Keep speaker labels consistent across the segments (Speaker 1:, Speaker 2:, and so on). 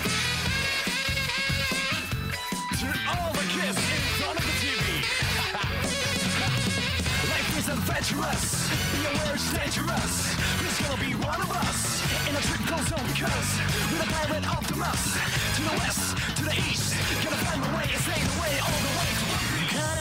Speaker 1: adventurous. Be aware it's dangerous. There's gonna be one of us in a critical zone because we're the pirate Optimus. To the west, to the east, gonna find the way and stay the way all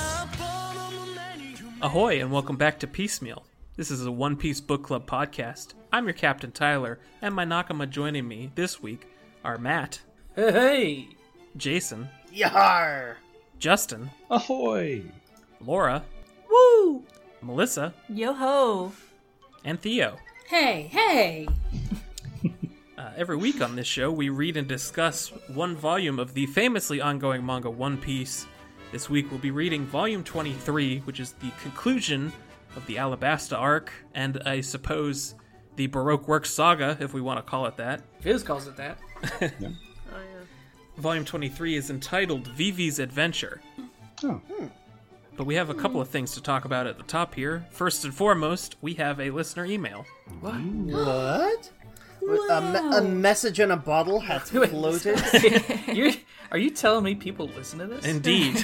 Speaker 1: the way to one piece.
Speaker 2: Ahoy, and welcome back to Piecemeal. This is a One Piece Book Club podcast. I'm your captain, Tyler, and my Nakama joining me this week are Matt,
Speaker 3: Hey!
Speaker 2: Jason,
Speaker 3: Yar!
Speaker 2: Justin,
Speaker 4: Ahoy!
Speaker 2: Laura,
Speaker 5: Woo!
Speaker 2: Melissa,
Speaker 5: Yo ho!
Speaker 2: and Theo.
Speaker 5: Hey, hey!
Speaker 2: Uh, every week on this show, we read and discuss one volume of the famously ongoing manga One Piece. This week, we'll be reading Volume 23, which is the conclusion of the Alabasta arc, and I suppose the Baroque Works saga, if we want to call it that.
Speaker 3: Fizz calls it that.
Speaker 2: Volume 23 is entitled Vivi's Adventure.
Speaker 4: Oh.
Speaker 3: Hmm.
Speaker 2: But we have a couple of things to talk about at the top here. First and foremost, we have a listener email.
Speaker 6: What? A, me- a message in a bottle has floated.
Speaker 3: You're, are you telling me people listen to this?
Speaker 2: Indeed.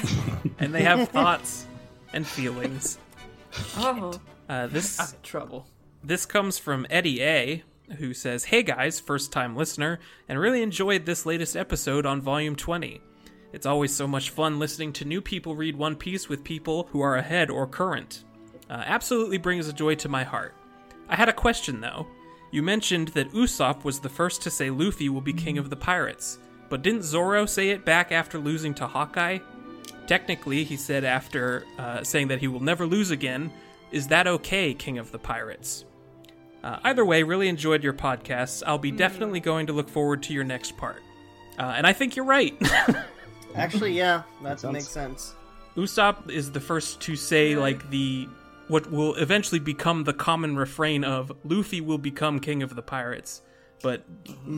Speaker 2: and they have thoughts and feelings.
Speaker 5: Oh.
Speaker 2: Uh,
Speaker 3: Ah.
Speaker 2: this
Speaker 3: Trouble.
Speaker 2: this comes from Eddie A, who says, "Hey guys, first time listener, and really enjoyed this latest episode on Volume 20. It's always so much fun listening to new people read One Piece with people who are ahead or current. Uh, absolutely brings a joy to my heart. I had a question though. You mentioned that Usopp was the first to say Luffy will be king of the pirates, but didn't Zoro say it back after losing to Hawkeye? Technically, he said after uh, saying that he will never lose again, Is that okay, King of the Pirates? Uh, either way, really enjoyed your podcasts. I'll be definitely going to look forward to your next part. Uh, and I think you're right.
Speaker 6: Actually, yeah, that
Speaker 4: sounds-
Speaker 6: makes sense.
Speaker 2: Usopp is the first to say, like, the. What will eventually become the common refrain of Luffy will become king of the pirates, but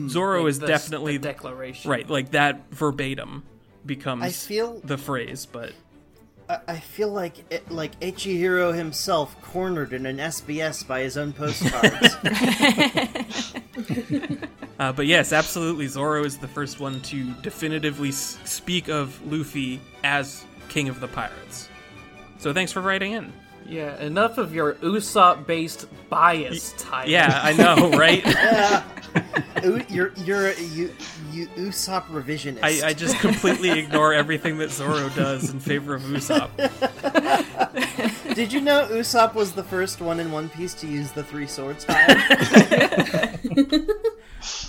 Speaker 2: Zoro is
Speaker 3: The-
Speaker 2: definitely
Speaker 3: the declaration.
Speaker 2: right. Like that verbatim becomes
Speaker 6: I feel-
Speaker 2: the phrase, but
Speaker 6: I, I feel like it, like Ichihiro himself cornered in an SBS by his own postcards.
Speaker 2: Uh, but yes, absolutely, Zoro is the first one to definitively s- speak of Luffy as King of the Pirates. So thanks for writing in.
Speaker 3: Yeah, enough of your Usopp based bias type.
Speaker 2: Yeah, I know, right?
Speaker 6: U- you're you're a you, you Usopp revisionist.
Speaker 2: I, I just completely ignore everything that Zoro does in favor of Usopp.
Speaker 6: Did you know Usopp was the first one in One Piece to use the three swords style?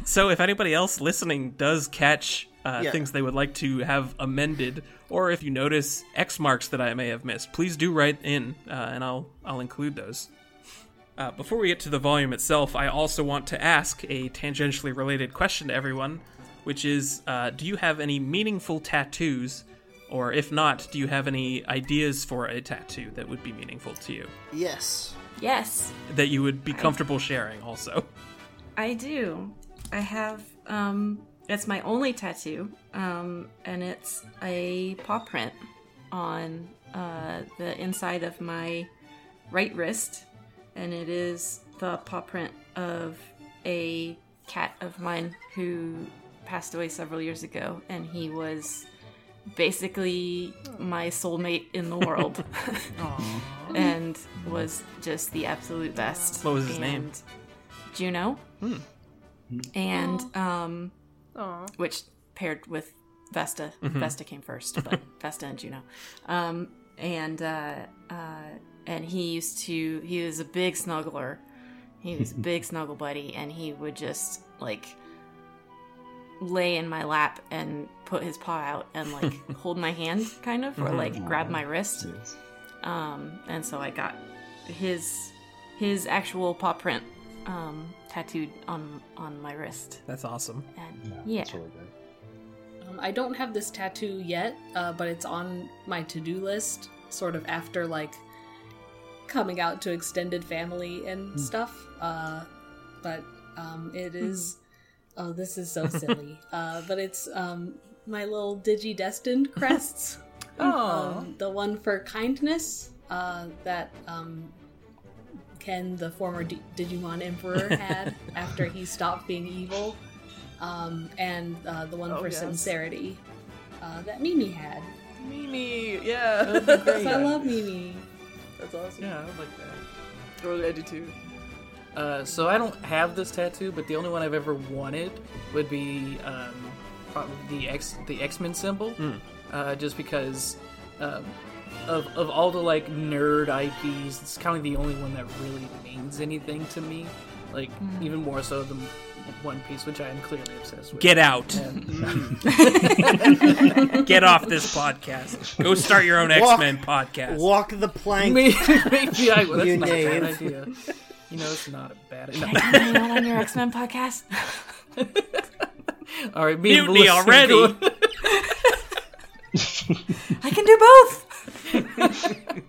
Speaker 2: So if anybody else listening does catch uh,
Speaker 6: Yeah.
Speaker 2: things they would like to have amended, or if you notice X marks that I may have missed, please do write in, uh, and I'll I'll include those. Uh, before we get to the volume itself, I also want to ask a tangentially related question to everyone, which is: uh, Do you have any meaningful tattoos, or if not, do you have any ideas for a tattoo that would be meaningful to you
Speaker 6: yes.
Speaker 5: Yes,
Speaker 2: that you would be comfortable sharing? Also,
Speaker 5: I do. I have, um, it's my only tattoo, um, and it's a paw print on uh, the inside of my right wrist, and it is the paw print of a cat of mine who passed away several years ago, and he was basically my soulmate in the world. and was just the absolute best.
Speaker 2: What was his name? Hmm.
Speaker 5: And Juno. And um which paired with Vesta.
Speaker 2: Mm-hmm.
Speaker 5: Vesta came first, but Vesta and Juno. Um and uh uh and he used to he was a big snuggler. He was a big snuggle buddy and he would just like lay in my lap and put his paw out and like hold my hand kind of or like grab my wrist
Speaker 4: Uh-huh. Yes.
Speaker 5: um, and so I got his his actual paw print um, tattooed on on my wrist.
Speaker 2: that's awesome.
Speaker 5: And
Speaker 4: Yeah,
Speaker 5: yeah,
Speaker 4: That's really good.
Speaker 7: Um, I don't have this tattoo yet, uh, but it's on my to do list, sort of after like coming out to extended family and stuff. Uh, but um, it is. Oh, this is so silly. uh, but it's um, my little Digi Destined crests.
Speaker 3: Oh.
Speaker 7: um, the one for kindness uh, that um, Ken, the former D- Digimon Emperor, had after he stopped being evil, um, and uh, the one
Speaker 3: Oh,
Speaker 7: for
Speaker 3: yes.
Speaker 7: sincerity uh, that Mimi had.
Speaker 3: Mimi! Yeah!
Speaker 7: So I love Mimi.
Speaker 3: That's awesome. Yeah, I like that.
Speaker 4: rolled a d2.
Speaker 3: Uh, so I don't have this tattoo, but the only one I've ever wanted would be um, probably the X the X Men symbol,
Speaker 2: Hmm.
Speaker 3: uh, just because um, of of all the like nerd IPs, it's kind of the only one that really means anything to me. Like even more so than One Piece, which I am clearly obsessed with.
Speaker 2: Get out.
Speaker 3: And-
Speaker 2: Get off this podcast. Go start your own X
Speaker 6: Mm. Walk-
Speaker 2: Men podcast.
Speaker 6: Walk the plank.
Speaker 3: maybe, maybe I, well, that's
Speaker 6: You
Speaker 3: not a bad
Speaker 6: knave.
Speaker 3: idea. You know, it's not a bad idea.
Speaker 5: Anyone on your X Men podcast?
Speaker 3: All right, me and
Speaker 2: Mutiny
Speaker 3: Melissa-
Speaker 2: already.
Speaker 5: I can do both.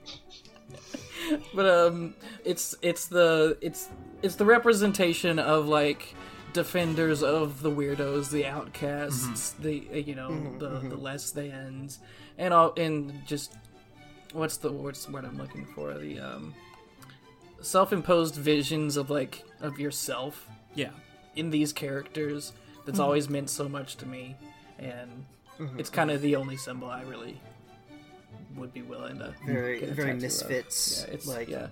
Speaker 3: but um it's it's the it's it's the representation of like defenders of the weirdos the outcasts the uh, you know the, the less thans and all and just what's the what's the word i'm looking for the um self-imposed visions of like of yourself
Speaker 2: yeah.
Speaker 3: in these characters
Speaker 6: Mm-hmm.
Speaker 3: that's always meant so much to me and it's kind of the only symbol i really would be willing to
Speaker 6: Very,
Speaker 3: get a
Speaker 6: very
Speaker 3: tattoo of.
Speaker 6: misfits.
Speaker 3: Yeah, it's
Speaker 6: like,
Speaker 3: like yeah,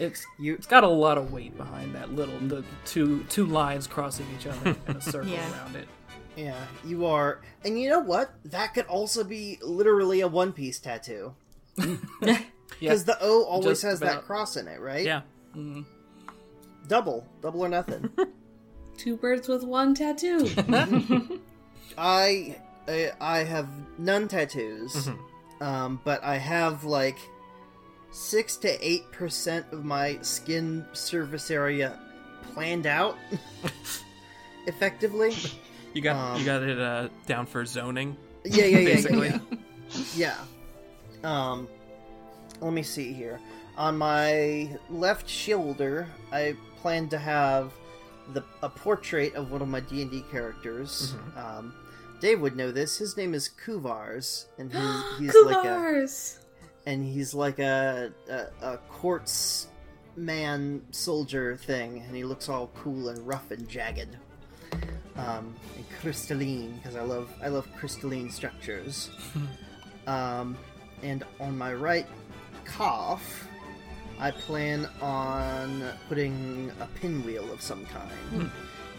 Speaker 3: it's
Speaker 6: You-
Speaker 3: it's got a lot of weight behind that little the two two lines crossing each other in a circle
Speaker 5: Yeah.
Speaker 3: around it.
Speaker 6: yeah, you are. And you know what? That could also be literally a One Piece tattoo. Because the O always
Speaker 3: Just
Speaker 6: has that
Speaker 3: about.
Speaker 6: cross in it, right?
Speaker 2: Yeah.
Speaker 6: Double, double or nothing.
Speaker 7: Two birds with one tattoo.
Speaker 6: I, I I have none tattoos, um, but I have like six to eight percent of my skin surface area planned out, effectively.
Speaker 2: You got
Speaker 6: Um,
Speaker 2: you got it uh, down for zoning.
Speaker 6: Yeah, yeah, yeah, yeah,
Speaker 2: Basically.
Speaker 6: yeah. yeah. Um, let me see here. On my left shoulder, I plan to have the a portrait of one of my D and D characters. Um, Dave would know this. His name is Kuvars, and he's, he's like a
Speaker 7: Kumars!
Speaker 6: and he's like a, a a quartz man soldier thing, and he looks all cool and rough and jagged, um, and crystalline because I love I love crystalline structures. um, and on my right calf, I plan on putting a pinwheel of some kind.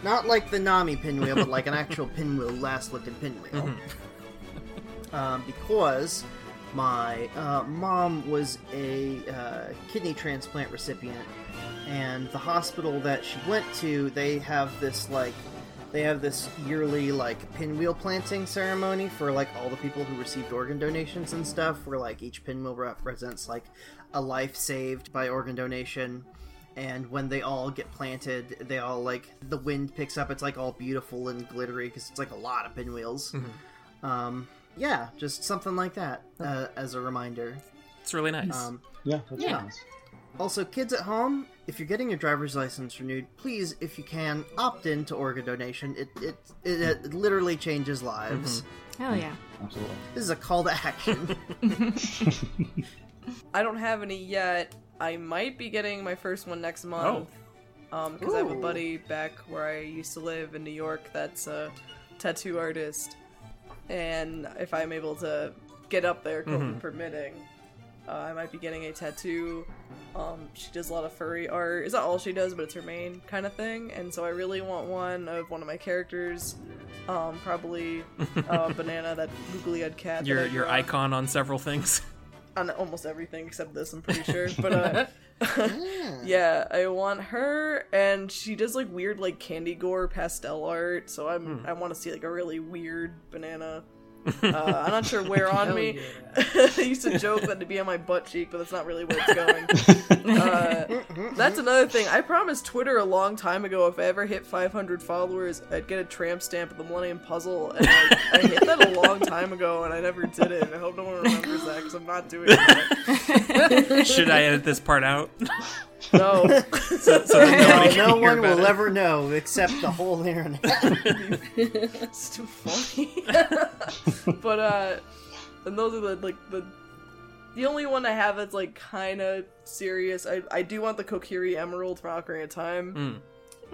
Speaker 6: Not like the Nami pinwheel, but like an actual pinwheel, last looking pinwheel. Um, because my uh, mom was a uh, kidney transplant recipient, and the hospital that she went to, they have this like, they have this yearly like pinwheel planting ceremony for like all the people who received organ donations and stuff, where like each pinwheel represents like a life saved by organ donation. And when they all get planted, they all like the wind picks up. It's like all beautiful and glittery because it's like a lot of pinwheels. Um, yeah, just something like that
Speaker 4: Oh.
Speaker 6: uh, as a reminder.
Speaker 2: It's really nice.
Speaker 6: Um,
Speaker 8: Yeah, that's
Speaker 6: Yeah.
Speaker 8: nice.
Speaker 6: also, kids at home, if you're getting your driver's license renewed, please, if you can, opt in to organ donation. It it, it, it literally changes lives.
Speaker 2: Mm-hmm.
Speaker 5: Hell yeah.
Speaker 8: Absolutely.
Speaker 6: This is a call to action.
Speaker 4: I don't have any yet. I might be getting my first one next month. Um, because I have a
Speaker 6: Ooh.
Speaker 4: buddy back where I used to live in New York that's a tattoo artist. And if I'm able to get up there, COVID permitting, uh, I might be getting a tattoo. Um, she does a lot of furry art. It's not all she does, but it's her main kind of thing. And so I really want one of one of my characters. Um, probably uh, banana, that googly-eyed cat. that
Speaker 2: your
Speaker 4: I
Speaker 2: your
Speaker 4: draw
Speaker 2: icon on several things.
Speaker 4: on almost everything except this, I'm pretty sure. But uh, yeah, I want her, and she does like weird like candy gore pastel art. So I'm I want to see like a really weird banana. Uh, I'm not sure where on me. they used to joke that it'd be on my butt cheek, but that's not really where it's going. uh, that's another thing. I promised Twitter a long time ago if I ever hit 500 followers, I'd get a tramp stamp of the Millennium Puzzle. And I, I hit that a long time ago, and I never did it. And I hope no one remembers that because I'm not doing it.
Speaker 2: Should I edit this part out?
Speaker 4: No.
Speaker 2: So that nobody
Speaker 6: no,
Speaker 2: can
Speaker 6: no
Speaker 2: hear
Speaker 6: one
Speaker 2: about
Speaker 6: will
Speaker 2: it?
Speaker 6: ever know except the whole internet.
Speaker 4: It's too funny. but uh and those are the like the the only one I have that's like kinda serious. I I do want the Kokiri Emerald from Ocarina of Time.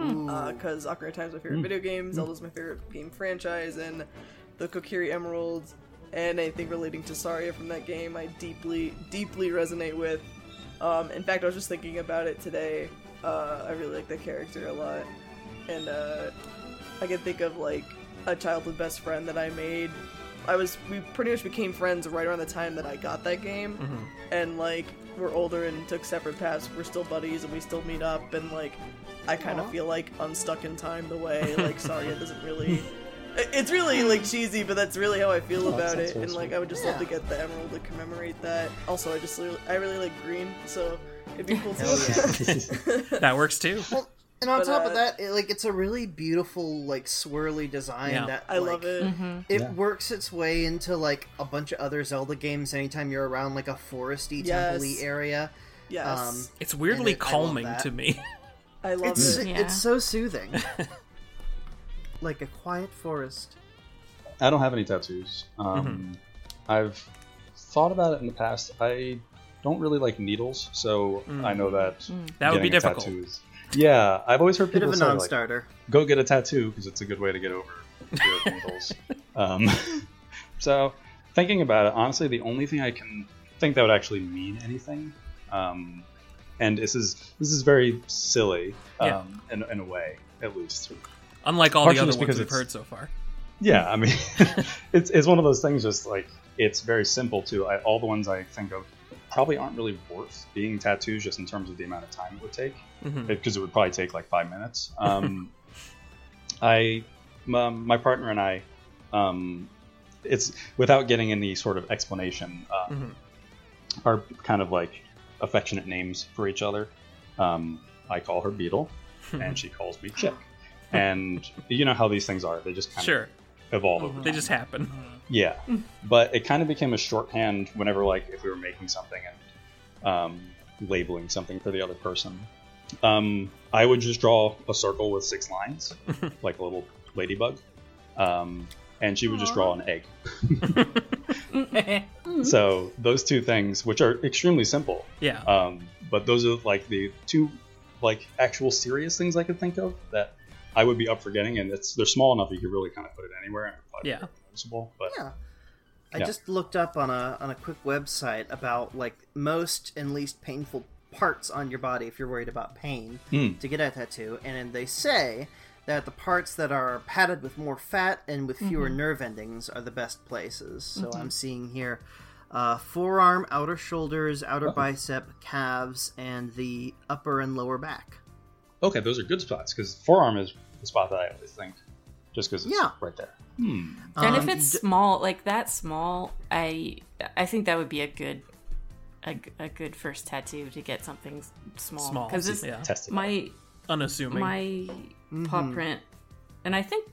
Speaker 4: Because Ocarina of Time is my favorite video game, Zelda's my favorite game franchise, and the Kokiri Emerald and anything relating to Saria from that game I deeply, deeply resonate with. Um, in fact, I was just thinking about it today. Uh, I really like the character a lot, and uh, I can think of like a childhood best friend that I made. I was we pretty much became friends right around the time that I got that game, and like we're older and took separate paths. We're still buddies and we still meet up, and like I kind of feel like unstuck in time the way like Saria doesn't really. I- It's really like cheesy, but that's really how I feel about
Speaker 8: sounds
Speaker 4: it,
Speaker 8: really
Speaker 4: and like
Speaker 8: sweet.
Speaker 4: I would just love to get the emerald to commemorate that. Also, I just really, I really like green, so it'd be cool
Speaker 6: Hell
Speaker 4: to.
Speaker 6: yeah.
Speaker 2: That works too.
Speaker 6: Well, and on
Speaker 4: But,
Speaker 6: top
Speaker 4: uh,
Speaker 6: of that, it, like it's a really beautiful, like swirly design.
Speaker 2: Yeah.
Speaker 6: That
Speaker 4: I
Speaker 6: like,
Speaker 4: love
Speaker 5: Mm-hmm.
Speaker 4: it.
Speaker 6: It
Speaker 8: Yeah.
Speaker 6: works its way into like a bunch of other Zelda games. Anytime you're around like a foresty,
Speaker 4: Yes.
Speaker 6: temple-y area,
Speaker 4: Yes,
Speaker 6: um,
Speaker 2: It's weirdly
Speaker 6: And it- I love
Speaker 2: calming
Speaker 6: that.
Speaker 2: to me.
Speaker 4: I love
Speaker 6: it's
Speaker 4: it.
Speaker 5: Yeah.
Speaker 6: it's so soothing, like a quiet forest.
Speaker 8: I don't have any tattoos.
Speaker 2: Mm-hmm.
Speaker 8: Um, I've thought about it in the past. I don't really like needles, so I know that
Speaker 2: Mm.
Speaker 5: mm.
Speaker 2: That would be
Speaker 8: getting a
Speaker 2: difficult.
Speaker 8: tattoo is- Yeah, I've always heard
Speaker 6: Bit
Speaker 8: people
Speaker 6: of a
Speaker 8: say like,
Speaker 6: non-starter.
Speaker 8: go get a tattoo because it's a good way to get over fear of needles. Um, so, thinking about it, honestly, the only thing I can think that would actually mean anything, um, and this is this is very silly,
Speaker 2: Yeah.
Speaker 8: um, in, in a way, at least.
Speaker 2: Unlike all
Speaker 8: Partially
Speaker 2: the other
Speaker 8: just
Speaker 2: ones
Speaker 8: because
Speaker 2: we've
Speaker 8: it's-
Speaker 2: heard so far.
Speaker 8: Yeah, I mean, it's it's one of those things. Just like it's very simple too. I, all the ones I think of probably aren't really worth being tattoos, just in terms of the amount of time it would take
Speaker 2: Mhm.
Speaker 8: because it would probably take like five minutes. Um, I, my, my partner and I, um, it's without getting any sort of explanation, uh,
Speaker 2: Mhm.
Speaker 8: are kind of like affectionate names for each other. Um, I call her Beetle, and she calls me Chick. And you know how these things are; they just kind
Speaker 2: Sure.
Speaker 8: of evolve over
Speaker 2: They just happen.
Speaker 8: yeah, but it kind of became a shorthand whenever, like, if we were making something and um, labeling something for the other person. Um, I would just draw a circle with six lines, like a little ladybug, um, and she would just draw an egg. So those two things, which are extremely simple,
Speaker 2: Yeah.
Speaker 8: um, but those are like the two like actual serious things I could think of that I would be up for getting, and it's they're small enough you could really kind of put it anywhere and it'd probably
Speaker 2: Yeah.
Speaker 8: be noticeable. But
Speaker 6: Yeah. I
Speaker 8: Yeah.
Speaker 6: just looked up on a on a quick website about like most and least painful parts on your body if you're worried about pain
Speaker 8: Hmm.
Speaker 6: to get a tattoo, and they say that the parts that are padded with more fat and with fewer nerve endings are the best places. So I'm seeing here uh, forearm, outer shoulders, outer
Speaker 8: Oh.
Speaker 6: bicep, calves, and the upper and lower back.
Speaker 8: Okay, those are good spots because forearm is the spot that I always think, just because it's
Speaker 6: Yeah.
Speaker 8: right there.
Speaker 5: and if
Speaker 6: Um,
Speaker 5: it's small, like that small, I I think that would be a good a, g- a good first tattoo to get something s- small
Speaker 2: Small.
Speaker 5: because this
Speaker 2: yeah.
Speaker 8: Test it.
Speaker 5: my
Speaker 2: Unassuming.
Speaker 5: my paw print, and I think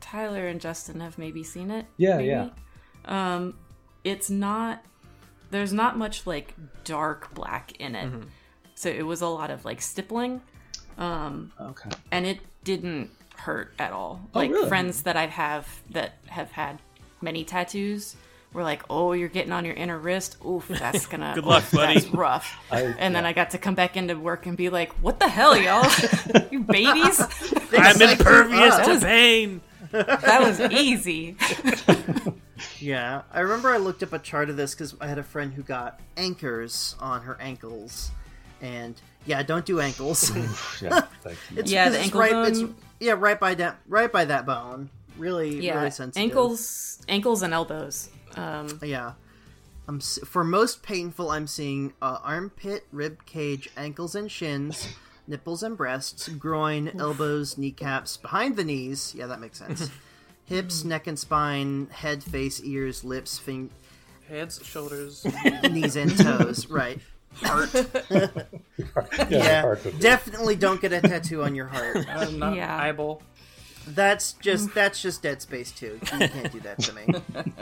Speaker 5: Tyler and Justin have maybe seen it.
Speaker 8: Yeah,
Speaker 5: maybe.
Speaker 8: yeah.
Speaker 5: Um, it's not there's not much like dark black in it, so it was a lot of like stippling.
Speaker 8: okay.
Speaker 5: and it didn't hurt at all. like
Speaker 8: really?
Speaker 5: friends that I have that have had many tattoos were like, "Oh, you're getting on your inner wrist. Oof, that's gonna
Speaker 2: Good luck,
Speaker 5: oof,
Speaker 2: buddy."
Speaker 5: That's rough." and then I got to come back into work and be like, "What the hell, y'all? you babies?
Speaker 2: I'm impervious
Speaker 5: That
Speaker 6: Oh.
Speaker 2: to
Speaker 5: was-
Speaker 2: pain.
Speaker 5: that was easy."
Speaker 6: Yeah, I remember I looked up a chart of this because I had a friend who got anchors on her ankles, and yeah, don't do ankles.
Speaker 8: Yeah, thank you.
Speaker 6: It's
Speaker 5: Yeah,
Speaker 6: 'cause
Speaker 5: the
Speaker 6: it's
Speaker 5: ankle
Speaker 6: right,
Speaker 5: bone.
Speaker 6: It's, yeah, right by that, right by that bone. Really,
Speaker 5: Yeah,
Speaker 6: really sensitive.
Speaker 5: ankles, ankles, and elbows. Um,
Speaker 6: Yeah. I'm s- for most painful. I'm seeing uh, armpit, rib cage, ankles and shins, nipples and breasts, groin, elbows, kneecaps, behind the knees. Yeah, that makes sense. Hips, neck and spine, head, face, ears, lips, fing-
Speaker 3: Heads, shoulders.
Speaker 6: knees and toes. Right.
Speaker 8: yeah.
Speaker 6: Yeah, definitely don't get a tattoo on your heart.
Speaker 3: I'm not
Speaker 5: Yeah.
Speaker 3: eyeball.
Speaker 6: That's just that's just Dead Space 2. You can't do that to me.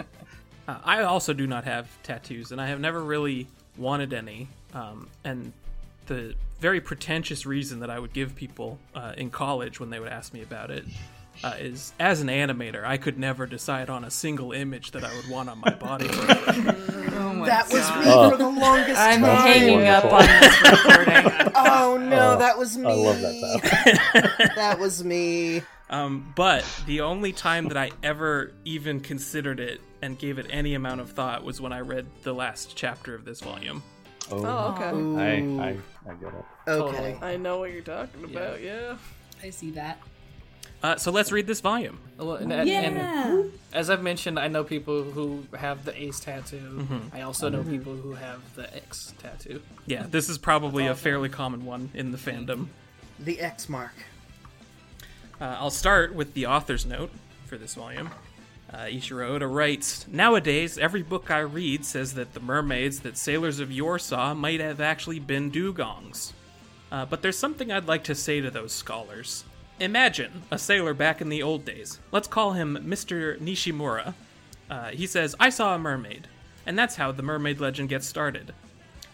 Speaker 2: Uh, I also do not have tattoos, and I have never really wanted any. Um, and the very pretentious reason that I would give people uh, in college when they would ask me about it uh, is, as an animator, I could never decide on a single image that I would want on my body.
Speaker 5: oh my
Speaker 6: That was
Speaker 5: God.
Speaker 6: me for the longest
Speaker 5: I'm
Speaker 6: time.
Speaker 5: hanging up on this recording.
Speaker 6: Oh no,
Speaker 8: Oh,
Speaker 6: that was me.
Speaker 8: I love that though.
Speaker 6: that was me.
Speaker 2: Um, but the only time that I ever even considered it and gave it any amount of thought was when I read the last chapter of this volume.
Speaker 8: Oh,
Speaker 4: Oh, okay.
Speaker 6: Ooh.
Speaker 8: I, I, I get it.
Speaker 6: okay.
Speaker 4: I know what you're talking about. Yeah.
Speaker 7: I see that.
Speaker 2: Uh, so let's read this volume.
Speaker 3: Well, and, and-
Speaker 5: yeah.
Speaker 3: and as I've mentioned, I know people who have the ace tattoo.
Speaker 2: Mm-hmm.
Speaker 3: I also know
Speaker 7: Mm-hmm.
Speaker 3: people who have the X tattoo.
Speaker 2: Yeah, this is probably a fairly common one in the fandom.
Speaker 6: The X mark.
Speaker 2: Uh, I'll start with the author's note for this volume. Uh, Ichiro Oda writes Nowadays, every book I read says that the mermaids that sailors of yore saw might have actually been dugongs. Uh, but there's something I'd like to say to those scholars. Imagine a sailor back in the old days. Let's call him Mr. Nishimura. Uh, he says, I saw a mermaid. And that's how the mermaid legend gets started.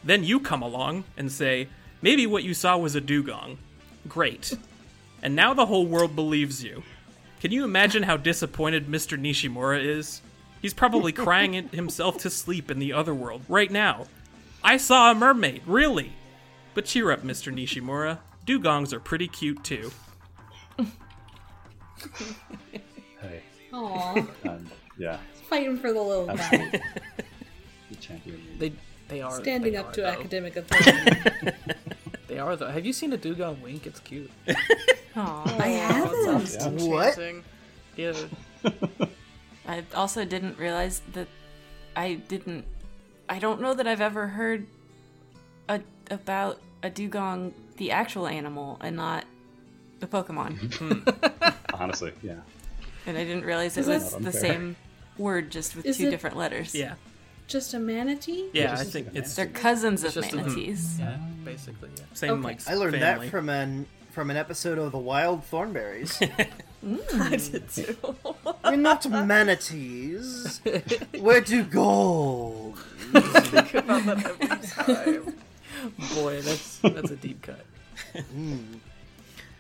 Speaker 2: Then you come along and say, maybe what you saw was a dugong. Great. And now the whole world believes you. Can you imagine how disappointed Mr. Nishimura is? He's probably crying it- himself to sleep in the other world right now. I saw a mermaid, really? But cheer up, Mr. Nishimura. Dugongs are pretty cute too.
Speaker 8: Hey,
Speaker 7: Aw,
Speaker 8: um, yeah,
Speaker 7: fighting for the little guy,
Speaker 8: the champion.
Speaker 3: They they are
Speaker 7: standing
Speaker 3: they
Speaker 7: up
Speaker 3: are,
Speaker 7: to
Speaker 3: though.
Speaker 7: academic authority.
Speaker 3: They are though. Have you seen a dugong wink? It's cute.
Speaker 5: Aw.
Speaker 7: I haven't.
Speaker 6: What?
Speaker 7: Eh.
Speaker 4: Enchanting.
Speaker 3: Yeah,
Speaker 5: I also didn't realize that I didn't. I don't know that I've ever heard a, about a dugong, the actual animal, and not the Pokemon.
Speaker 8: Honestly, yeah.
Speaker 5: and I didn't realize it
Speaker 7: that-
Speaker 5: was
Speaker 8: Not
Speaker 5: the
Speaker 8: unfair.
Speaker 5: same word, just with
Speaker 7: Is
Speaker 5: two
Speaker 7: it-
Speaker 5: different letters.
Speaker 2: Yeah,
Speaker 7: Just a manatee?
Speaker 2: yeah, I think it's
Speaker 5: They're cousins of
Speaker 3: just a-
Speaker 5: manatees.
Speaker 3: yeah, basically. Yeah.
Speaker 2: same
Speaker 7: Okay.
Speaker 2: like
Speaker 6: I learned
Speaker 2: family.
Speaker 6: that from an from an episode of The Wild Thornberries.
Speaker 4: I did too.
Speaker 6: We're not manatees. We're dugongs.
Speaker 4: Think about that every time.
Speaker 3: Boy, that's that's a deep cut.
Speaker 4: Mm.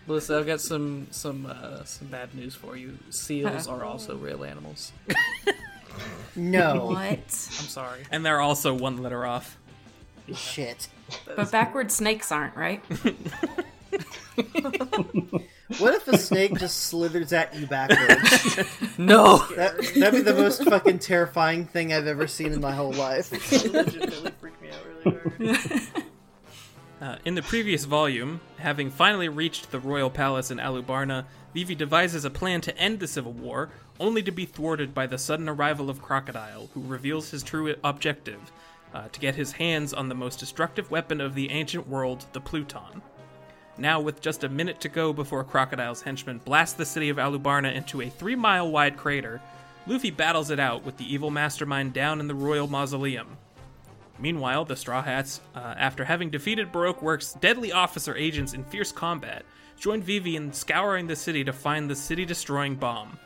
Speaker 3: Melissa, I've got some some uh, some bad news for you. Seals are also real animals.
Speaker 6: No.
Speaker 5: What?
Speaker 3: I'm sorry.
Speaker 2: and they're also one letter off.
Speaker 6: Shit.
Speaker 5: but backward snakes aren't, right?
Speaker 6: What if a snake just slithers at you backwards?
Speaker 3: No.
Speaker 6: That, that'd be the most fucking terrifying thing I've ever seen in my whole life.
Speaker 4: It legitimately freaked me out really hard.
Speaker 2: Uh, in the previous volume, having finally reached the royal palace in Alubarna, Vivi devises a plan to end the civil war, only to be thwarted by the sudden arrival of Crocodile, who reveals his true objective uh, to get his hands on the most destructive weapon of the ancient world, the Pluton. Now, with just a minute to go before Crocodile's henchmen blast the city of Alubarna into a three mile wide crater, Luffy battles it out with the evil mastermind down in the royal mausoleum. Meanwhile, the Straw Hats, uh, after having defeated Baroque Works' deadly officer agents in fierce combat, join Vivi in scouring the city to find the city destroying bomb.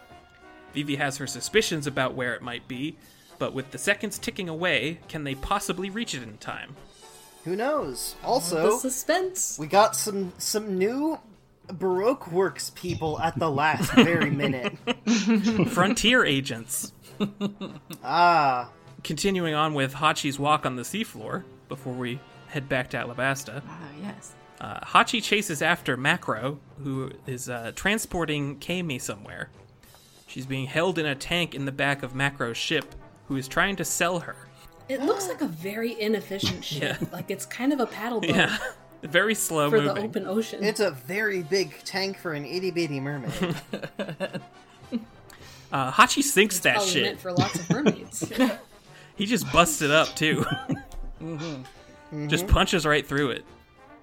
Speaker 2: Vivi has her suspicions about where it might be, but with the seconds ticking away, can they possibly reach it in time?
Speaker 6: Who knows?
Speaker 7: The
Speaker 6: Also,
Speaker 7: suspense.
Speaker 6: we got some some new Baroque Works people at the last very minute.
Speaker 2: Frontier agents!
Speaker 6: Ah,
Speaker 2: Continuing on with Hachi's walk on the seafloor, before we head back to Alabasta.
Speaker 5: Oh, yes.
Speaker 2: Uh, Hachi chases after Macro, who is uh, transporting Kami somewhere. She's being held in a tank in the back of Macro's ship, who is trying to sell her.
Speaker 7: It looks like a very inefficient ship. Like it's kind of a paddle boat
Speaker 2: Yeah, very slow
Speaker 7: for the
Speaker 2: moving.
Speaker 7: open ocean.
Speaker 6: it's a very big tank for an itty bitty mermaid.
Speaker 2: uh, Hachi sinks that
Speaker 7: Probably
Speaker 2: shit.
Speaker 7: meant for lots of mermaids.
Speaker 2: He just busts it up too. Just punches right through it.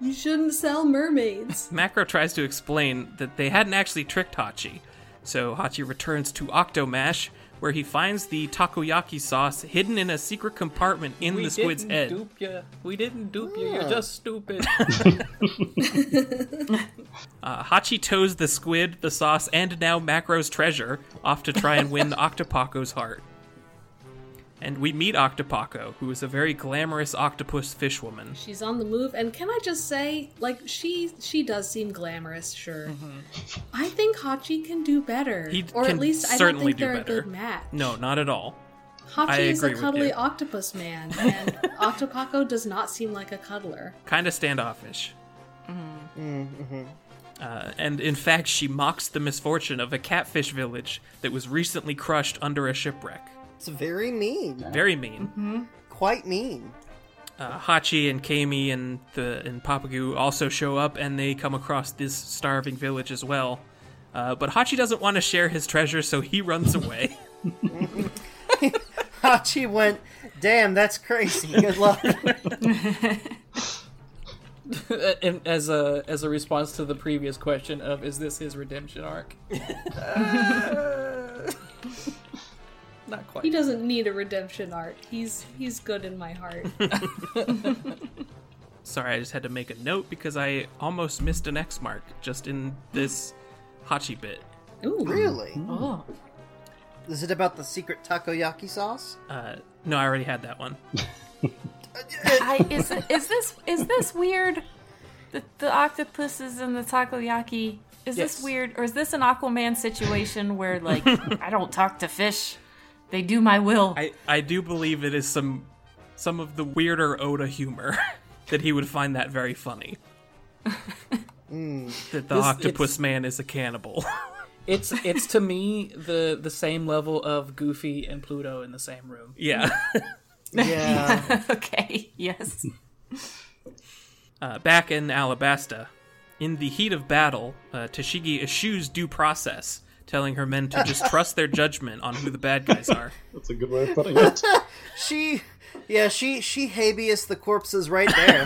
Speaker 7: you shouldn't sell mermaids.
Speaker 2: Macro tries to explain that they hadn't actually tricked Hachi. So Hachi returns to Octomash, where he finds the takoyaki sauce hidden in a secret compartment in
Speaker 3: we
Speaker 2: the squid's
Speaker 3: didn't
Speaker 2: head.
Speaker 3: Dupe ya. We didn't dupe you. You're just stupid.
Speaker 2: Uh, Hachi tows the squid, the sauce, and now Macro's treasure off to try and win Octopaco's heart. And we meet Octopaco, who is a very glamorous octopus fish woman.
Speaker 7: She's on the move, and can I just say, like she she does seem glamorous, sure. I think Hachi can do better,
Speaker 2: Mm-hmm. He
Speaker 7: or
Speaker 2: can
Speaker 7: at least I don't
Speaker 2: certainly
Speaker 7: think
Speaker 2: do
Speaker 7: they're
Speaker 2: better.
Speaker 7: a good match.
Speaker 2: No, not at all.
Speaker 7: Hachi
Speaker 2: I
Speaker 7: is
Speaker 2: agree
Speaker 7: a
Speaker 2: with
Speaker 7: cuddly
Speaker 2: you.
Speaker 7: octopus man, and Octopaco does not seem like a cuddler.
Speaker 2: Kind of standoffish. Uh, and in fact, she mocks the misfortune of a catfish village that was recently crushed under a shipwreck.
Speaker 6: It's very mean.
Speaker 2: Very mean.
Speaker 6: Quite mean.
Speaker 2: uh, Hachi and Kami and the and Papagu also show up, and they come across this starving village as well. Uh, but Hachi doesn't want to share his treasure, so he runs away.
Speaker 6: Hachi Ah, went, damn, that's crazy. Good luck.
Speaker 3: and as a as a response to the previous question of is this his redemption arc? Not quite.
Speaker 7: He doesn't need a redemption art. He's he's good in my heart.
Speaker 2: Sorry, I just had to make a note because I almost missed an X mark just in this Hachi bit.
Speaker 7: Ooh.
Speaker 6: really?
Speaker 5: Oh.
Speaker 6: Is it about the secret takoyaki sauce?
Speaker 2: Uh, no, I already had that one.
Speaker 5: I, is, is this is this weird? The, the octopuses and the takoyaki. Is
Speaker 3: Yes.
Speaker 5: this weird, or is this an Aquaman situation where like I don't talk to fish, they do my will?
Speaker 2: I I do believe it is some some of the weirder Oda humor that he would find that very funny. That the
Speaker 3: This-
Speaker 2: octopus
Speaker 3: it's-
Speaker 2: man is a cannibal.
Speaker 3: It's it's to me the the same level of Goofy and Pluto in the same room.
Speaker 2: yeah.
Speaker 6: Yeah.
Speaker 5: okay, yes.
Speaker 2: Uh, back in Alabasta, in the heat of battle, uh, Toshigi eschews due process, telling her men to just trust their judgment on who the bad guys are.
Speaker 8: That's a good way of putting it.
Speaker 6: she, yeah, she, she habeas the corpses right there.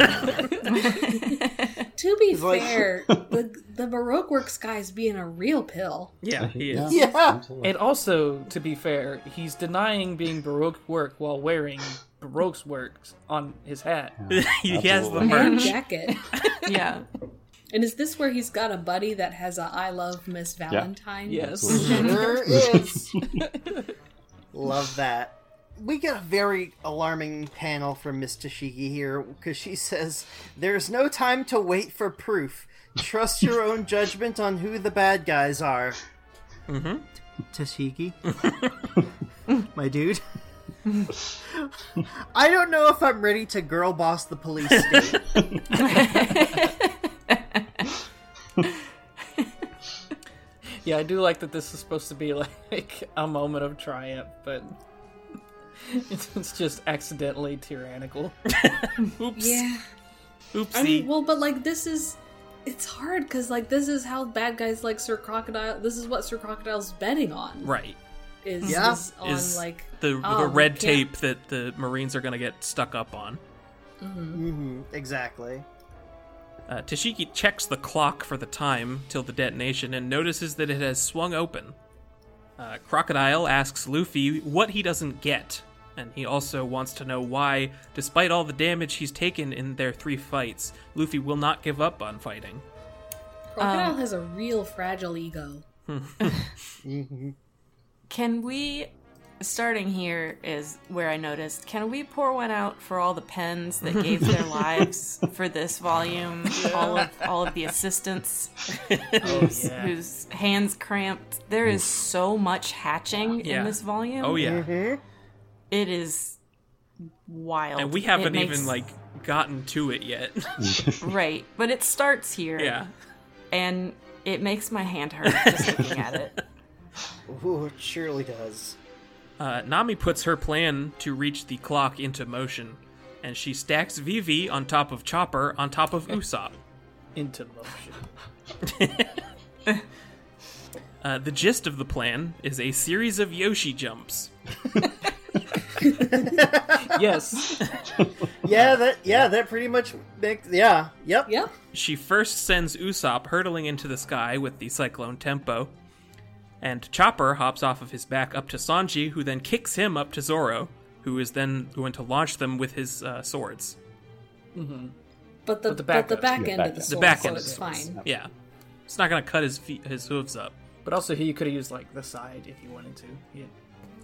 Speaker 7: To be
Speaker 6: like-
Speaker 7: fair, the the Baroque Works guy's being a real pill.
Speaker 2: Yeah, he is.
Speaker 6: yeah.
Speaker 3: And also, to be fair, he's denying being Baroque work while wearing Baroque's works on his hat.
Speaker 2: he has the
Speaker 8: Absolutely.
Speaker 7: And
Speaker 2: merch.
Speaker 7: jacket.
Speaker 5: Yeah.
Speaker 7: and is this where he's got a buddy that has a I love Miss Valentine?
Speaker 3: Yes.
Speaker 6: Sure is. Love that. We get a very alarming panel from Miss Toshiki here because she says, There's no time to wait for proof. Trust your own judgment on who the bad guys are. Mm-hmm. Toshiki? My dude? I don't know if I'm ready to girl boss the police state.
Speaker 3: Yeah, I do like that this is supposed to be like a moment of triumph, but it's, it's just accidentally tyrannical.
Speaker 2: Oops.
Speaker 7: Yeah.
Speaker 2: Oopsie.
Speaker 7: I mean, well, but like this is, it's hard because like this is how bad guys like Sir Crocodile. This is what Sir Crocodile's betting on.
Speaker 2: right.
Speaker 7: Is,
Speaker 6: Yeah.
Speaker 7: is on
Speaker 2: is
Speaker 7: like
Speaker 2: the,
Speaker 7: oh,
Speaker 2: the
Speaker 7: we
Speaker 2: red
Speaker 7: can't-
Speaker 2: tape that the Marines are going to get stuck up on.
Speaker 6: hmm exactly.
Speaker 2: Uh, Toshiki checks the clock for the time till the detonation and notices that it has swung open. Uh, Crocodile asks Luffy what he doesn't get, and he also wants to know why, despite all the damage he's taken in their three fights, Luffy will not give up on fighting. Um,
Speaker 7: Crocodile has a real fragile ego.
Speaker 5: Can we, starting here is where I noticed, can we pour one out for all the pens that gave their lives for this volume? All of all of the assistants
Speaker 2: Oh,
Speaker 5: whose,
Speaker 3: yeah.
Speaker 5: whose hands cramped. There is so much hatching
Speaker 2: Yeah.
Speaker 5: in this volume.
Speaker 2: Oh, yeah.
Speaker 5: It is wild.
Speaker 2: And we
Speaker 5: It
Speaker 2: haven't
Speaker 5: makes-
Speaker 2: even, like, gotten to it yet.
Speaker 5: Right, but it starts here.
Speaker 2: yeah.
Speaker 5: And it makes my hand hurt just looking at it.
Speaker 6: Ooh, it surely does.
Speaker 2: Uh, Nami puts her plan to reach the clock into motion, and she stacks Vivi on top of Chopper on top of Usopp.
Speaker 3: Into motion.
Speaker 2: Uh, the gist of the plan is a series of Yoshi jumps.
Speaker 3: Yes.
Speaker 6: Yeah, that yeah, that pretty much makes yeah, yep.
Speaker 7: Yep.
Speaker 2: She first sends Usopp hurtling into the sky with the cyclone tempo, and Chopper hops off of his back up to Sanji, who then kicks him up to Zoro, who is then going to launch them with his uh, swords.
Speaker 7: But the
Speaker 3: But
Speaker 7: but
Speaker 3: the back
Speaker 7: the back,
Speaker 3: end.
Speaker 8: Yeah,
Speaker 7: end
Speaker 8: back
Speaker 7: of the
Speaker 8: end.
Speaker 7: sword,
Speaker 2: back
Speaker 7: so
Speaker 2: end of
Speaker 7: it's
Speaker 2: the
Speaker 7: fine.
Speaker 2: Yeah, it's not going to cut his feet, his hooves up.
Speaker 3: But also, he could have used like the side if he wanted to. Yeah.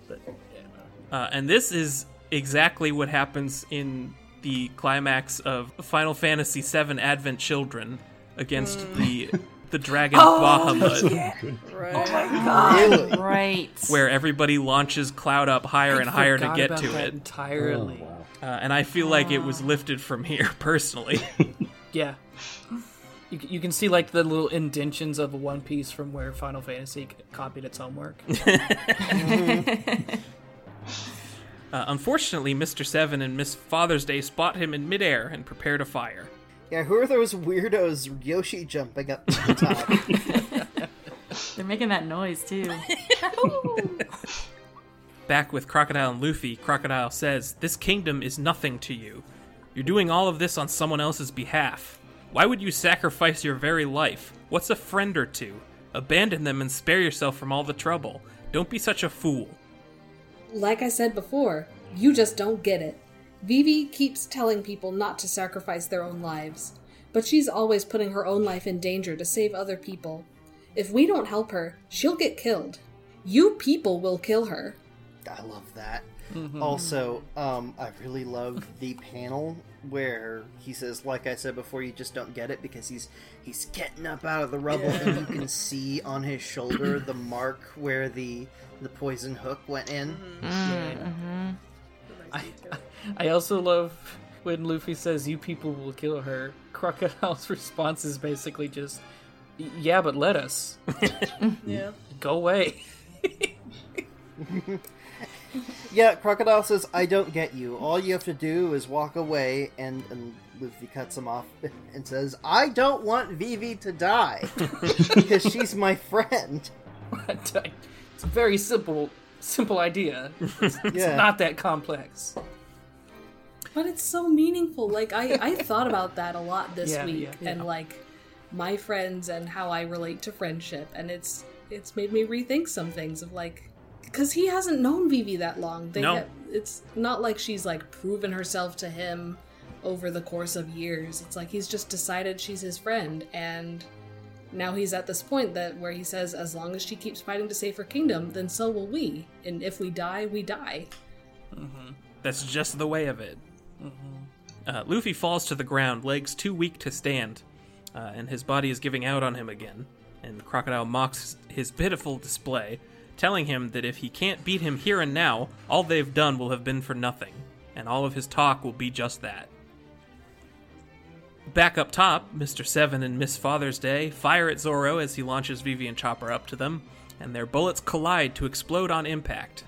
Speaker 3: But yeah.
Speaker 2: Uh, and this is exactly what happens in the climax of Final Fantasy VII Advent Children against the the dragon Bahamut,
Speaker 8: oh,
Speaker 4: Right.
Speaker 6: Really?
Speaker 5: Right.
Speaker 2: where everybody launches Cloud up higher and higher to
Speaker 3: Forgot
Speaker 2: get
Speaker 3: about
Speaker 2: to
Speaker 3: that Ah.
Speaker 2: it.
Speaker 8: Oh,
Speaker 3: entirely.
Speaker 2: Uh, and I feel like it was lifted from here personally.
Speaker 3: Yeah. You, c- you can see like the little indentions of One Piece from where Final Fantasy c- copied its homework.
Speaker 2: Uh, unfortunately, Mr. Seven and Miss Father's Day spot him in midair and prepare to fire.
Speaker 6: Yeah, who are those weirdos Yoshi jumping up to the top?
Speaker 5: They're making that noise too.
Speaker 2: Back with Crocodile and Luffy, Crocodile says, This kingdom is nothing to you. You're doing all of this on someone else's behalf. Why would you sacrifice your very life? What's a friend or two? Abandon them and spare yourself from all the trouble. Don't be such a fool.
Speaker 7: Like I said before, you just don't get it. Vivi keeps telling people not to sacrifice their own lives, but she's always putting her own life in danger to save other people. If we don't help her, she'll get killed. You people will kill her.
Speaker 6: I love that. Mm-hmm. Also, um, I really love the panel where he says, "Like I said before, you just don't get it," because he's he's getting up out of the rubble, and you can see on his shoulder the mark where the the poison hook went in.
Speaker 3: I also love when Luffy says, "You people will kill her." Crocodile's response is basically just, "Y- "Yeah, but let us
Speaker 4: Yeah.
Speaker 3: go away."
Speaker 6: Yeah, crocodile says, "I don't get you. All you have to do is walk away," and, and Luffy cuts him off and says, "I don't want Vivi to die because she's my friend."
Speaker 3: uh, it's a very simple, simple idea.
Speaker 6: Yeah.
Speaker 3: Not that complex.
Speaker 7: But it's so meaningful. Like I, I thought about that a lot this
Speaker 3: Yeah,
Speaker 7: week,
Speaker 3: yeah.
Speaker 7: and like my friends and how I relate to friendship, and it's it's made me rethink some things of like because he hasn't known Vivi that long. They
Speaker 2: No.
Speaker 7: ha- it's not like she's like proven herself to him over the course of years. It's like he's just decided she's his friend, and now he's at this point that where he says, as long as she keeps fighting to save her kingdom, then so will we, and if we die, we die.
Speaker 2: That's just the way of it. Uh, Luffy falls to the ground, legs too weak to stand, uh, and his body is giving out on him again. And Crocodile mocks his pitiful display, telling him that if he can't beat him here and now, all they've done will have been for nothing, and all of his talk will be just that. Back up top, Mr. Seven and Miss Father's Day fire at Zoro as he launches Vivi and Chopper up to them, and their bullets collide to explode on impact.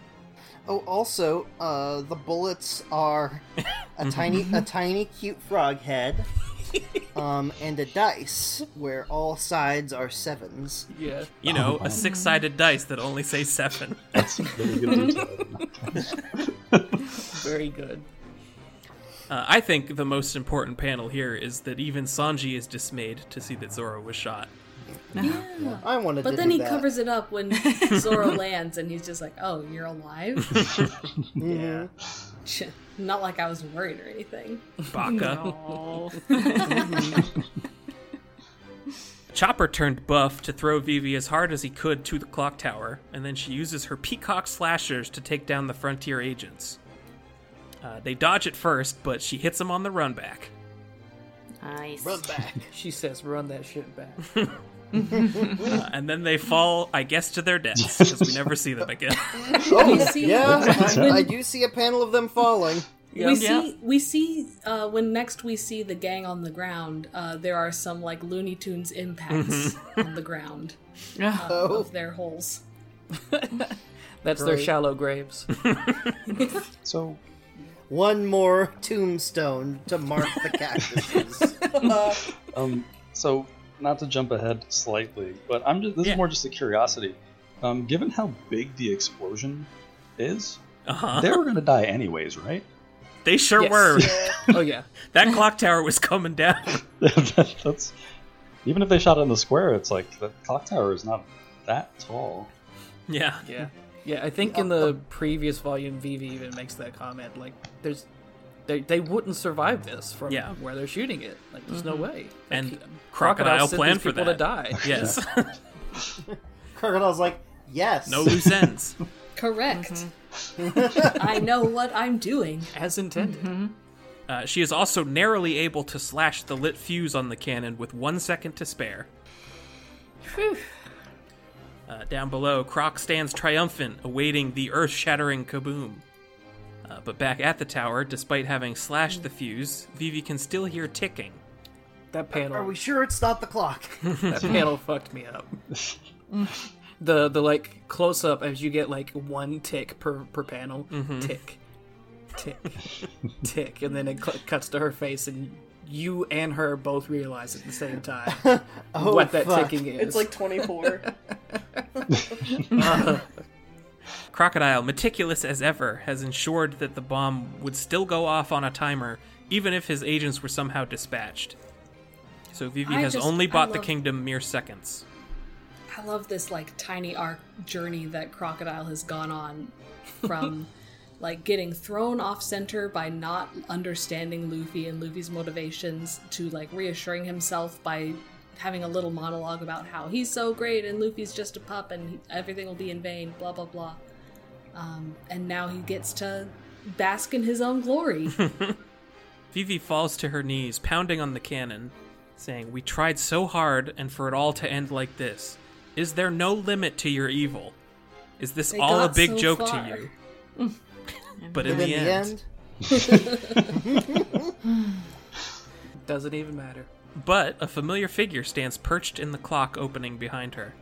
Speaker 6: Oh, also, uh, the bullets are a tiny, a tiny, cute frog head, um, and a dice where all sides are sevens.
Speaker 3: Yeah.
Speaker 2: You know, a six sided dice that only say seven.
Speaker 8: That's really good detail.
Speaker 3: Very good.
Speaker 2: Uh, I think the most important panel here is that even Sanji is dismayed to see that Zoro was shot.
Speaker 6: I wanted to
Speaker 7: But then
Speaker 6: do
Speaker 7: he
Speaker 6: that.
Speaker 7: covers it up when Zoro lands and he's just like, oh, you're alive?
Speaker 6: Mm-hmm.
Speaker 2: Yeah.
Speaker 7: Ch- Not like I was worried or anything.
Speaker 2: Baka.
Speaker 5: Oh.
Speaker 2: Chopper turned buff to throw Vivi as hard as he could to the clock tower, and then she uses her peacock slashers to take down the frontier agents. Uh, they dodge at first, but she hits them on the run back.
Speaker 5: nice.
Speaker 3: She says, "Run that shit back."
Speaker 2: Uh, and then they fall, I guess, to their deaths, because we never see them again.
Speaker 6: Oh,
Speaker 7: You see-
Speaker 6: yeah, I,
Speaker 7: when-
Speaker 6: I do see a panel of them falling.
Speaker 7: we
Speaker 5: Yeah.
Speaker 7: see, we see uh, when next we see the gang on the ground, uh, there are some like Looney Tunes impacts on the ground uh,
Speaker 5: Yeah.
Speaker 6: Mm-hmm. Oh,
Speaker 7: of their holes.
Speaker 3: That's their shallow graves.
Speaker 8: So
Speaker 6: one more tombstone to mark the cactuses.
Speaker 8: Um, so not to jump ahead slightly, but I'm just this
Speaker 2: Yeah.
Speaker 8: is more just a curiosity. Um, given how big the explosion is,
Speaker 2: Uh-huh.
Speaker 8: they were gonna die anyways, right?
Speaker 2: They sure
Speaker 3: Yes.
Speaker 2: were.
Speaker 3: oh yeah.
Speaker 2: That clock tower was coming down.
Speaker 8: That's even if they shot on the square, it's like the clock tower is not that tall.
Speaker 2: Yeah.
Speaker 3: Yeah. Yeah, I think in the previous volume, Vivi even makes that comment. Like, there's, they, they wouldn't survive this from
Speaker 2: Yeah. Mm-hmm.
Speaker 3: where they're shooting it. Like, there's no way.
Speaker 2: And
Speaker 3: Like,
Speaker 2: Crocodile
Speaker 3: sent
Speaker 2: planned
Speaker 3: these
Speaker 2: for
Speaker 3: people
Speaker 2: that.
Speaker 3: to die.
Speaker 2: Yes.
Speaker 6: Crocodile's like, yes.
Speaker 2: no loose ends.
Speaker 7: Correct.
Speaker 6: Mm-hmm.
Speaker 7: I know what I'm doing.
Speaker 3: as intended.
Speaker 2: Uh, she is also narrowly able to slash the lit fuse on the cannon with one second to spare. Uh, down below, Croc stands triumphant, awaiting the earth shattering kaboom. Uh, but back at the tower, despite having slashed the fuse, Vivi can still hear ticking.
Speaker 3: That panel.
Speaker 6: Are we sure it's not the clock?
Speaker 3: that panel fucked me up.
Speaker 2: Mm-hmm.
Speaker 3: the the like close up as you get like one tick per per panel tick, tick, tick, and then it cl- cuts to her face, and you and her both realize at the same time
Speaker 6: Oh,
Speaker 3: what that
Speaker 6: fuck.
Speaker 3: ticking is.
Speaker 4: It's like 24.
Speaker 2: Crocodile, meticulous as ever, has ensured that the bomb would still go off on a timer, even if his agents were somehow dispatched. So Vivi
Speaker 7: I
Speaker 2: has
Speaker 7: just-
Speaker 2: only
Speaker 7: I
Speaker 2: bought the
Speaker 7: love-
Speaker 2: kingdom mere seconds.
Speaker 7: I love this like tiny arc journey that Crocodile has gone on from like getting thrown off center by not understanding Luffy and Luffy's motivations to like reassuring himself by having a little monologue about how he's so great and Luffy's just a pup and he- everything will be in vain, blah blah blah. Um, and now he gets to bask in his own glory.
Speaker 2: Vivi falls to her knees, pounding on the cannon, saying, We tried so hard, and for it all to end like this. Is there no limit to your evil? Is this
Speaker 7: They
Speaker 2: all a
Speaker 7: got
Speaker 2: big
Speaker 7: so
Speaker 2: joke
Speaker 7: far.
Speaker 2: to you? but
Speaker 6: But
Speaker 2: in, the, end,
Speaker 3: Doesn't even matter.
Speaker 2: But a familiar figure stands perched in the clock opening behind her.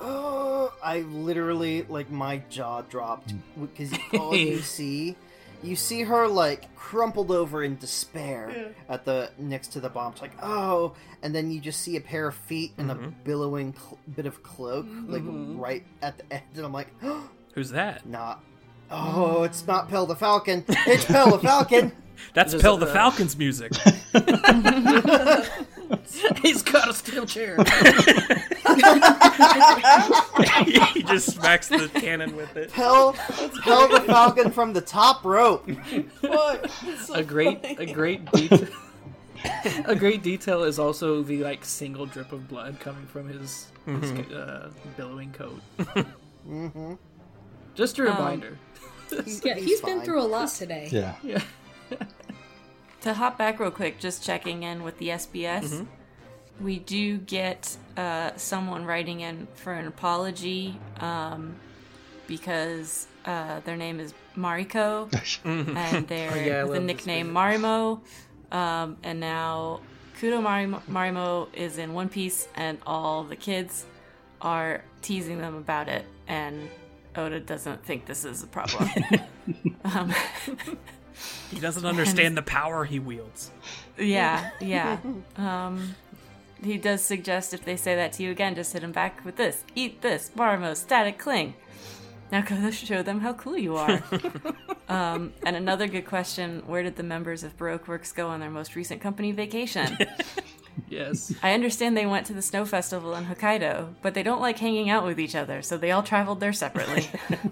Speaker 6: oh, I literally like my jaw dropped because all you see, you see her like crumpled over in despair at the next to the bomb. It's like oh, and then you just see a pair of feet and
Speaker 2: Mm-hmm.
Speaker 6: a billowing cl- bit of cloak like right at the end, and I'm like, oh,
Speaker 2: Who's that?
Speaker 6: not. Oh, it's not Pel the Falcon. It's Pel the Falcon.
Speaker 2: That's
Speaker 3: There's
Speaker 2: Pell
Speaker 3: a-
Speaker 2: the Falcon's music.
Speaker 3: He's got a steel chair.
Speaker 2: he just smacks the cannon with it.
Speaker 6: Pel, Pel the Falcon from the top rope.
Speaker 4: What? It's so
Speaker 3: a great,
Speaker 4: funny.
Speaker 3: a great detail. a great detail is also the like single drip of blood coming from his, his uh, billowing coat. Just a reminder.
Speaker 7: yeah, he's been through a lot today.
Speaker 8: Yeah.
Speaker 3: yeah.
Speaker 5: To hop back real quick, just checking in with the SBS, we do get uh, someone writing in for an apology um, because uh, their name is Mariko and they're
Speaker 3: Oh, yeah, I
Speaker 5: with the
Speaker 3: love this
Speaker 5: nickname Marimo. Um, and now Kudo Marimo, Marimo is in One Piece, and all the kids are teasing them about it. And Oda doesn't think this is a problem. um,
Speaker 2: He doesn't understand the power he wields.
Speaker 5: Yeah, yeah. um, he does suggest if they say that to you again, just hit him back with this. Eat this, Marmo, static cling. Now go show them how cool you are. um, and another good question: Where did the members of Baroque Works go on their most recent company vacation?
Speaker 3: Yes.
Speaker 5: I understand they went to the snow festival in Hokkaido, but they don't like hanging out with each other, so they all traveled there separately.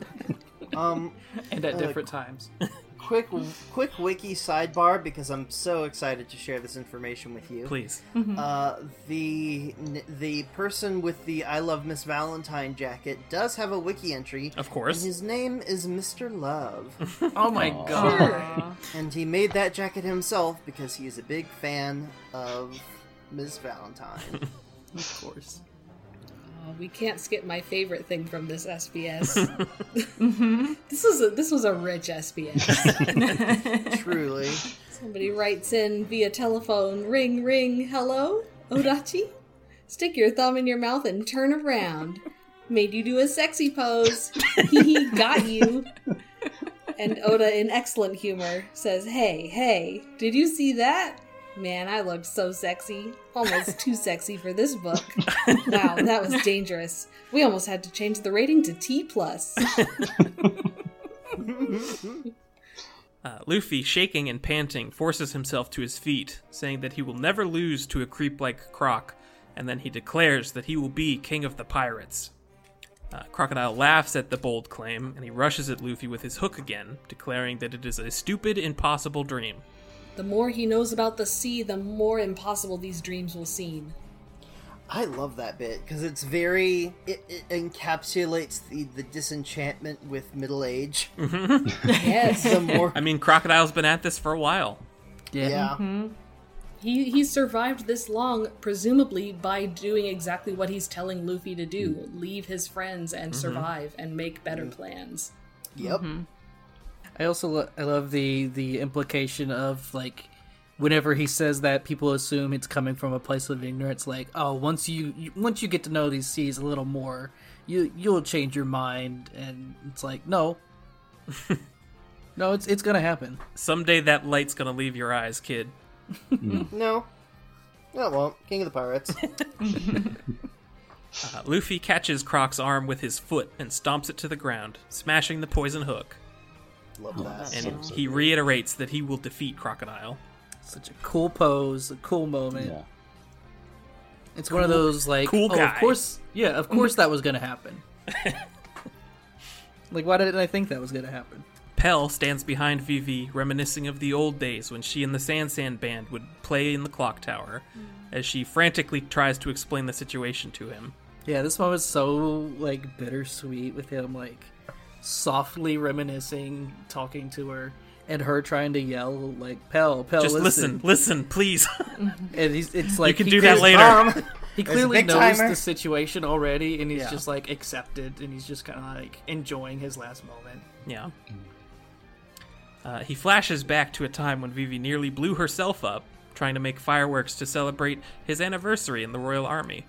Speaker 6: Um,
Speaker 3: And at different times.
Speaker 6: quick, quick wiki sidebar because I'm so excited to share this information with you.
Speaker 2: Please.
Speaker 6: Uh, the the person with the I love Miss Valentine jacket does have a wiki entry.
Speaker 2: Of course.
Speaker 6: And his name is Mr. Love,
Speaker 3: Oh my god.
Speaker 5: Aw.
Speaker 6: and he made that jacket himself because he is a big fan of Miss Valentine.
Speaker 3: Of course.
Speaker 7: Oh, we can't skip my favorite thing from this SBS. This was a, this was a rich SBS.
Speaker 6: Truly,
Speaker 7: Somebody writes in via telephone, ring ring, hello, Odachi. Stick your thumb in your mouth and turn around. Made you do a sexy pose. Hee hee, got you. And Oda, in excellent humor, says, "Hey, hey, did you see that? Man, I looked so sexy, almost too sexy for this book. Wow, that was dangerous. We almost had to change the rating to T plus."
Speaker 2: Uh, Luffy, shaking and panting, forces himself to his feet, saying that he will never lose to a creep like Croc, and then he declares that he will be king of the pirates. Uh, Crocodile laughs at the bold claim, and he rushes at Luffy with his hook again, declaring that it is a stupid, impossible dream.
Speaker 7: The more he knows about the sea, the more impossible these dreams will seem.
Speaker 6: I love that bit because it's very it, it encapsulates the the disenchantment with middle age.
Speaker 7: Yes.
Speaker 6: The more
Speaker 2: I mean, Crocodile's been at this for a while.
Speaker 6: yeah.
Speaker 5: Mm-hmm.
Speaker 7: he he survived this long presumably by doing exactly what he's telling Luffy to do,
Speaker 3: Mm-hmm.
Speaker 7: leave his friends and survive and make better plans.
Speaker 6: Yep.
Speaker 5: Mm-hmm.
Speaker 3: I also lo- I love the the implication of like whenever he says that people assume it's coming from a place of ignorance like oh once you, you once you get to know these seas a little more you you'll change your mind and it's like no No, it's it's gonna happen.
Speaker 2: Someday that light's gonna leave your eyes, kid.
Speaker 6: No. No, it won't. King of the Pirates.
Speaker 2: Uh, Luffy catches Croc's arm with his foot and stomps it to the ground, smashing the poison hook.
Speaker 6: Love that.
Speaker 2: And he reiterates that he will defeat Crocodile.
Speaker 3: Such a cool pose, a cool moment.
Speaker 8: Yeah.
Speaker 3: It's one of those like,
Speaker 2: cool
Speaker 3: oh,
Speaker 2: guy."
Speaker 3: of course, yeah, of course that was gonna happen. like, why didn't I think that was gonna happen?
Speaker 2: Pell stands behind Vivi, reminiscing of the old days when she and the San San band would play in the clock tower, as she frantically tries to explain the situation to him.
Speaker 3: Yeah, this one was so like bittersweet with him like softly reminiscing, talking to her, and her trying to yell like "Pell,
Speaker 6: Oh,
Speaker 3: Pell,
Speaker 2: Just listen,
Speaker 3: listen.
Speaker 2: listen, please.
Speaker 3: And he's, it's like
Speaker 2: can
Speaker 3: he
Speaker 2: do that
Speaker 3: clearly-
Speaker 2: later.
Speaker 6: Mom!
Speaker 3: He
Speaker 6: a
Speaker 3: clearly
Speaker 6: big
Speaker 3: knows
Speaker 6: timer.
Speaker 3: the situation already, and he's
Speaker 6: Yeah.
Speaker 3: just like accepted, and he's just kind of like enjoying his last moment.
Speaker 2: yeah. Uh, he flashes back to a time when Vivi nearly blew herself up, trying to make fireworks to celebrate his anniversary in the Royal Army.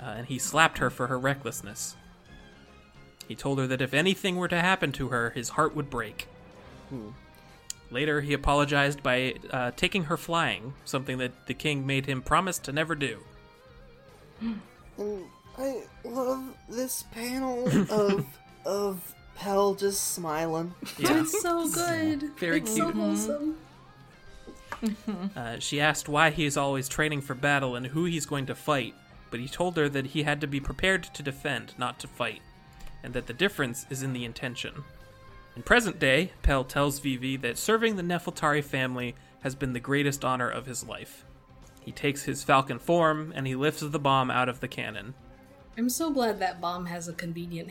Speaker 2: Uh, and he slapped her for her recklessness. He told her that if anything were to happen to her, his heart would break. Later, he apologized by uh, taking her flying, something that the king made him promise to never do.
Speaker 6: And I love this panel of of Pell just smiling.
Speaker 2: Yeah.
Speaker 7: It's so good.
Speaker 3: Very
Speaker 7: it's so
Speaker 3: cute. Mm-hmm.
Speaker 7: wholesome.
Speaker 2: Uh, she asked why he is always training for battle and who he's going to fight, but he told her that he had to be prepared to defend, not to fight, and that the difference is in the intention. In present day, Pell tells Vivi that serving the Nefeltari family has been the greatest honor of his life. He takes his falcon form and he lifts the bomb out of the cannon.
Speaker 7: I'm so glad that bomb has a convenient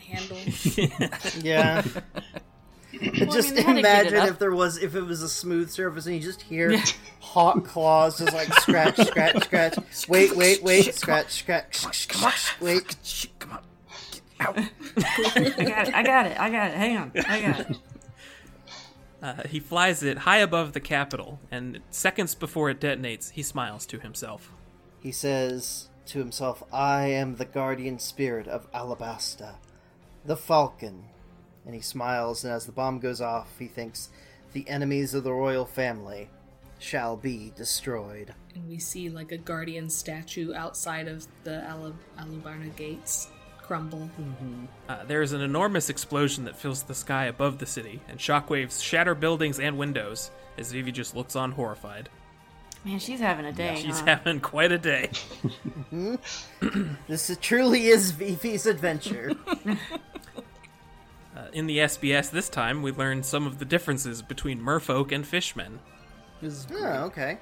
Speaker 7: handle.
Speaker 6: Yeah. just
Speaker 5: mean, they had to get it
Speaker 6: imagine
Speaker 5: up.
Speaker 6: if there was if it was a smooth surface and you just hear hot claws just like scratch, scratch, scratch. Wait, wait, wait, scratch, scratch. Wait.
Speaker 5: I got it. I got it. I got it. Hang on. I got it.
Speaker 2: Uh, he flies it high above the capital, and seconds before it detonates, he smiles to himself.
Speaker 6: He says to himself, I am the guardian spirit of Alabasta, the falcon. And he smiles, and as the bomb goes off, he thinks, The enemies of the royal family shall be destroyed.
Speaker 7: and we see like a guardian statue outside of the Ala- Alubarna gates crumble.
Speaker 3: Mm-hmm.
Speaker 2: Uh, there is an enormous explosion that fills the sky above the city, and shockwaves shatter buildings and windows as Vivi just looks on horrified.
Speaker 5: Man, she's having a day.
Speaker 2: She's
Speaker 5: huh?
Speaker 2: having quite a day.
Speaker 6: This truly is Vivi's adventure.
Speaker 2: Uh, in the SBS this time, we learned some of the differences between merfolk and fishmen.
Speaker 3: This is
Speaker 6: oh, okay.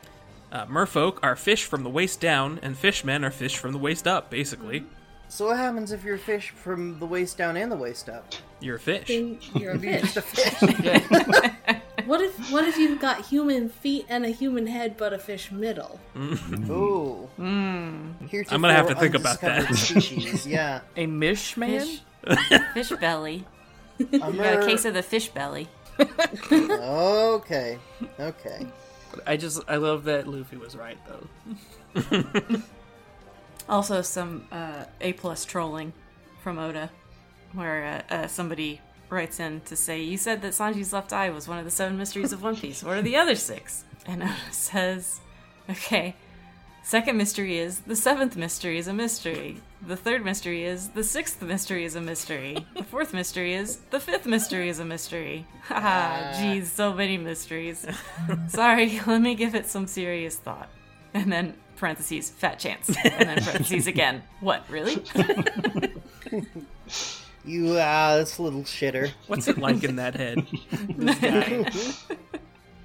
Speaker 2: Uh, merfolk are fish from the waist down, and fishmen are fish from the waist up, basically.
Speaker 6: So what happens if you're a fish from the waist down and the waist up?
Speaker 2: You're a fish.
Speaker 7: Think You're a bitch.
Speaker 3: Yeah.
Speaker 7: what if what if you've got human feet and a human head but a fish middle?
Speaker 6: Ooh.
Speaker 5: Hmm.
Speaker 6: Heretofore
Speaker 2: Hmm. I'm gonna have to think about that.
Speaker 6: undiscovered Species. Yeah.
Speaker 3: a mish man.
Speaker 5: Fish, fish belly.
Speaker 6: A
Speaker 5: You got a
Speaker 6: mer-
Speaker 5: case of the fish belly.
Speaker 6: Okay. Okay.
Speaker 3: I just I love that Luffy was right though.
Speaker 5: Also, some uh, A plus trolling from Oda, where uh, uh, somebody writes in to say, "You said that Sanji's left eye was one of the seven mysteries of One Piece. What are the other six? And Oda says, "Okay." Second mystery is the seventh mystery is a mystery. The third mystery is the sixth mystery is a mystery. The fourth mystery is the fifth mystery is a mystery. Haha, geez, so many mysteries. Sorry, let me give it some serious thought. And then parentheses, fat chance. And then parentheses again. What, really?
Speaker 6: You ah, this little shitter.
Speaker 2: What's it like in that head?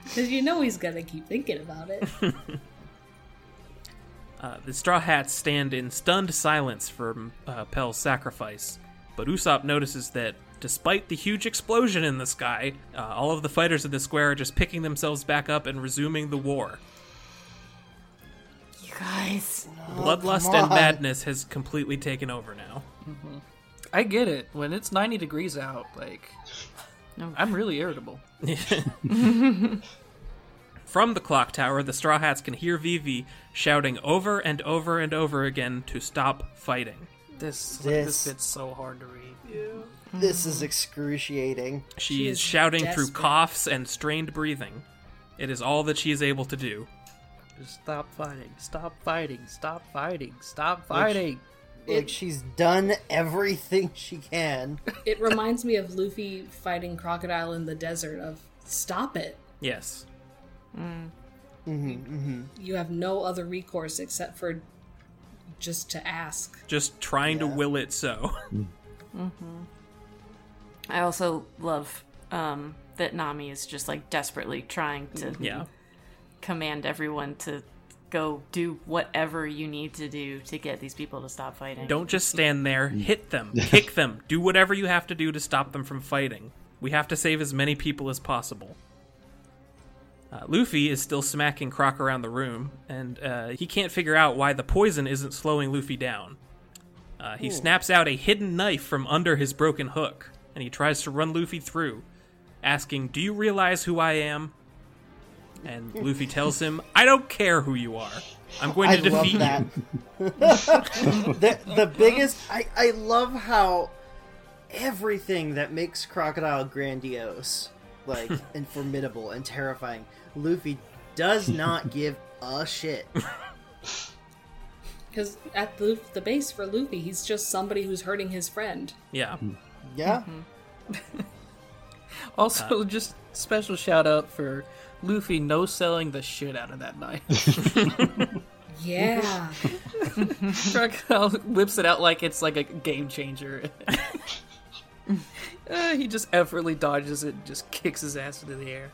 Speaker 7: Because you know he's gonna keep thinking about it.
Speaker 2: Uh, the Straw Hats stand in stunned silence for uh, Pell's sacrifice, but Usopp notices that, despite the huge explosion in the sky, uh, all of the fighters in the square are just picking themselves back up and resuming the war.
Speaker 5: You guys.
Speaker 2: Bloodlust
Speaker 6: come
Speaker 2: and
Speaker 6: on.
Speaker 2: madness has completely taken over now.
Speaker 3: I get it. When it's 90 degrees out, like
Speaker 5: No.
Speaker 3: I'm really irritable.
Speaker 2: From the clock tower, the Straw Hats can hear Vivi shouting over and over and over again to stop fighting.
Speaker 3: This this,
Speaker 6: This-
Speaker 3: fits so hard to read.
Speaker 6: This is excruciating.
Speaker 2: She,
Speaker 7: She
Speaker 2: is,
Speaker 7: is
Speaker 2: shouting through
Speaker 7: desperate.
Speaker 2: coughs and strained breathing. It is all that she is able to do.
Speaker 3: Just stop fighting. Stop fighting. Stop fighting. Stop fighting.
Speaker 6: Like she's done everything she can.
Speaker 7: It reminds me of Luffy fighting crocodile in the desert. Of stop it.
Speaker 2: Yes.
Speaker 7: You have no other recourse except for just to ask.
Speaker 2: Just trying to will it so.
Speaker 5: I also love um, that Nami is just like desperately trying to
Speaker 2: yeah.
Speaker 5: command everyone to go do whatever you need to do to get these people to stop fighting.
Speaker 2: Don't just stand there.
Speaker 6: Mm.
Speaker 2: Hit them. Kick them. Do whatever you have to do to stop them from fighting. We have to save as many people as possible. Uh, Luffy is still smacking Croc around the room, and uh, he can't figure out why the poison isn't slowing Luffy down. Uh, he snaps out a hidden knife from under his broken hook, and he tries to run Luffy through, asking, Do you realize who I am? And Luffy tells him, I don't care who you are. I'm going to
Speaker 6: I
Speaker 2: defeat
Speaker 6: love
Speaker 2: you.
Speaker 6: that. the, the biggest. I, I love how everything that makes Crocodile grandiose, like, and formidable and terrifying, Luffy does not give a shit.
Speaker 7: Because at the, the base for Luffy, he's just somebody who's hurting his friend.
Speaker 2: Yeah.
Speaker 6: Yeah?
Speaker 3: Also, just special shout out for Luffy no selling the shit out of that knife.
Speaker 7: Yeah.
Speaker 3: Crocodile uh, whips it out like it's like a game changer. Uh, he just effortlessly dodges it, and just kicks his ass into the air.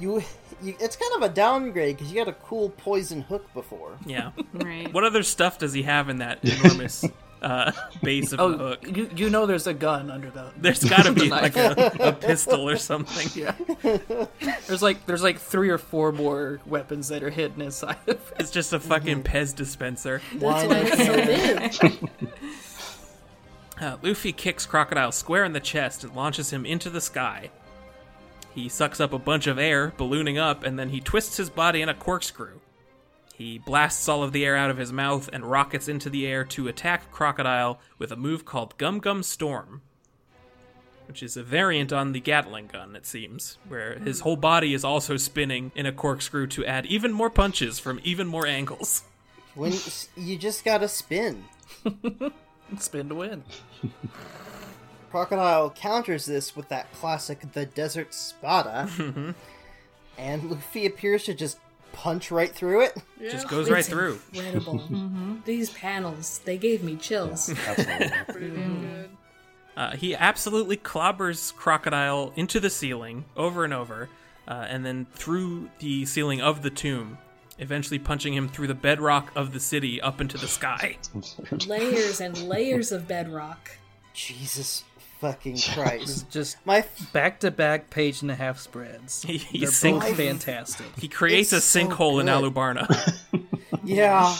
Speaker 6: You, you It's kind of a downgrade because you got a cool poison hook before.
Speaker 2: Yeah.
Speaker 5: Right.
Speaker 2: What other stuff does he have in that enormous uh, base of a
Speaker 3: Oh,
Speaker 2: hook?
Speaker 3: you, you know there's a gun under the.
Speaker 2: There's got to be like
Speaker 3: knife.
Speaker 2: a, a pistol or something.
Speaker 3: Yeah. there's like there's like three or four more weapons that are hidden inside of it.
Speaker 2: It's just a fucking Pez dispenser.
Speaker 6: One
Speaker 2: Uh, Luffy kicks Crocodile square in the chest and launches him into the sky. He sucks up a bunch of air, ballooning up, and then he twists his body in a corkscrew. He blasts all of the air out of his mouth and rockets into the air to attack Crocodile with a move called Gum Gum Storm, which is a variant on the Gatling gun, it seems, where his whole body is also spinning in a corkscrew to add even more punches from even more angles.
Speaker 6: when you just gotta spin.
Speaker 3: Spin to win.
Speaker 6: Crocodile counters this with that classic the desert spada, and Luffy appears to just punch right through it.
Speaker 2: Just goes right through.
Speaker 7: Incredible. These panels, they gave me chills.
Speaker 8: Absolutely.
Speaker 4: Pretty damn good.
Speaker 2: Uh, he absolutely clobbers Crocodile into the ceiling over and over, uh, and then through the ceiling of the tomb, eventually punching him through the bedrock of the city up into the sky.
Speaker 7: layers and layers of bedrock.
Speaker 6: Jesus fucking Christ!
Speaker 3: Just
Speaker 6: My f-
Speaker 3: back to back page and a half spreads.
Speaker 2: He- he
Speaker 3: They're
Speaker 2: sinks-
Speaker 3: both fantastic.
Speaker 2: He creates
Speaker 6: It's
Speaker 2: a
Speaker 6: so
Speaker 2: sinkhole in
Speaker 6: good.
Speaker 2: Alubarna.
Speaker 6: yeah,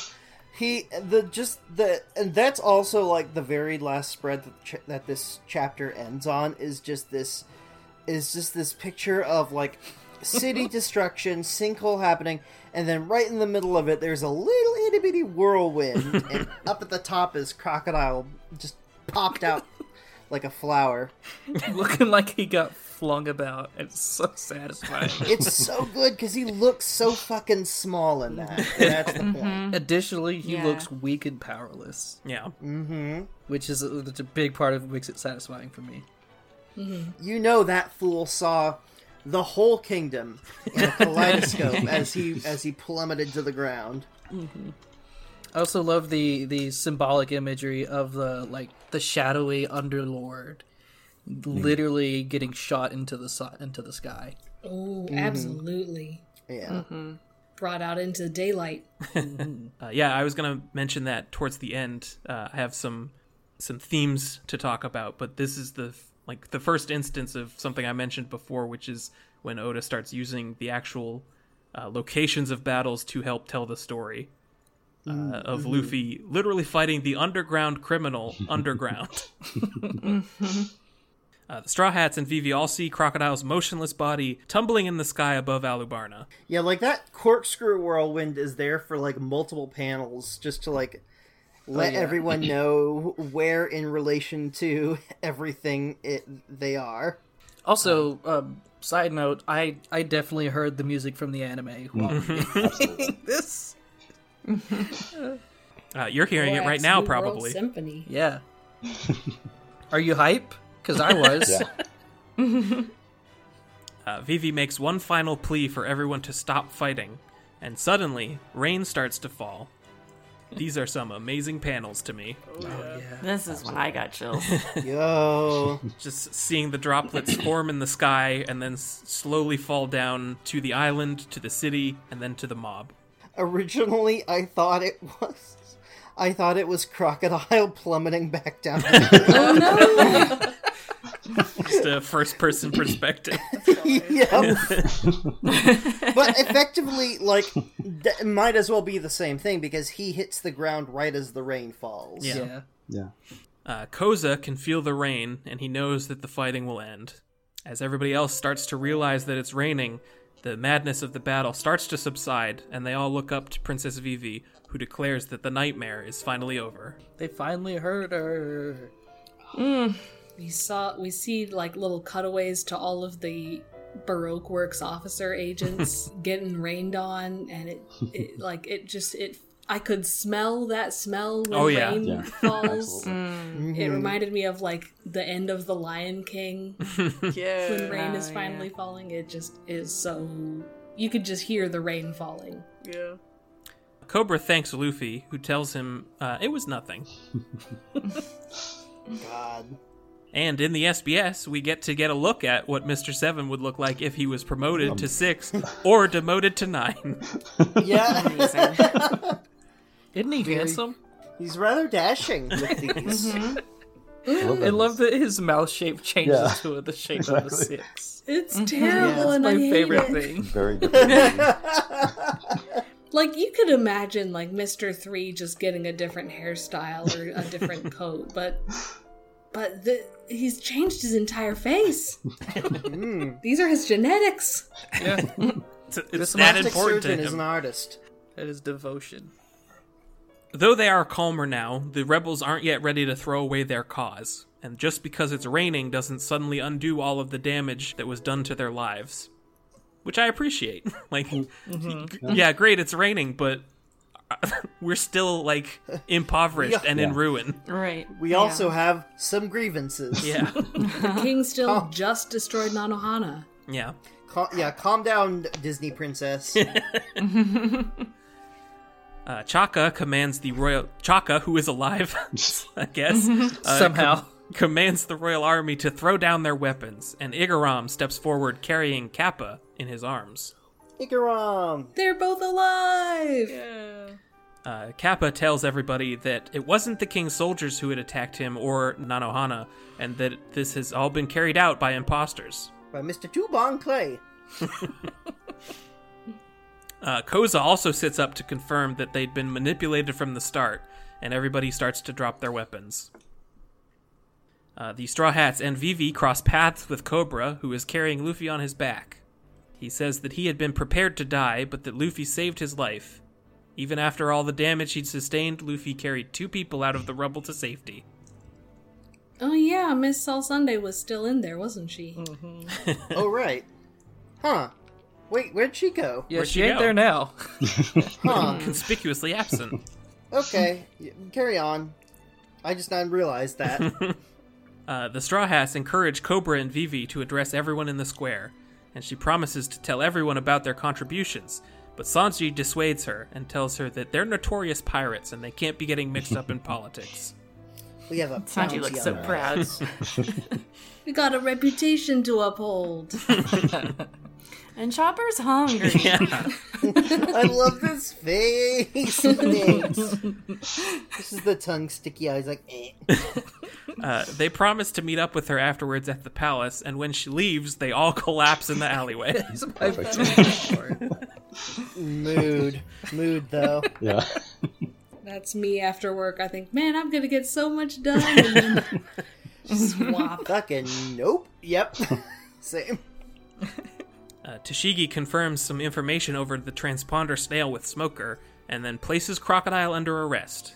Speaker 6: he the just the and that's also like the very last spread that, ch- that this chapter ends on is just this is just this picture of like city destruction, sinkhole happening, and then right in the middle of it, there's a little itty bitty whirlwind, and up at the top is crocodile just popped out like a flower.
Speaker 3: looking like he got flung about. It's so satisfying.
Speaker 6: It's so good because he looks so fucking small in that. and that's the point.
Speaker 3: Additionally, he
Speaker 5: Yeah.
Speaker 3: looks weak and powerless,
Speaker 2: yeah.
Speaker 3: which is a, that's a big part of what makes it satisfying for me.
Speaker 6: You know that fool saw the whole kingdom in a kaleidoscope as he as he plummeted to the ground.
Speaker 3: I also love the the symbolic imagery of the like the shadowy underlord Mm. literally getting shot into the so- into the sky.
Speaker 7: Oh, absolutely.
Speaker 6: Yeah.
Speaker 7: Brought out into daylight.
Speaker 2: Uh, yeah, I was going to mention that towards the end. Uh, I have some some themes to talk about, but this is the f- like the first instance of something I mentioned before, which is when Oda starts using the actual uh, locations of battles to help tell the story uh, of Luffy literally fighting the underground criminal underground. Uh, the Straw Hats and Vivi all see Crocodile's motionless body tumbling in the sky above Alubarna.
Speaker 6: Yeah, like that corkscrew whirlwind is there for like multiple panels just to like Let
Speaker 3: yeah.
Speaker 6: everyone know where in relation to everything it they are.
Speaker 3: Also, um, side note, I I definitely heard the music from the anime while
Speaker 8: Mm-hmm.
Speaker 3: reading this.
Speaker 2: Uh, you're hearing it
Speaker 7: Borax
Speaker 2: right now,
Speaker 7: New World
Speaker 2: probably.
Speaker 7: Symphony.
Speaker 3: Yeah. Are you hype? Because I was.
Speaker 8: Yeah.
Speaker 2: Uh, Vivi makes one final plea for everyone to stop fighting, and suddenly, rain starts to fall. These are some amazing panels to me.
Speaker 5: This is when I got chills.
Speaker 6: Yo,
Speaker 2: Just seeing the droplets form in the sky and then s- slowly fall down to the island, to the city, and then to the mob.
Speaker 6: originally I thought it was, I thought it was crocodile plummeting back down. to-
Speaker 2: Just a first person perspective.
Speaker 6: Yep. but effectively, like, that might as well be the same thing because he hits the ground right as the rain falls.
Speaker 2: Yeah.
Speaker 3: Yeah.
Speaker 8: yeah.
Speaker 2: Uh, Koza can feel the rain, and he knows that the fighting will end. As everybody else starts to realize that it's raining, the madness of the battle starts to subside, and they all look up to Princess Vivi, who declares that the nightmare is finally over.
Speaker 3: They finally heard her.
Speaker 7: We saw we see like little cutaways to all of the Baroque Works officer agents getting rained on, and it, it like it just it. I could smell that smell when
Speaker 2: Oh, yeah.
Speaker 7: rain
Speaker 8: Yeah.
Speaker 7: falls. Mm-hmm.
Speaker 8: Absolutely.
Speaker 7: It reminded me of like the end of The Lion King when
Speaker 4: Yeah.
Speaker 7: rain is
Speaker 5: Oh, yeah.
Speaker 7: finally falling. It just is so you could just hear the rain falling.
Speaker 4: Yeah.
Speaker 2: Cobra thanks Luffy, who tells him uh, it was nothing.
Speaker 6: God.
Speaker 2: And in the SBS, we get to get a look at what Mr. Seven would look like if he was promoted to six or demoted to nine.
Speaker 6: Yeah.
Speaker 3: Isn't he handsome?
Speaker 6: He's rather dashing with these.
Speaker 2: Mm-hmm.
Speaker 3: I love that his mouth shape changes
Speaker 8: Yeah.
Speaker 3: to the shape of a
Speaker 8: Exactly.
Speaker 3: six.
Speaker 7: It's terrible,
Speaker 3: That's
Speaker 7: and
Speaker 3: my
Speaker 7: I hate
Speaker 3: favorite
Speaker 7: it.
Speaker 3: thing.
Speaker 8: Very different.
Speaker 7: Like you could imagine, like Mister Three just getting a different hairstyle or a different coat, but but the, he's changed his entire face. These are his genetics.
Speaker 3: Yeah,
Speaker 2: It's, it's
Speaker 3: This
Speaker 2: that
Speaker 6: Plastic
Speaker 2: important to
Speaker 6: surgeon is
Speaker 2: him.
Speaker 6: an artist.
Speaker 3: that is devotion.
Speaker 2: Though they are calmer now, the rebels aren't yet ready to throw away their cause, and just because it's raining doesn't suddenly undo all of the damage that was done to their lives. Which I appreciate. like, yeah, great, it's raining, but we're still, like, impoverished and in
Speaker 8: Yeah.
Speaker 2: ruin.
Speaker 5: right.
Speaker 6: We
Speaker 5: yeah.
Speaker 6: also have some grievances.
Speaker 2: Yeah,
Speaker 7: The king still just destroyed Nanohana.
Speaker 2: yeah.
Speaker 6: Cal- yeah, calm down, Disney princess.
Speaker 2: Uh, Chaka commands the royal. Chaka, who is alive, I guess, uh,
Speaker 3: Somehow,
Speaker 2: commands the royal army to throw down their weapons, and Igaram steps forward carrying Kappa in his arms.
Speaker 6: Ikaram.
Speaker 7: They're both alive.
Speaker 2: Uh, Kappa tells everybody that it wasn't the king's soldiers who had attacked him or Nanohana, and that this has all been carried out by imposters.
Speaker 6: By Mr. Tubon Clay.
Speaker 2: Uh, Koza also sits up to confirm that they'd been manipulated from the start, and everybody starts to drop their weapons. Uh, the Straw Hats and Vivi cross paths with Cobra, who is carrying Luffy on his back. He says that he had been prepared to die, but that Luffy saved his life. Even after all the damage he'd sustained, Luffy carried two people out of the rubble to safety.
Speaker 7: Oh yeah, Miss Sal Sunday was still in there, wasn't she?
Speaker 6: Oh, right. Huh. Wait, where'd she go?
Speaker 3: yeah,
Speaker 2: Where'd
Speaker 3: she
Speaker 2: she
Speaker 3: ain't
Speaker 2: go?
Speaker 3: there now.
Speaker 6: Huh.
Speaker 2: Conspicuously absent.
Speaker 6: Okay, y- carry on. I just not realized that.
Speaker 2: Uh, the Straw Hats encourage Cobra and Vivi to address everyone in the square, and she promises to tell everyone about their contributions. But Sanji dissuades her and tells her that they're notorious pirates and they can't be getting mixed up in politics.
Speaker 6: We have a
Speaker 5: Sanji
Speaker 6: bounty
Speaker 5: looks
Speaker 6: on
Speaker 5: so
Speaker 6: our
Speaker 5: proud.
Speaker 6: heads.
Speaker 7: We got a reputation to uphold.
Speaker 5: And Chopper's hungry.
Speaker 2: Yeah.
Speaker 6: I love this face. Thanks. this is the tongue sticky eyes, like. Eh.
Speaker 2: Uh, they promise to meet up with her afterwards at the palace, and when she leaves, they all collapse in the alleyway.
Speaker 3: It's my favorite part.
Speaker 6: Mood, mood though.
Speaker 8: yeah.
Speaker 7: That's me after work. I think, man, I'm gonna get so much done. And then just swap.
Speaker 6: Fucking nope. Yep. Same.
Speaker 2: Uh, Toshigi confirms some information over the transponder snail with Smoker, and then places Crocodile under arrest.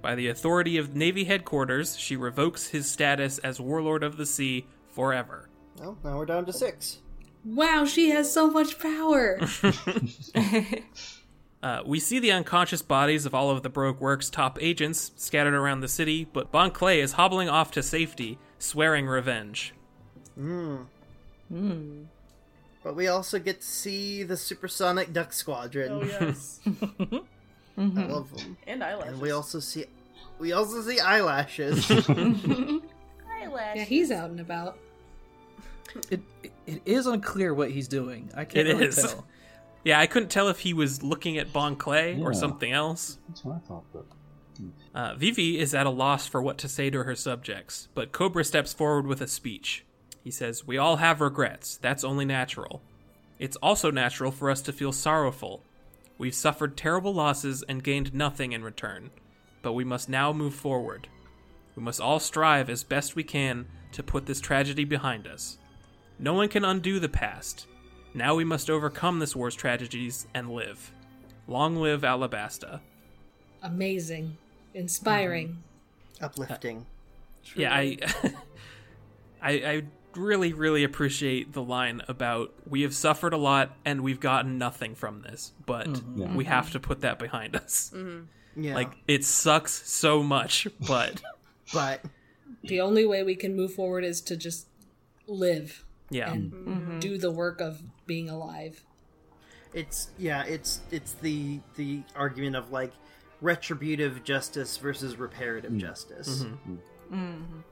Speaker 2: By the authority of Navy headquarters, she revokes his status as Warlord of the Sea forever.
Speaker 6: Well, now we're down to six.
Speaker 7: Wow, she has so much power.
Speaker 2: Uh, we see the unconscious bodies of all of the Broke Works' top agents scattered around the city, but Bon Clay is hobbling off to safety, swearing revenge.
Speaker 6: But we also get to see the supersonic duck squadron.
Speaker 4: Oh yes,
Speaker 5: Mm-hmm.
Speaker 6: I love them.
Speaker 4: and eyelashes.
Speaker 6: And we also see, we also see eyelashes.
Speaker 7: yeah, he's out and about.
Speaker 3: It, it it is unclear what he's doing. I can't
Speaker 2: It
Speaker 3: really
Speaker 2: is.
Speaker 3: tell.
Speaker 2: Yeah, I couldn't tell if he was looking at Bon Clay or
Speaker 8: Yeah.
Speaker 2: something else.
Speaker 8: That's what I thought. But
Speaker 2: Uh, Vivi is at a loss for what to say to her subjects, but Cobra steps forward with a speech. He says, We all have regrets. That's only natural. It's also natural for us to feel sorrowful. We've suffered terrible losses and gained nothing in return, but we must now move forward. We must all strive as best we can to put this tragedy behind us. No one can undo the past. Now we must overcome this war's tragedies and live. Long live Alabasta.
Speaker 7: Amazing. Inspiring.
Speaker 6: Uplifting.
Speaker 2: Yeah, I, I, I really, really appreciate the line about we have suffered a lot and we've gotten nothing from this, but
Speaker 7: Mm-hmm.
Speaker 8: Yeah.
Speaker 2: we have to put that behind us.
Speaker 6: Yeah.
Speaker 2: Like it sucks so much, but
Speaker 6: but
Speaker 7: The only way we can move forward is to just live
Speaker 2: yeah,
Speaker 7: and do the work of being alive.
Speaker 6: it's yeah, it's it's the the argument of like retributive justice versus reparative
Speaker 8: Mm.
Speaker 6: justice.
Speaker 2: Mm-hmm.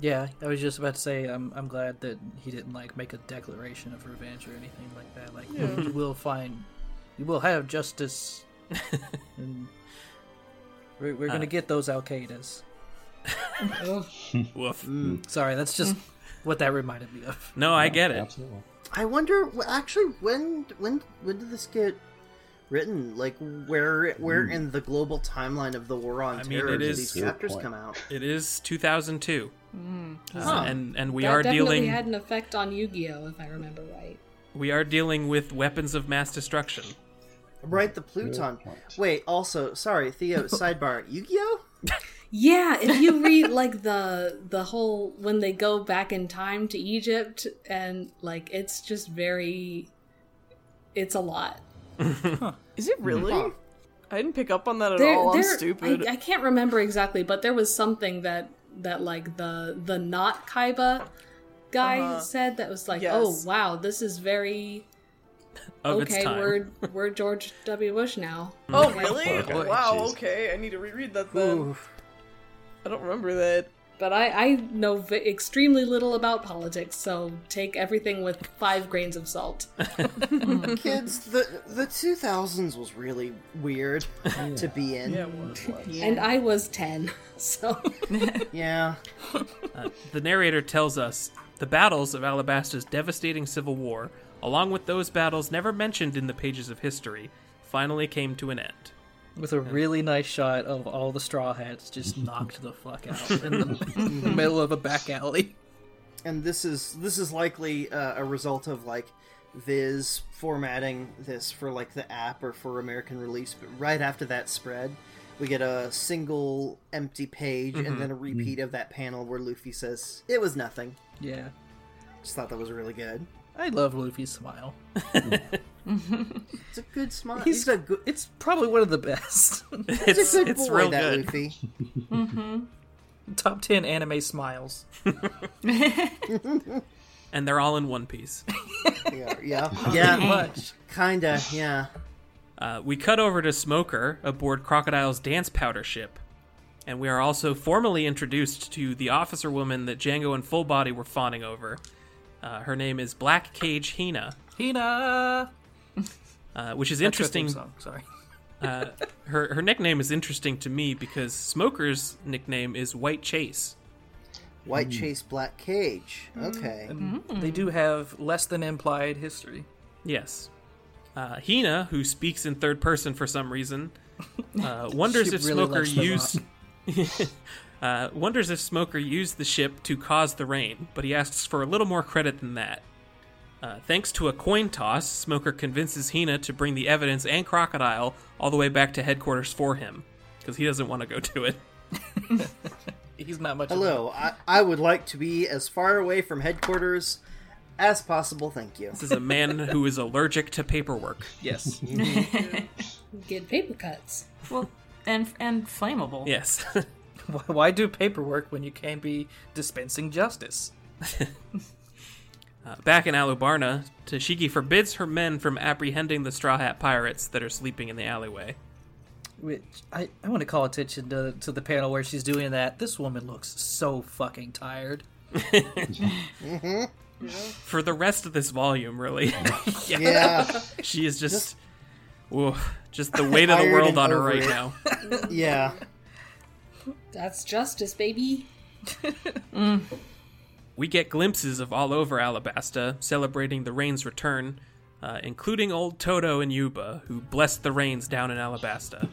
Speaker 3: Yeah, I was just about to say I'm I'm glad that he didn't like make a declaration of revenge or anything like that. Like you will find, you will have justice, and we're, we're gonna get those Al Qaedas.
Speaker 7: Ugh.
Speaker 2: woof.
Speaker 3: Mm, Sorry, that's just what that reminded me of.
Speaker 2: No, I get it.
Speaker 8: Absolutely.
Speaker 6: I wonder wh- actually when when when did this get written? Like where where in the global timeline of the war on
Speaker 2: mean,
Speaker 6: terror
Speaker 2: it
Speaker 6: do
Speaker 2: is-
Speaker 6: these
Speaker 8: Mm. Good
Speaker 6: chapters
Speaker 8: point.
Speaker 6: come out?
Speaker 2: It is 2002, uh, and and we
Speaker 7: Mm-hmm. that
Speaker 2: are
Speaker 7: definitely
Speaker 2: dealing
Speaker 7: had an effect on Yu-Gi-Oh, if I remember right.
Speaker 2: we are dealing with weapons of mass destruction.
Speaker 6: Right, the Pluton.
Speaker 8: point.
Speaker 6: Wait, also sorry, Theo. sidebar, Yu-Gi-Oh.
Speaker 7: Yeah, if you read like the the whole when they go back in time to Egypt and like it's just very it's a lot.
Speaker 4: Is it really? I didn't pick up on that at
Speaker 7: There-
Speaker 4: all. I'm
Speaker 7: there-
Speaker 4: stupid.
Speaker 7: I, I can't remember exactly, but there was something that that like the the not Kaiba guy said that was like,
Speaker 4: Uh-huh. Yes.
Speaker 7: "Oh, wow, this is very
Speaker 2: Of its
Speaker 7: okay,
Speaker 2: time,
Speaker 7: we're we're George W. Bush now."
Speaker 4: oh really?
Speaker 8: Okay.
Speaker 4: Wow.
Speaker 8: Jeez.
Speaker 4: Okay, I need to reread that then.
Speaker 6: Oof.
Speaker 4: I don't remember that.
Speaker 7: But I, I know v- extremely little about politics, so take everything with five grains of salt.
Speaker 6: Kids, the the 2000s was really weird to be in. Yeah.
Speaker 7: And I was 10, so.
Speaker 2: The narrator tells us the battles of Alabasta's devastating civil war, along with those battles never mentioned in the pages of history, finally came to an end.
Speaker 3: With a really nice shot of all the straw hats just knocked the fuck out in the, in the middle of a back alley.
Speaker 6: And this is this is likely uh, a result of like Viz formatting this for like the app or for American release, but right after that spread, we get a single empty page and then a repeat of that panel where Luffy says it was nothing.
Speaker 3: Yeah,
Speaker 6: Just thought that was really good.
Speaker 3: I love Luffy's smile.
Speaker 6: It's a good smile.
Speaker 3: He's-
Speaker 6: He's, a good.
Speaker 3: It's probably one of the best
Speaker 6: It's, a good
Speaker 2: it's
Speaker 6: boy,
Speaker 2: real
Speaker 6: that
Speaker 2: good.
Speaker 6: Luffy.
Speaker 3: top ten anime smiles.
Speaker 2: And they're all in one piece.
Speaker 6: Yeah, yeah, yeah.
Speaker 3: Much.
Speaker 6: kinda, yeah.
Speaker 2: Uh, we cut over to Smoker aboard Crocodile's dance powder ship, and we are also formally introduced to the officer woman that Django and Full Body were fawning over. Uh, her name is Black Cage Hina,
Speaker 3: Hina.
Speaker 2: uh, which is
Speaker 3: That's her theme
Speaker 2: interesting.
Speaker 3: Song. Sorry.
Speaker 2: Uh, her her nickname is interesting to me because Smoker's nickname is White Chase.
Speaker 6: White Chase Black Cage. Okay.
Speaker 3: They do have less than implied history.
Speaker 2: Yes. Uh, Hina, who speaks in third person for some reason, uh, wonders
Speaker 3: She
Speaker 2: if
Speaker 3: really
Speaker 2: Smoker
Speaker 3: likes them
Speaker 2: used uh, wonders if Smoker used the ship to cause the rain, but he asks for a little more credit than that. Uh, thanks to a coin toss, Smoker convinces Hina to bring the evidence and crocodile all the way back to headquarters for him because he doesn't want to go to it.
Speaker 3: He's not much. of a-
Speaker 6: Hello, I, I would like to be as far away from headquarters as possible, thank you.
Speaker 2: This is a man who is allergic to paperwork.
Speaker 3: Yes.
Speaker 7: Get paper cuts.
Speaker 5: well, and and flammable.
Speaker 2: Yes.
Speaker 3: Why- Why do paperwork when you can't be dispensing justice?
Speaker 2: Uh, back in Alubarna, Toshiki forbids her men from apprehending the Straw Hat pirates that are sleeping in the alleyway.
Speaker 3: Which I, I want to call attention to, to the panel where she's doing that. This woman looks so fucking tired.
Speaker 2: For the rest of this volume, really,
Speaker 6: Yeah,
Speaker 2: she is just, ooh, just the weight of the
Speaker 6: Tired
Speaker 2: world
Speaker 6: and
Speaker 2: on her
Speaker 6: over
Speaker 2: right
Speaker 6: it.
Speaker 2: now.
Speaker 6: yeah.
Speaker 7: That's justice, baby.
Speaker 2: We get glimpses of all over Alabasta celebrating the rain's return, uh, including old Toto and Yuba, who blessed the rains down in Alabasta.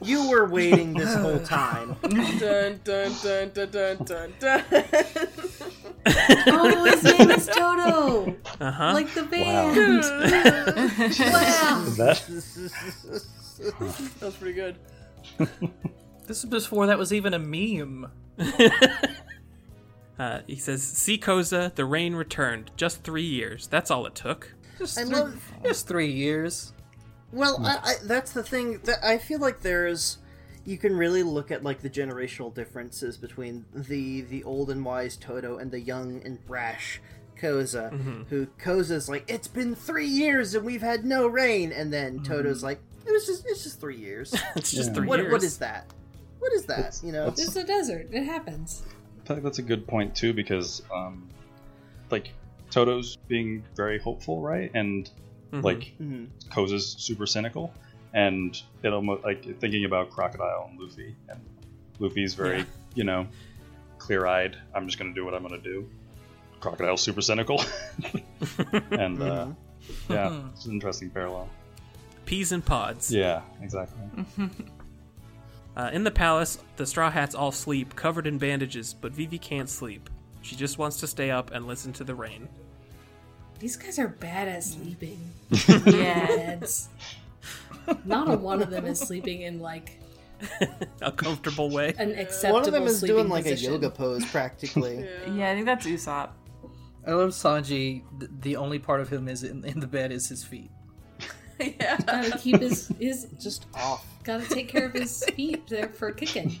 Speaker 6: You were waiting this whole time.
Speaker 4: Dun dun dun dun dun dun dun.
Speaker 7: Oh, his name is Toto.
Speaker 2: Uh huh.
Speaker 7: Like the band. Wow.
Speaker 8: That,
Speaker 4: That's pretty good.
Speaker 3: This is before that was even a meme.
Speaker 2: Uh, he says, "See, Koza, the rain returned. Just three years. That's all it took."
Speaker 3: Just
Speaker 6: I
Speaker 3: three,
Speaker 6: love.
Speaker 3: just three years.
Speaker 6: Well, I, I, that's the thing that I feel like there's. You can really look at like the generational differences between the the old and wise Toto and the young and brash Koza, who Koza's like, it's been three years and we've had no rain, and then Toto's like, it was just Mm-hmm. it's just three years.
Speaker 2: It's just
Speaker 8: Yeah.
Speaker 2: three
Speaker 6: what
Speaker 2: years.
Speaker 6: what is that? What is that?
Speaker 8: That's-
Speaker 6: you know,
Speaker 8: that's-
Speaker 7: It's a desert. It happens.
Speaker 8: I feel like that's a good point too because um, like Toto's being very hopeful, right? And
Speaker 2: Mhm.
Speaker 8: like
Speaker 6: Mhm.
Speaker 8: Koza's super cynical, and it almost like thinking about Crocodile and Luffy, and Luffy's very
Speaker 2: Yeah.
Speaker 8: you know clear eyed. I'm just gonna do what I'm gonna do. Crocodile's super cynical, and uh,
Speaker 6: Mm-hmm.
Speaker 8: yeah,
Speaker 2: Mm-hmm.
Speaker 8: it's an interesting parallel.
Speaker 2: Peas and pods.
Speaker 8: Yeah, exactly.
Speaker 2: Uh, in the palace, the Straw Hats all sleep, covered in bandages, but Vivi can't sleep. She just wants to stay up and listen to the rain.
Speaker 7: These guys are bad at sleeping.
Speaker 5: Yeah.
Speaker 7: Beds. Not a one of them is sleeping in like
Speaker 2: A comfortable way.
Speaker 7: an acceptable
Speaker 6: one of them is
Speaker 7: sleeping
Speaker 6: doing like
Speaker 7: position.
Speaker 6: a yoga pose practically.
Speaker 5: yeah, I think that's Usopp.
Speaker 3: I love Sanji. Th- The only part of him is in, in the bed is his feet.
Speaker 4: Yeah.
Speaker 7: Gotta keep his his
Speaker 6: just off.
Speaker 7: gotta take care of his feet there for kicking.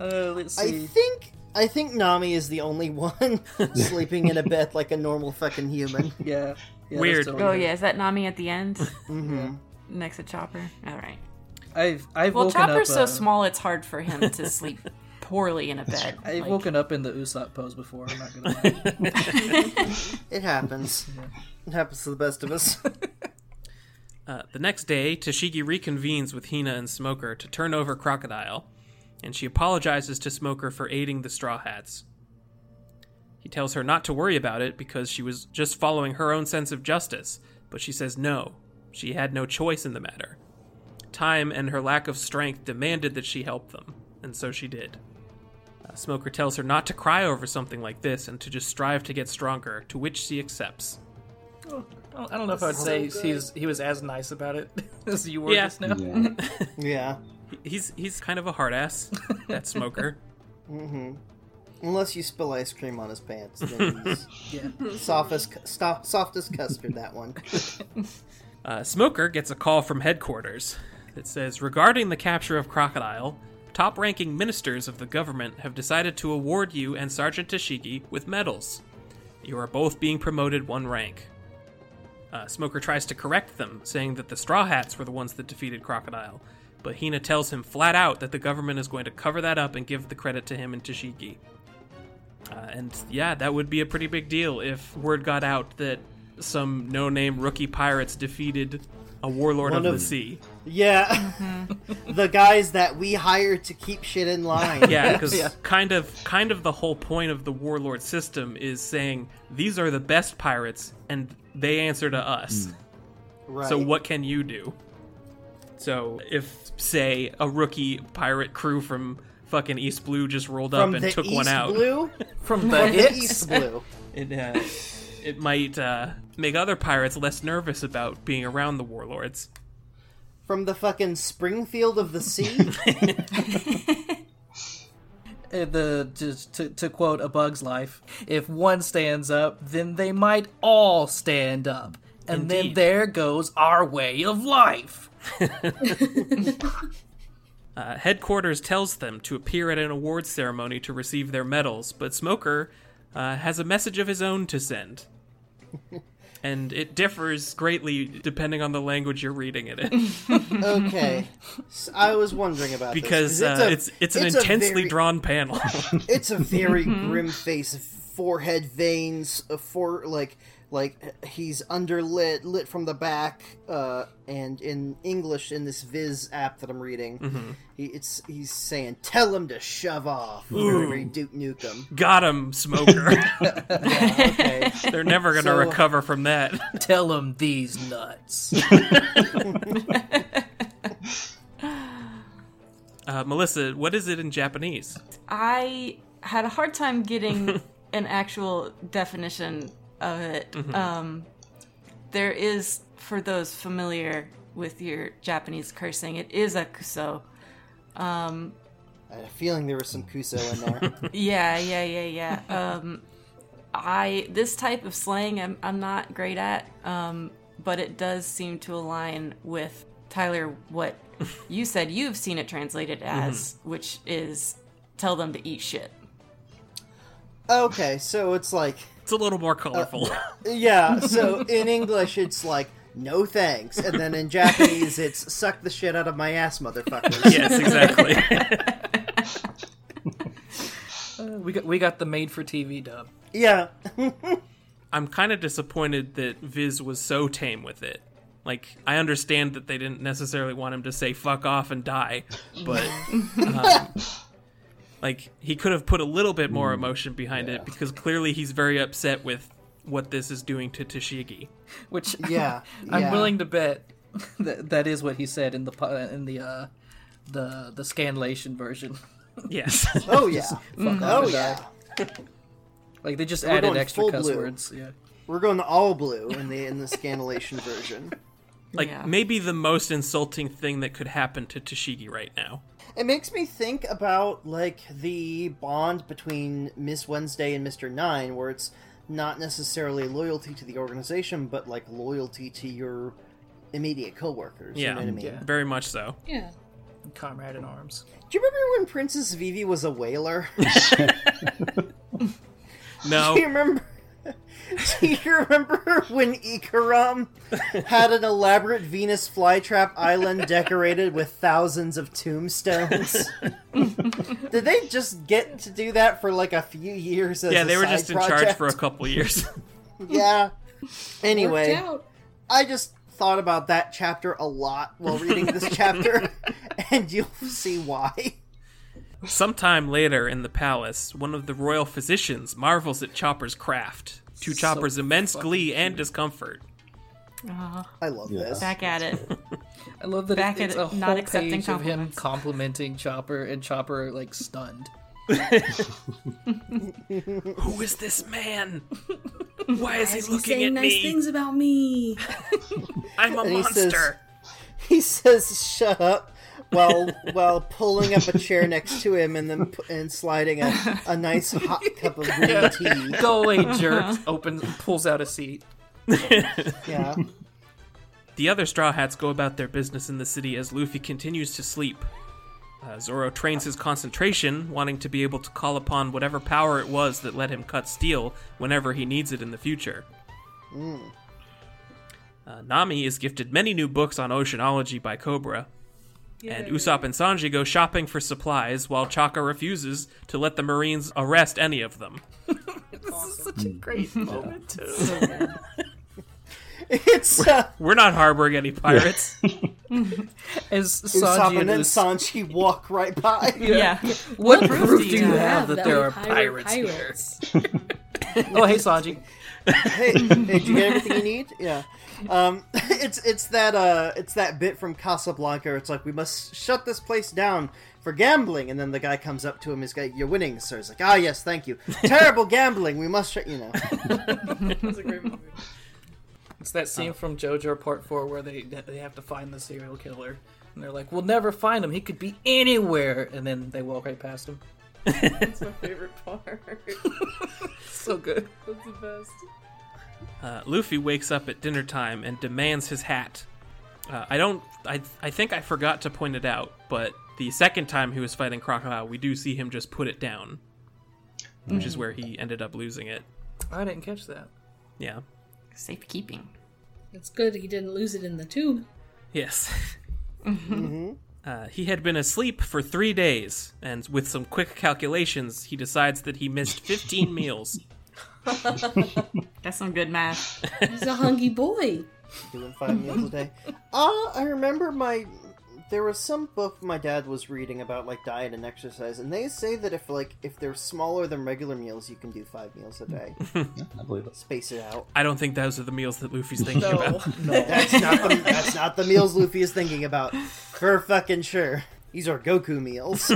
Speaker 3: Uh, let's
Speaker 6: I
Speaker 3: see.
Speaker 6: think I think Nami is the only one sleeping in a bed like a normal fucking human.
Speaker 3: yeah. yeah,
Speaker 2: Weird.
Speaker 3: that's totally
Speaker 5: Oh
Speaker 3: weird.
Speaker 5: yeah, is that Nami at the end
Speaker 6: hmm
Speaker 5: next to Chopper? All right.
Speaker 3: I've I've
Speaker 5: Well,
Speaker 3: woken
Speaker 5: Chopper's
Speaker 3: up,
Speaker 5: so
Speaker 3: uh,
Speaker 5: small it's hard for him to sleep poorly in a bed.
Speaker 3: I've
Speaker 5: Like,
Speaker 3: woken up in the Usopp pose before. I'm not gonna. Lie.
Speaker 6: It happens. It happens to the best of us.
Speaker 2: Uh, the next day, Toshiki reconvenes with Hina and Smoker to turn over Crocodile, and she apologizes to Smoker for aiding the Straw Hats. He tells her not to worry about it because she was just following her own sense of justice, but she says no. She had no choice in the matter. Time and her lack of strength demanded that she help them, and so she did. Uh, Smoker tells her not to cry over something like this and to just strive to get stronger, to which she accepts.
Speaker 3: I don't- I don't know if I'd say he's he was as nice about it as you were
Speaker 2: Yeah.
Speaker 3: just now.
Speaker 2: Mm-hmm.
Speaker 8: Yeah.
Speaker 6: yeah.
Speaker 2: He's he's kind of a hard ass, that Smoker.
Speaker 6: Unless you spill ice cream on his pants, then he's softest, cu- soft, softest custard. That one.
Speaker 2: Uh, Smoker gets a call from headquarters that says regarding the capture of Crocodile, top ranking ministers of the government have decided to award you and Sergeant Toshiki with medals. You are both being promoted one rank. Uh, Smoker tries to correct them, saying that the Straw Hats were the ones that defeated Crocodile, but Hina tells him flat out that the government is going to cover that up and give the credit to him and Toshiki. Uh, and yeah, that would be a pretty big deal if word got out that some no name rookie pirates defeated a warlord of,
Speaker 6: One
Speaker 2: the
Speaker 6: of-
Speaker 2: sea.
Speaker 6: Yeah. the guys that we hired to keep shit in line.
Speaker 2: Yeah, because kind of kind of the whole point of the warlord system is saying these are the best pirates and they answer to
Speaker 6: Hmm.
Speaker 2: us.
Speaker 6: Right.
Speaker 2: So what can you do? So if say a rookie pirate crew from fucking East Blue just rolled
Speaker 6: From
Speaker 2: up and
Speaker 6: the
Speaker 2: took
Speaker 6: East
Speaker 2: one out,
Speaker 6: Blue.
Speaker 3: From the
Speaker 6: From the
Speaker 3: hit,
Speaker 6: East Blue.
Speaker 2: it uh, it might uh, make other pirates less nervous about being around the warlords.
Speaker 6: from the fucking Springfield of the sea.
Speaker 3: Uh, the to, to, to quote a bug's life if one stands up then they might all stand up and then
Speaker 2: Indeed.
Speaker 3: there goes our way of life
Speaker 2: Uh, headquarters tells them to appear at an awards ceremony to receive their medals, but Smoker uh, has a message of his own to send. and it differs greatly depending on the language you're reading it in,
Speaker 6: okay, S I I was wondering about this,
Speaker 2: because uh,
Speaker 6: a-
Speaker 2: it's, it's an
Speaker 6: a
Speaker 2: intensely
Speaker 6: very-
Speaker 2: drawn panel.
Speaker 6: It's a very grim face, forehead veins, uh, for like like he's underlit, lit from the back, uh, and in English in this Viz app that I'm reading,
Speaker 2: Mm-hmm.
Speaker 6: he, it's he's saying, "Tell him to shove off." Very Duke Nukem.
Speaker 2: Got him, Smoker.
Speaker 6: Okay.
Speaker 2: They're never going to
Speaker 6: So-
Speaker 2: recover from that.
Speaker 3: tell them these nuts
Speaker 2: Uh, Melissa, what is it in Japanese?
Speaker 5: I had a hard time getting an actual definition of it.
Speaker 3: Mm-hmm.
Speaker 5: Um, there is, for those familiar with your Japanese cursing, it is a kuso.
Speaker 6: I had a feeling there was some Kuso in there.
Speaker 5: Yeah, yeah, yeah, yeah. um, I this type of slang I'm, I'm not great at, um, but it does seem to align with Tyler what you said you've seen it translated as, which is tell them to eat shit.
Speaker 6: okay, so it's like,
Speaker 2: It's a little more colorful.
Speaker 6: Uh, yeah, so in English it's like, no thanks, and then in Japanese it's suck the shit out of my ass, motherfuckers.
Speaker 2: yes, exactly.
Speaker 3: Uh, we got we got the made for tv dub
Speaker 6: Yeah.
Speaker 2: I'm kind of disappointed that Viz was so tame with it. Like, I understand that they didn't necessarily want him to say fuck off and die, but. Um, like, he could have put a little bit
Speaker 6: Mm.
Speaker 2: more emotion behind it because clearly he's very upset with what this is doing to Toshigi.
Speaker 3: which
Speaker 6: Yeah,
Speaker 3: i'm
Speaker 6: yeah.
Speaker 3: willing to bet that that is what he said in the pu- in the uh the the scanlation version
Speaker 2: Yes.
Speaker 6: Oh yeah. Oh yeah.
Speaker 3: like they just
Speaker 6: going
Speaker 3: added extra
Speaker 6: full
Speaker 3: cuss
Speaker 6: blue.
Speaker 3: words yeah
Speaker 6: We're going all blue in the in the scanlation version.
Speaker 2: like,
Speaker 5: Yeah.
Speaker 2: maybe the most insulting thing that could happen to Toshigi right now.
Speaker 6: It makes me think about like the bond between Miss Wednesday and Mr. Nine where it's not necessarily loyalty to the organization but like loyalty to your immediate coworkers, you
Speaker 2: Yeah.
Speaker 6: know what I mean?
Speaker 3: Yeah.
Speaker 2: Very much so.
Speaker 7: Yeah.
Speaker 3: comrade in arms
Speaker 6: Do you remember when Princess Vivi was a whaler?
Speaker 2: No.
Speaker 6: Do you remember? Do you remember when Ikaram had an elaborate Venus flytrap island decorated with thousands of tombstones? Did they just get to do that for like a few years? As
Speaker 2: Yeah,
Speaker 6: a
Speaker 2: they were
Speaker 6: side
Speaker 2: just in
Speaker 6: project?
Speaker 2: charge for a couple years.
Speaker 6: yeah.
Speaker 7: Worked
Speaker 6: Anyway,
Speaker 7: out.
Speaker 6: I just thought about that chapter a lot while reading this chapter, and you'll see why.
Speaker 2: Sometime later in the palace, one of the royal physicians marvels at Chopper's craft, to Chopper's immense glee and discomfort.
Speaker 6: I love this.
Speaker 5: Back at it.
Speaker 3: I love that
Speaker 5: Back
Speaker 3: it's
Speaker 5: at
Speaker 3: a
Speaker 5: it,
Speaker 3: whole
Speaker 5: not accepting
Speaker 3: page of him
Speaker 5: compliments.
Speaker 3: complimenting Chopper and Chopper like stunned.
Speaker 2: Who is this man? Why is he
Speaker 7: He's
Speaker 2: looking at
Speaker 7: saying nice
Speaker 2: me?
Speaker 7: things about me.
Speaker 2: I'm a
Speaker 6: And he says-
Speaker 2: monster.
Speaker 6: he says shut up while while pulling up a chair next to him and then pu- and sliding a, a nice hot cup of green tea
Speaker 3: Go away, jerk! Opens, pulls out a seat.
Speaker 6: yeah
Speaker 2: The other Straw Hats go about their business in the city as Luffy continues to sleep. Uh, Zoro trains his concentration, wanting to be able to call upon whatever power it was that let him cut steel whenever he needs it in the future. Uh, Nami is gifted many new books on oceanology by Cobra. And Usopp and Sanji go shopping for supplies while Chaka refuses to let the Marines arrest any of them.
Speaker 6: it's uh,
Speaker 2: We're not harboring any pirates.
Speaker 3: As
Speaker 6: Usopp
Speaker 3: Sanji
Speaker 6: and
Speaker 3: and
Speaker 6: then
Speaker 3: Us-
Speaker 6: Sanji walk right by
Speaker 5: Yeah.
Speaker 3: what
Speaker 5: proof do you have
Speaker 3: that, there are pirates,
Speaker 7: here?
Speaker 3: here? Oh, hey, Sanji!
Speaker 6: hey, hey did you get everything you need yeah um it's it's that uh it's that bit from Casablanca where it's like we must shut this place down for gambling and then the guy comes up to him he's like you're winning sir he's like ah yes thank you terrible gambling we must shut you know
Speaker 4: That's a great movie.
Speaker 3: It's that scene from JoJo Part Four where they they have to find the serial killer, and they're like, "We'll never find him. He could be anywhere." And then they walk right past him.
Speaker 4: That's my favorite part.
Speaker 3: So good.
Speaker 4: That's the best.
Speaker 2: Uh, Luffy wakes up at dinner time and demands his hat. Uh, I don't. I I think I forgot to point it out, but the second time he was fighting Crocodile, we do see him just put it down, which is where he ended up losing it.
Speaker 3: I didn't catch that.
Speaker 2: Yeah.
Speaker 5: Safekeeping.
Speaker 7: It's good he didn't lose it in the tomb.
Speaker 2: Yes. Uh, he had been asleep for three days, and with some quick calculations, he decides that he missed 15 meals.
Speaker 5: That's some good math.
Speaker 7: He's a hungry boy.
Speaker 6: doing five meals a day. Uh, I remember my there was some book my dad was reading about like diet and exercise, and they say that if like if they're smaller than regular meals, you can do five meals a day.
Speaker 8: I believe it.
Speaker 6: Space it out.
Speaker 2: I don't think those are the meals that Luffy's thinking
Speaker 4: No.
Speaker 2: about.
Speaker 6: That's not the, that's not the meals Luffy is thinking about for fucking sure. These are Goku meals.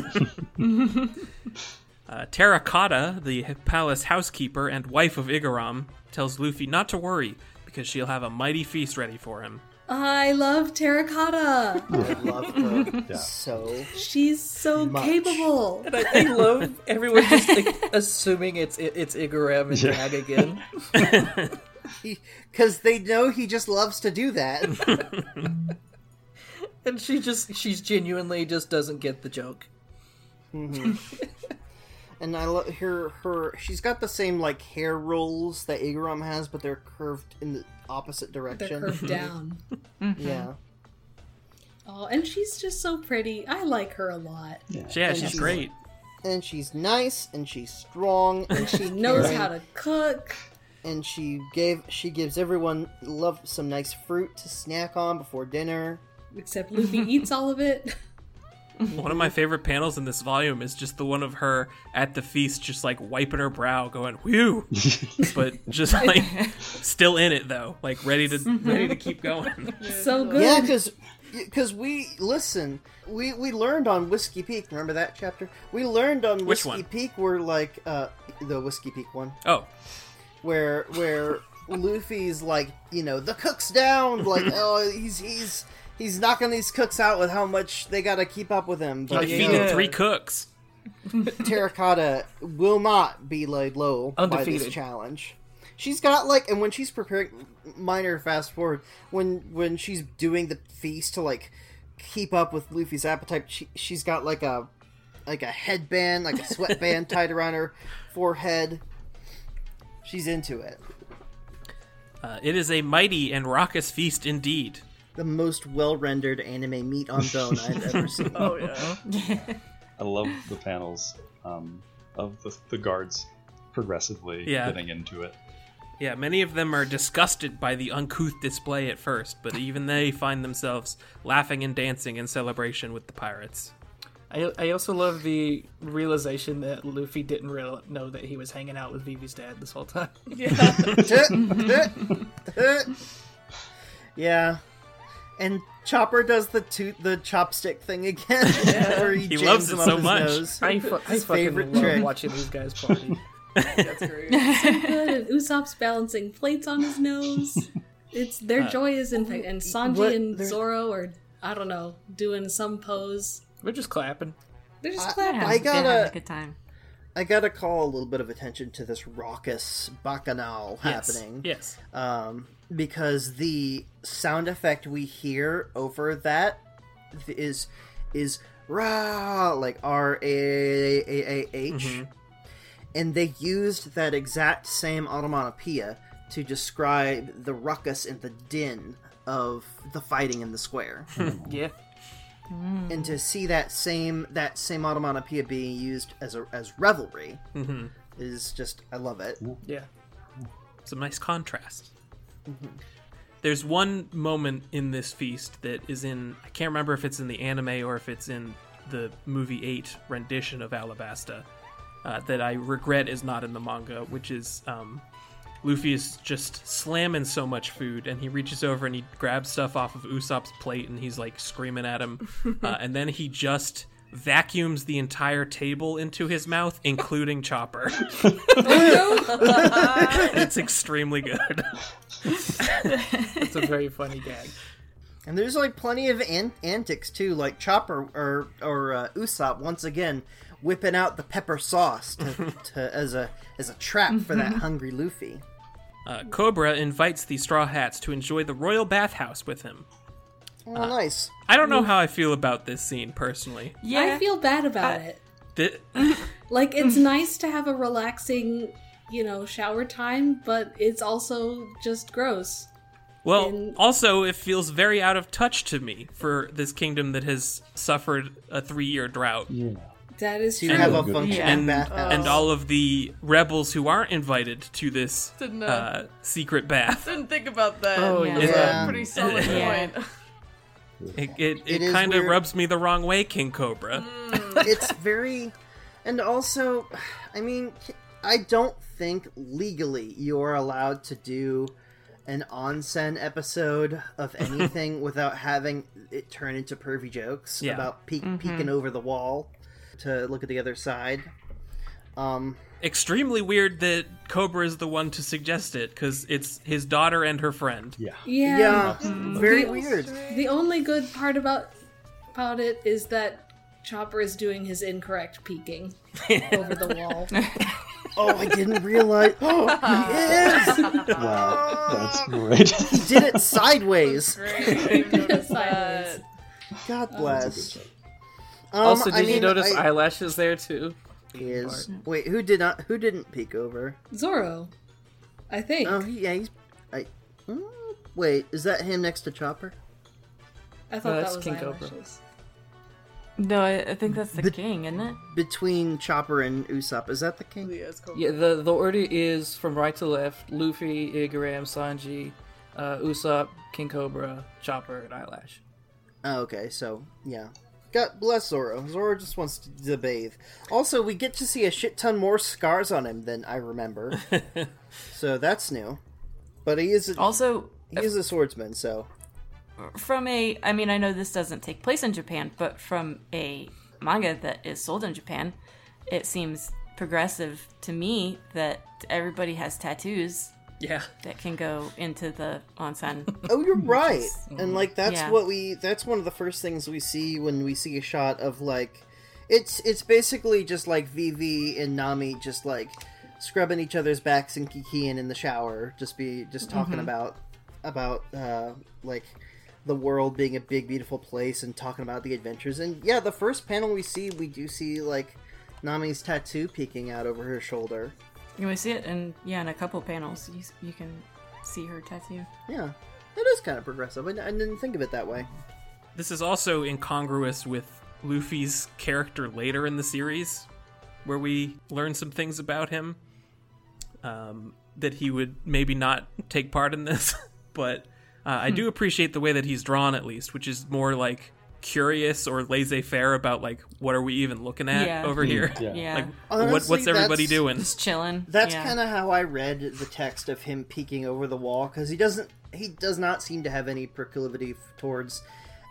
Speaker 2: Uh, Terracotta, the palace housekeeper and wife of Igaram, tells Luffy not to worry because she'll have a mighty feast ready for him.
Speaker 7: I love terracotta.
Speaker 6: I love her so.
Speaker 7: She's so
Speaker 6: Much.
Speaker 7: capable.
Speaker 3: I love everyone just like, assuming it's it, it's Igaram and
Speaker 8: Yeah.
Speaker 3: Drag again.
Speaker 6: Because they know he just loves to do that.
Speaker 3: And she just she's genuinely just doesn't get the joke.
Speaker 6: And I love her. Her she's got the same like hair rolls that Igaram has, but they're curved in the opposite
Speaker 7: They're
Speaker 6: direction.
Speaker 7: curved mm-hmm. down.
Speaker 6: Yeah,
Speaker 7: Oh, and she's just so pretty. I like her a lot.
Speaker 2: Yeah, she's great.
Speaker 6: and she's nice, and she's strong, and she
Speaker 7: Knows
Speaker 6: caring,
Speaker 7: how to cook.
Speaker 6: And she gave she gives everyone love some nice fruit to snack on before dinner.
Speaker 7: Except Luffy eats all of it.
Speaker 2: One of my favorite panels in this volume is just the one of her at the feast, just like wiping her brow, going "whew," but just like still in it though, like ready to ready to keep going.
Speaker 7: so good.
Speaker 6: Yeah, because because we listen, we we learned on Whiskey Peak. Remember that chapter? We learned on
Speaker 2: Which
Speaker 6: Whiskey
Speaker 2: one?
Speaker 6: Peak. We're like uh the Whiskey Peak one.
Speaker 2: Oh,
Speaker 6: where where Luffy's like, you know, the cook's down, like, oh, he's he's he's knocking these cooks out with how much they got to keep up with him.
Speaker 2: I
Speaker 6: But you
Speaker 2: feed
Speaker 6: know,
Speaker 2: him three cooks.
Speaker 6: Terracotta will not be laid low by
Speaker 3: Undefeated.
Speaker 6: this challenge. She's got like, and when she's preparing, minor fast forward when when she's doing the feast to like keep up with Luffy's appetite, she she's got like a like a headband, like a sweatband tied around her forehead. She's into it.
Speaker 2: Uh, it is a mighty and raucous feast indeed.
Speaker 6: the most well rendered anime meat on bone I've ever seen.
Speaker 4: Oh yeah.
Speaker 8: I love the panels um, of the, the guards progressively
Speaker 2: Yeah.
Speaker 8: getting into it.
Speaker 2: Yeah, many of them are disgusted by the uncouth display at first, but even they find themselves laughing and dancing in celebration with the pirates.
Speaker 3: I, I also love the realization that Luffy didn't real know that he was hanging out with Vivi's dad this whole time.
Speaker 6: yeah. And Chopper does the to- the chopstick thing again. where he jams
Speaker 2: loves it
Speaker 6: him up
Speaker 2: so
Speaker 6: his
Speaker 2: much.
Speaker 6: nose.
Speaker 3: I, fu- I
Speaker 6: His
Speaker 3: fucking
Speaker 6: favorite
Speaker 3: love
Speaker 6: trick.
Speaker 3: watching these guys party.
Speaker 4: That's great.
Speaker 7: good. And Usopp's balancing plates on his nose. It's their joy is in and Sanji
Speaker 6: what-
Speaker 7: and
Speaker 6: they're-
Speaker 7: Zoro are I don't know doing some pose.
Speaker 3: We're just clapping.
Speaker 7: They're just
Speaker 5: They're
Speaker 7: clapping.
Speaker 5: having-
Speaker 6: I
Speaker 5: they're having
Speaker 6: gotta-
Speaker 5: a good time.
Speaker 6: I gotta call a little bit of attention to this raucous bacchanal happening.
Speaker 2: Yes.
Speaker 6: Um, because the sound effect we hear over that th- is is rah like R A A A H, and they used that exact same onomatopoeia to describe the ruckus and the din of the fighting in the square,
Speaker 3: Yeah.
Speaker 6: and to see that same that same onomatopoeia being used as a as revelry is just I love it.
Speaker 3: Yeah.
Speaker 2: It's a nice contrast. There's one moment in this feast that is in, I can't remember if it's in the anime or if it's in the movie 8 rendition of Alabasta, uh, that I regret is not in the manga, which is um, Luffy is just slamming so much food, and he reaches over and he grabs stuff off of Usopp's plate, and he's like screaming at him, uh, and then he just vacuums the entire table into his mouth, including Chopper. it's extremely good.
Speaker 3: It's a very funny gag.
Speaker 6: And there's like plenty of an- antics too, like Chopper or or uh, Usopp once again whipping out the pepper sauce to, to, as a as a trap for that hungry Luffy.
Speaker 2: Uh, Cobra invites the Straw Hats to enjoy the royal bathhouse with him.
Speaker 6: Oh, nice.
Speaker 2: I don't know how I feel about this scene personally.
Speaker 5: Yeah.
Speaker 7: I feel bad about
Speaker 5: I-
Speaker 7: it.
Speaker 2: Thi-
Speaker 7: Like it's nice to have a relaxing, you know, shower time, but it's also just gross.
Speaker 2: well,
Speaker 7: And-
Speaker 2: also, it feels very out of touch to me for this kingdom that has suffered a three year drought.
Speaker 7: That is
Speaker 6: To
Speaker 7: true.
Speaker 6: have a
Speaker 8: good.
Speaker 6: functioning
Speaker 5: Yeah.
Speaker 2: and
Speaker 6: bathhouse.
Speaker 2: and all of the rebels who aren't invited to this
Speaker 4: Didn't, uh,
Speaker 2: uh, secret bath. uh,
Speaker 4: Didn't think about that.
Speaker 3: Oh,
Speaker 5: Yeah.
Speaker 4: That's
Speaker 6: yeah.
Speaker 4: a pretty solid
Speaker 5: Yeah.
Speaker 4: point.
Speaker 2: It it, it,
Speaker 6: It is
Speaker 2: kind of
Speaker 6: weird. Mm.
Speaker 2: rubs me the wrong way, King Cobra.
Speaker 6: it's very and also i mean i don't think legally you are allowed to do an onsen episode of anything without having it turn into pervy jokes
Speaker 2: Yeah.
Speaker 6: about peek,
Speaker 3: Mm-hmm.
Speaker 6: peeking over the wall to look at the other side um
Speaker 2: Extremely weird that Cobra is the one to suggest it because it's his daughter and her friend.
Speaker 7: yeah.
Speaker 6: yeah very
Speaker 7: The-
Speaker 6: weird
Speaker 7: The only good part about about it is that Chopper is doing his incorrect peeking over the wall.
Speaker 6: oh i didn't realize oh he is
Speaker 8: Wow, that's great.
Speaker 6: he did it sideways
Speaker 4: Great.
Speaker 7: Sideways.
Speaker 6: god bless um,
Speaker 3: Also, did you
Speaker 6: mean,
Speaker 3: notice
Speaker 6: I-
Speaker 3: eyelashes there too?
Speaker 6: is wait who did not who didn't peek over
Speaker 7: Zorro, I think.
Speaker 6: Oh he- yeah, he's. I, mm, wait, is that him next to Chopper?
Speaker 7: I thought
Speaker 3: No,
Speaker 7: that
Speaker 3: that's
Speaker 7: was
Speaker 3: King Cobra.
Speaker 7: eyelashes.
Speaker 5: No, I, I think that's the
Speaker 6: But-
Speaker 5: king, isn't it?
Speaker 6: Between Chopper and Usopp, is that the king?
Speaker 4: Yeah, it's cool.
Speaker 3: Yeah, the the order is from right to left: Luffy, Igaram, Sanji, uh, Usopp, King Cobra, Chopper, and Eyelash.
Speaker 6: Oh, okay, so yeah. God bless Zoro. Zoro just wants to, to bathe. Also, we get to see a shit ton more scars on him than I remember, so that's new. But he is a,
Speaker 5: Also,
Speaker 6: he is a swordsman, so
Speaker 5: from a i mean i know this doesn't take place in japan but from a manga that is sold in japan it seems progressive to me that everybody has tattoos
Speaker 2: Yeah.
Speaker 5: that can go into the onsen
Speaker 6: Oh, you're right. And like that's
Speaker 5: Yeah.
Speaker 6: what we that's one of the first things we see when we see a shot of like it's it's basically just like VV and Nami just like scrubbing each other's backs and kikiing in the shower, just be just talking about about uh like the world being a big beautiful place and talking about the adventures. And yeah, the first panel we see we do see like Nami's tattoo peeking out over her shoulder.
Speaker 5: you want to see it and yeah in a couple panels you, you can see her tattoo
Speaker 6: Yeah. That is kind of progressive. I, I didn't think of it that way.
Speaker 2: This is also incongruous with Luffy's character later in the series, where we learn some things about him. Um, that he would maybe not take part in this, but uh, I
Speaker 6: Hmm.
Speaker 2: do appreciate the way that he's drawn, at least, which is more like curious or laissez faire about like what are we even looking at
Speaker 5: Yeah.
Speaker 6: Hmm.
Speaker 2: over here?
Speaker 8: yeah.
Speaker 5: yeah
Speaker 2: Like what,
Speaker 6: Honestly,
Speaker 2: what's everybody
Speaker 6: that's-
Speaker 2: doing?
Speaker 5: just chilling
Speaker 6: That's kind of how I read the text of him peeking over the wall because he doesn't he does not seem to have any proclivity f- towards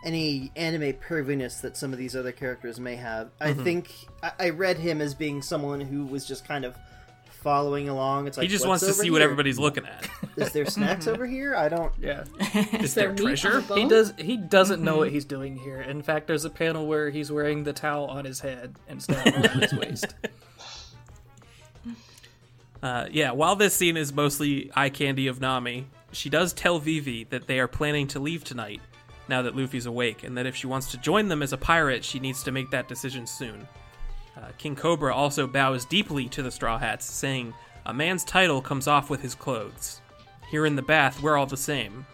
Speaker 6: any anime perviness that some of these other characters may have. I
Speaker 2: Mm-hmm.
Speaker 6: think I, I read him as being someone who was just kind of following along. It's like
Speaker 2: He just
Speaker 6: "What's
Speaker 2: wants to
Speaker 6: over
Speaker 2: see what
Speaker 6: here?
Speaker 2: everybody's looking at.
Speaker 6: Is there snacks over here? I don't.
Speaker 3: Yeah,
Speaker 2: Is
Speaker 7: Their
Speaker 2: there
Speaker 7: meat on the
Speaker 2: treasure?
Speaker 7: bone?
Speaker 3: he does. He doesn't know what he's doing here. In fact, there's a panel where he's wearing the towel on his head instead of around his waist.
Speaker 2: Uh, yeah, while this scene is mostly eye candy of Nami, she does tell Vivi that they are planning to leave tonight now that Luffy's awake, and that if she wants to join them as a pirate, she needs to make that decision soon. Uh, King Cobra also bows deeply to the Straw Hats, saying, A man's title comes off with his clothes. Here in the bath, we're all the same.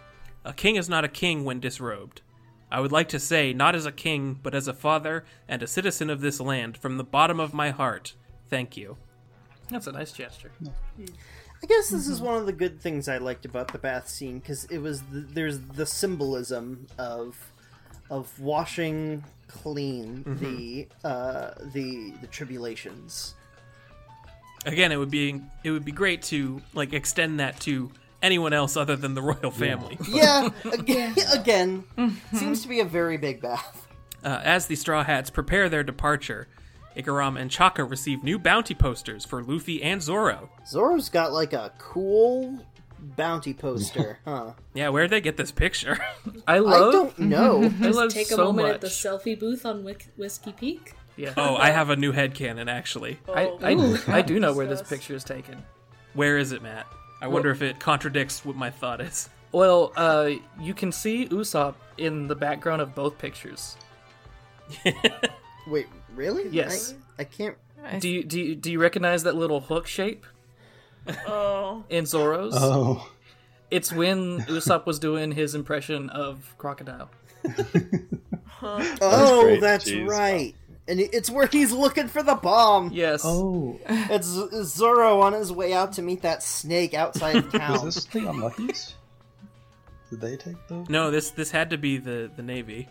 Speaker 2: A king is not a king when disrobed. I would like to say, not as a king, but as a father and a citizen of this land, from the bottom of my heart, thank you.
Speaker 3: That's a nice gesture.
Speaker 6: I guess this is one of the good things I liked about the bath scene because it was the, there's the symbolism of of washing clean the uh, the the tribulations.
Speaker 2: again it would be it would be great to like extend that to anyone else other than the royal family
Speaker 6: Yeah, again, again seems to be a very big bath.
Speaker 2: Uh, as the Straw Hats prepare their departure, Ikaram and Chaka receive new bounty posters for Luffy and Zoro.
Speaker 6: Zoro's got like a cool bounty poster, huh?
Speaker 2: Yeah, where'd they get this picture?
Speaker 3: I
Speaker 6: I
Speaker 3: love.
Speaker 6: don't know.
Speaker 3: I love
Speaker 7: Take a
Speaker 3: so
Speaker 7: moment
Speaker 3: much.
Speaker 7: at the selfie booth on Whis- Whiskey Peak.
Speaker 3: Yeah.
Speaker 2: oh, I have a new headcanon, actually.
Speaker 3: I,
Speaker 4: Oh,
Speaker 3: I, I do know where this picture is taken.
Speaker 2: Where is it, Matt? I wonder if it contradicts what my thought is.
Speaker 3: Well, uh, you can see Usopp in the background of both pictures.
Speaker 6: Wait, really?
Speaker 3: Yes.
Speaker 6: I, I can't.
Speaker 3: Do you do you, do you recognize that little hook shape
Speaker 4: Oh,
Speaker 3: in Zoro's?
Speaker 8: Oh,
Speaker 3: It's when Usopp was doing his impression of crocodile.
Speaker 6: Oh,
Speaker 8: great.
Speaker 6: that's
Speaker 8: Jeez.
Speaker 6: right. And it- it's where he's looking for the bomb.
Speaker 3: Yes.
Speaker 8: oh,
Speaker 6: It's Z- Zoro on his way out to meet that snake outside of
Speaker 8: was
Speaker 6: town.
Speaker 8: this the Unluckies? Did they take the?
Speaker 2: No, this this had to be the the Navy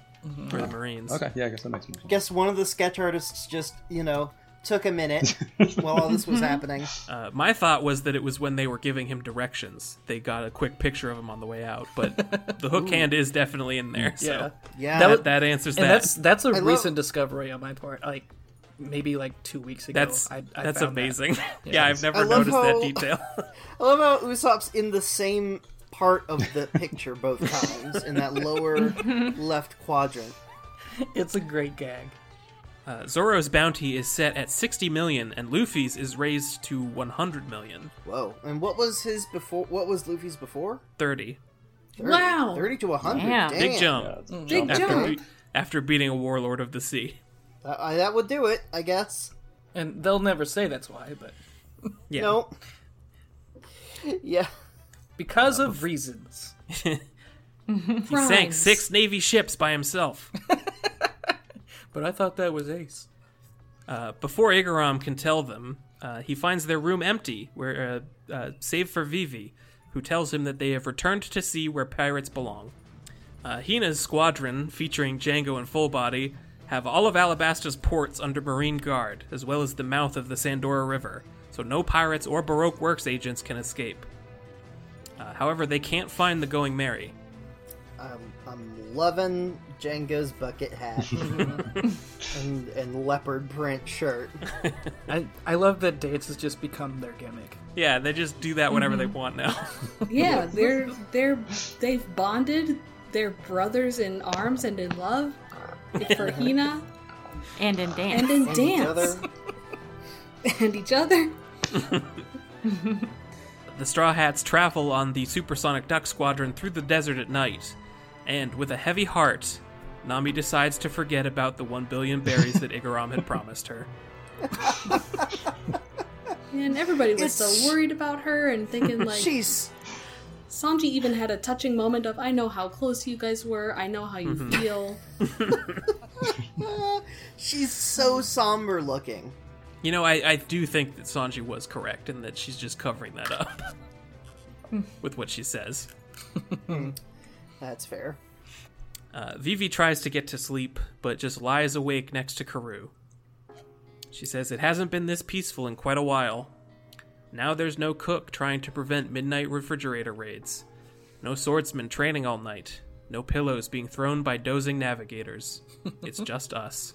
Speaker 2: or the Marines.
Speaker 8: Okay, yeah, I guess that makes more sense.
Speaker 6: Guess one of the sketch artists just, you know, took a minute while all this was happening.
Speaker 2: Uh, my thought was that it was when they were giving him directions. They got a quick picture of him on the way out, but the hook hand is definitely in there. So
Speaker 3: Yeah.
Speaker 6: Yeah,
Speaker 3: That was-
Speaker 2: that, that answers
Speaker 3: And
Speaker 2: that.
Speaker 3: that's that's a
Speaker 6: love-
Speaker 3: recent discovery on my part. Like maybe like two weeks ago.
Speaker 2: That's
Speaker 3: I, I
Speaker 2: that's
Speaker 3: found that.
Speaker 2: amazing. Yeah, I've never
Speaker 6: I love
Speaker 2: noticed
Speaker 6: how-
Speaker 2: that detail.
Speaker 6: I love how Usopp's in the same part of the picture both times in that lower left quadrant.
Speaker 3: It's a great gag.
Speaker 2: Uh, Zoro's bounty is set at 60 million, and Luffy's is raised to 100 million.
Speaker 6: Whoa! And what was his before? What was Luffy's before?
Speaker 2: 30.
Speaker 6: 30,
Speaker 7: Wow.
Speaker 6: thirty to hundred.
Speaker 5: Damn.
Speaker 6: Damn,
Speaker 2: Big jump.
Speaker 8: Yeah, it's-
Speaker 7: Big
Speaker 2: After,
Speaker 7: jump.
Speaker 2: be- after beating a warlord of the sea.
Speaker 6: That, I, that would do it, I guess.
Speaker 3: And they'll never say that's why, but
Speaker 2: Yeah.
Speaker 6: No. yeah.
Speaker 3: because of reasons.
Speaker 2: he sank six Navy ships by himself.
Speaker 3: But I thought that was Ace.
Speaker 2: Uh, before Igaram can tell them, uh, he finds their room empty, where uh, uh, save for Vivi, who tells him that they have returned to sea where pirates belong. Uh, Hina's squadron, featuring Django and Fullbody, have all of Alabasta's ports under Marine Guard, as well as the mouth of the Sandora River, so no pirates or Baroque Works agents can escape. Uh, however, they can't find the Going Merry.
Speaker 6: I'm, I'm loving Django's bucket hat and, and leopard print shirt.
Speaker 3: I I love that dance has just become their gimmick.
Speaker 2: Yeah, they just do that whenever they want now.
Speaker 7: Yeah, they're they're they've bonded. They're brothers in arms and in love. For Hina
Speaker 5: And in dance.
Speaker 7: and in
Speaker 6: Uh, And each other.
Speaker 7: dance and each other.
Speaker 2: The Straw Hats travel on the supersonic duck squadron through the desert at night, and with a heavy heart, Nami decides to forget about the 1 billion berries that Igaram had promised her.
Speaker 7: And everybody was
Speaker 6: It's-
Speaker 7: so worried about her and thinking like
Speaker 6: She's
Speaker 7: Sanji even had a touching moment of I know how close you guys were. I know how you
Speaker 3: Mm-hmm.
Speaker 7: feel.
Speaker 6: she's so somber looking.
Speaker 2: You know, I, I do think that Sanji was correct and that she's just covering that up with what she says.
Speaker 6: That's fair.
Speaker 2: Uh, Vivi tries to get to sleep, but just lies awake next to Karu. She says it hasn't been this peaceful in quite a while. Now there's no cook trying to prevent midnight refrigerator raids, no swordsman training all night, no pillows being thrown by dozing navigators. It's just us.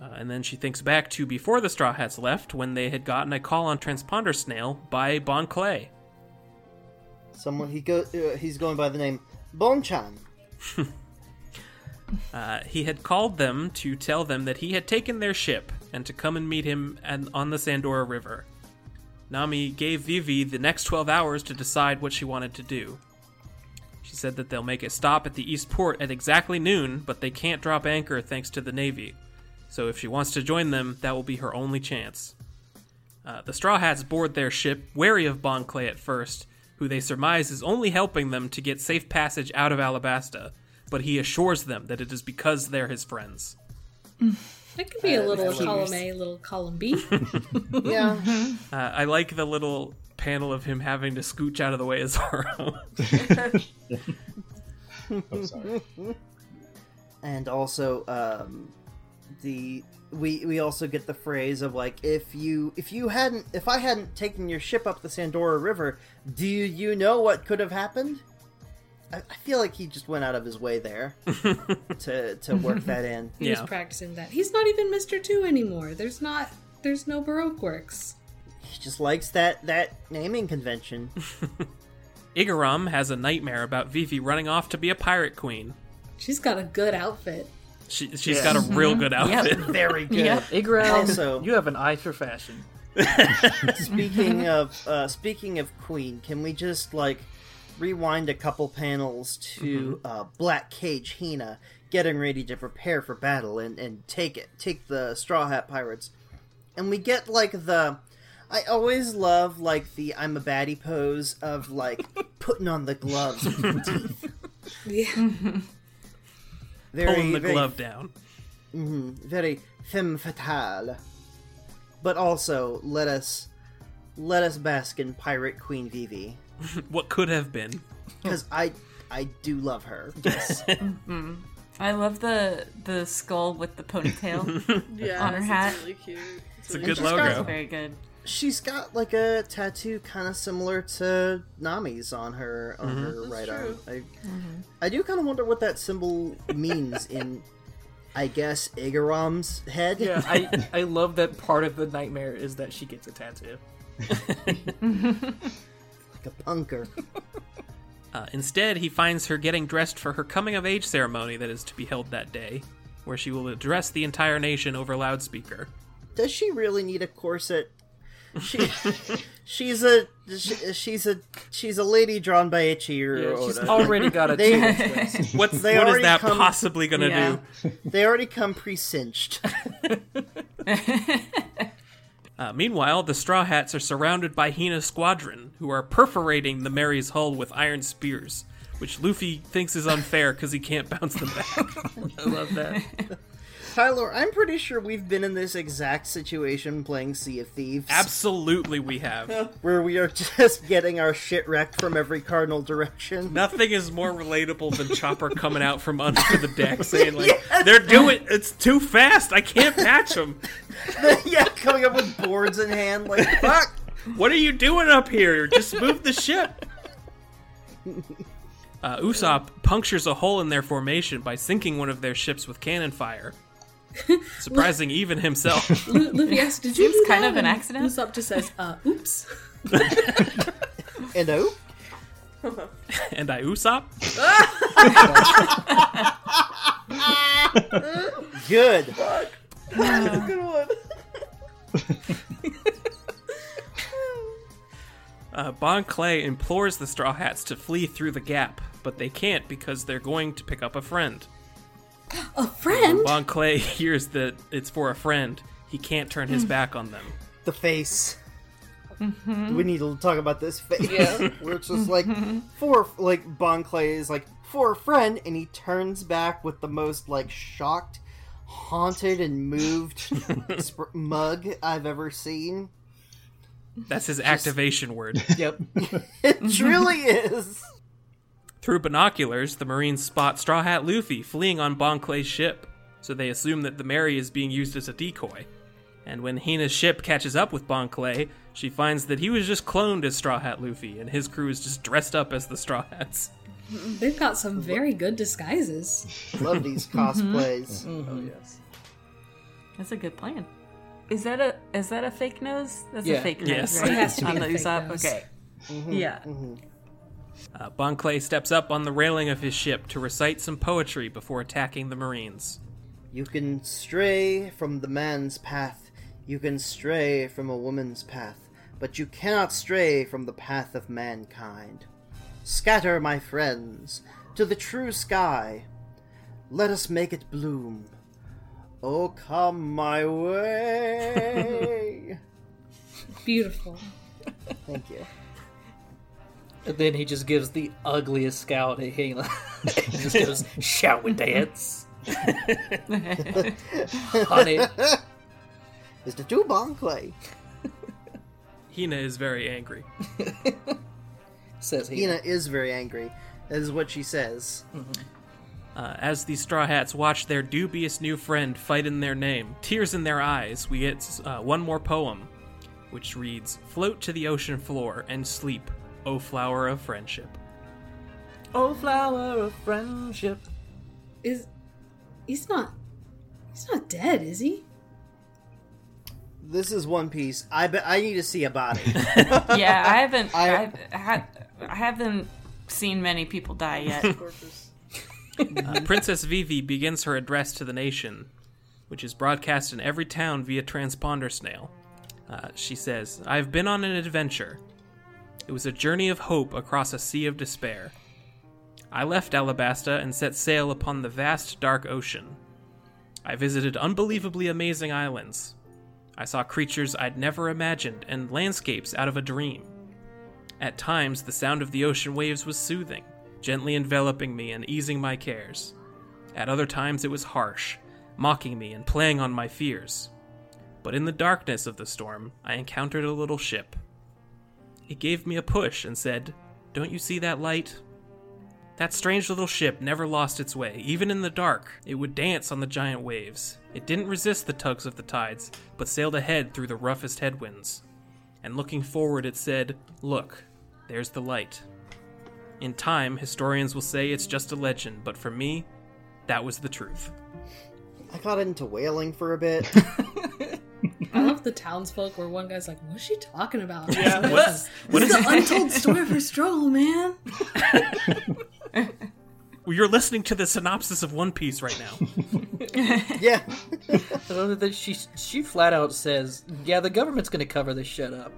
Speaker 2: Uh, and then she thinks back to before the Straw Hats left when they had gotten a call on Transponder Snail by Bon Clay.
Speaker 6: Someone he go uh, he's going by the name Bonchan.
Speaker 2: Uh, he had called them to tell them that he had taken their ship and to come and meet him and on the Sandora River. Nami gave Vivi the next 12 hours to decide what she wanted to do. She said that they'll make a stop at the East Port at exactly noon, but they can't drop anchor thanks to the Navy. So if she wants to join them, that will be her only chance. Uh, the Straw Hats board their ship, wary of Bon Clay at first, who they surmise is only helping them to get safe passage out of Alabasta, but he assures them that it is because they're his friends.
Speaker 7: That could be a little column A, little column B.
Speaker 6: Yeah.
Speaker 2: Uh, I like the little panel of him having to scooch out of the way of Zoro.
Speaker 8: Oh, sorry.
Speaker 6: and also um, the we we also get the phrase of like if you if you hadn't if I hadn't taken your ship up the Sandora River, do you know what could have happened? I, I feel like he just went out of his way there to to work that in.
Speaker 7: He
Speaker 2: Yeah.
Speaker 7: was practicing that. He's not even Mr. Two anymore. There's not there's no Baroque works.
Speaker 6: He just likes that that naming convention.
Speaker 2: Igaram has a nightmare about Vivi running off to be a pirate queen.
Speaker 7: She's got a good outfit.
Speaker 2: She, she's got a real good outfit.
Speaker 6: Very good.
Speaker 5: Yep.
Speaker 3: Igram,
Speaker 6: Also-
Speaker 3: you have an eye for fashion.
Speaker 6: Speaking of uh, speaking of Queen, can we just like rewind a couple panels to uh, Black Cage Hina getting ready to prepare for battle and, and take it take the Straw Hat Pirates, and we get like the I always love like the I'm a baddie pose of like putting on the gloves, with your teeth.
Speaker 7: Yeah.
Speaker 6: very
Speaker 2: Pulling the
Speaker 6: very
Speaker 2: glove down.
Speaker 6: very femme fatale. But also let us let us bask in Pirate Queen Vivi.
Speaker 2: What could have been.
Speaker 6: because I I do love her.
Speaker 5: I love the the skull with the ponytail.
Speaker 4: Yeah,
Speaker 5: On her hat.
Speaker 4: It's really cute.
Speaker 2: It's
Speaker 4: It's
Speaker 2: a
Speaker 4: really
Speaker 2: good
Speaker 6: she's got-
Speaker 5: That's
Speaker 2: logo.
Speaker 5: very good.
Speaker 6: She's got like a tattoo kind of similar to Nami's on her on her right arm. I,
Speaker 3: Mm-hmm.
Speaker 6: I do kind of wonder what that symbol means in, I guess Igaram's head.
Speaker 3: Yeah, I, I love that part of the nightmare is that she gets a tattoo.
Speaker 6: like a punker.
Speaker 2: Uh, instead, he finds her getting dressed for her coming of age ceremony that is to be held that day, where she will address the entire nation over loudspeaker.
Speaker 6: Does she really need a corset? She she's a she, she's a she's a lady drawn by Ichiro
Speaker 3: she's
Speaker 6: Oda.
Speaker 3: already got a
Speaker 6: They-
Speaker 3: tattoo. twist.
Speaker 2: What's,
Speaker 6: They
Speaker 2: what is
Speaker 6: already
Speaker 2: that
Speaker 6: come-
Speaker 2: possibly going to
Speaker 5: Yeah.
Speaker 2: do?
Speaker 6: They already come pre-cinched.
Speaker 2: Uh, meanwhile, the Straw Hats are surrounded by Hina's squadron, who are perforating the Mary's hull with iron spears, which Luffy thinks is unfair because he can't bounce them back.
Speaker 3: I love that.
Speaker 6: Tyler, I'm pretty sure we've been in this exact situation playing Sea of Thieves.
Speaker 2: Absolutely, we have.
Speaker 6: where we are just getting our shit wrecked from every cardinal direction.
Speaker 2: Nothing is more relatable than Chopper coming out from under the deck saying, like, they're doing it's too fast. I can't patch them.
Speaker 6: yeah, coming up with boards in hand, like fuck.
Speaker 2: What are you doing up here? Just move the ship. Uh, Usopp punctures a hole in their formation by sinking one of their ships with cannon fire, surprising even himself.
Speaker 7: Lu- Luffy asks, "Did you
Speaker 5: Seems
Speaker 7: do
Speaker 5: kind
Speaker 7: that?"
Speaker 5: of an
Speaker 7: And
Speaker 5: accident.
Speaker 7: Usopp just says, "Uh, oops."
Speaker 6: And oh,
Speaker 2: and I Usopp.
Speaker 6: good.
Speaker 4: a good one.
Speaker 2: Uh, bon Clay implores the Straw Hats to flee through the gap, but they can't because they're going to pick up a friend.
Speaker 7: A friend.
Speaker 2: Bon Clay hears that it's for a friend. He can't turn his back on them.
Speaker 6: The face. We need to talk about this face.
Speaker 4: Yeah.
Speaker 6: Where it's just like for like Bon Clay is like for a friend, and he turns back with the most like shocked, haunted, and moved sp- mug I've ever seen.
Speaker 2: That's his activation word.
Speaker 3: Yep.
Speaker 6: It truly is.
Speaker 2: Through binoculars, the Marines spot Straw Hat Luffy fleeing on Bon Clay's ship, so they assume that the Mary is being used as a decoy. And when Hina's ship catches up with Bon Clay, she finds that he was just cloned as Straw Hat Luffy, and his crew is just dressed up as the Straw Hats.
Speaker 7: They've got some very good disguises.
Speaker 6: Love these cosplays.
Speaker 3: Oh yes.
Speaker 5: That's a good plan. Is that a is that a fake nose? That's
Speaker 3: Yeah.
Speaker 5: a fake
Speaker 2: Yes.
Speaker 5: nose, right?
Speaker 7: It has to be
Speaker 5: On
Speaker 7: a
Speaker 5: the
Speaker 7: fake
Speaker 5: Usopp.
Speaker 7: nose.
Speaker 5: Okay. Yeah.
Speaker 2: Uh, bon Clay steps up on the railing of his ship to recite some poetry before attacking the Marines.
Speaker 6: You can stray from the man's path, you can stray from a woman's path, but you cannot stray from the path of mankind. Scatter, my friends, to the true sky. Let us make it bloom. Oh, come my way.
Speaker 7: Beautiful.
Speaker 6: Thank you.
Speaker 3: And then he just gives the ugliest scowl to Hela. he just goes, "Shall we dance, honey?"
Speaker 6: Mr. Dubon Clay.
Speaker 2: Hina is very angry.
Speaker 3: Says Hela.
Speaker 6: Ina is very angry. That is what she says.
Speaker 2: Uh, as the Straw Hats watch their dubious new friend fight in their name, tears in their eyes, we get uh, one more poem, which reads Float to the ocean floor and sleep, O flower of friendship.
Speaker 3: Oh, flower of friendship.
Speaker 7: Is he's not he's not dead, is he?
Speaker 6: This is One Piece. I bet I need to see a body.
Speaker 5: yeah, I haven't.
Speaker 6: I-
Speaker 5: I, I've had, I haven't seen many people die yet.
Speaker 4: Corpus.
Speaker 2: Uh, Princess Vivi begins her address to the nation, which is broadcast in every town via transponder snail. Uh, she says, I have been on an adventure. It was a journey of hope across a sea of despair. I left Alabasta and set sail upon the vast dark ocean. I visited unbelievably amazing islands. I saw creatures I'd never imagined and landscapes out of a dream. At times, the sound of the ocean waves was soothing, gently enveloping me and easing my cares. At other times, it was harsh, mocking me and playing on my fears. But in the darkness of the storm, I encountered a little ship. It gave me a push and said, Don't you see that light? That strange little ship never lost its way, even in the dark. It would dance on the giant waves. It didn't resist the tugs of the tides, but sailed ahead through the roughest headwinds and looking forward, it said, Look, there's the light. In time, historians will say it's just a legend, but for me, that was the truth.
Speaker 6: I got into whaling for a bit.
Speaker 7: I
Speaker 2: Mm-hmm.
Speaker 7: love the townsfolk where one guy's like, "What's she talking about?"
Speaker 2: What? What
Speaker 7: It's
Speaker 2: is
Speaker 7: the untold story of her struggle, man.
Speaker 2: well, you're listening to the synopsis of One Piece right now.
Speaker 6: yeah.
Speaker 3: I love that she she flat out says, "Yeah, the government's gonna cover this shit up."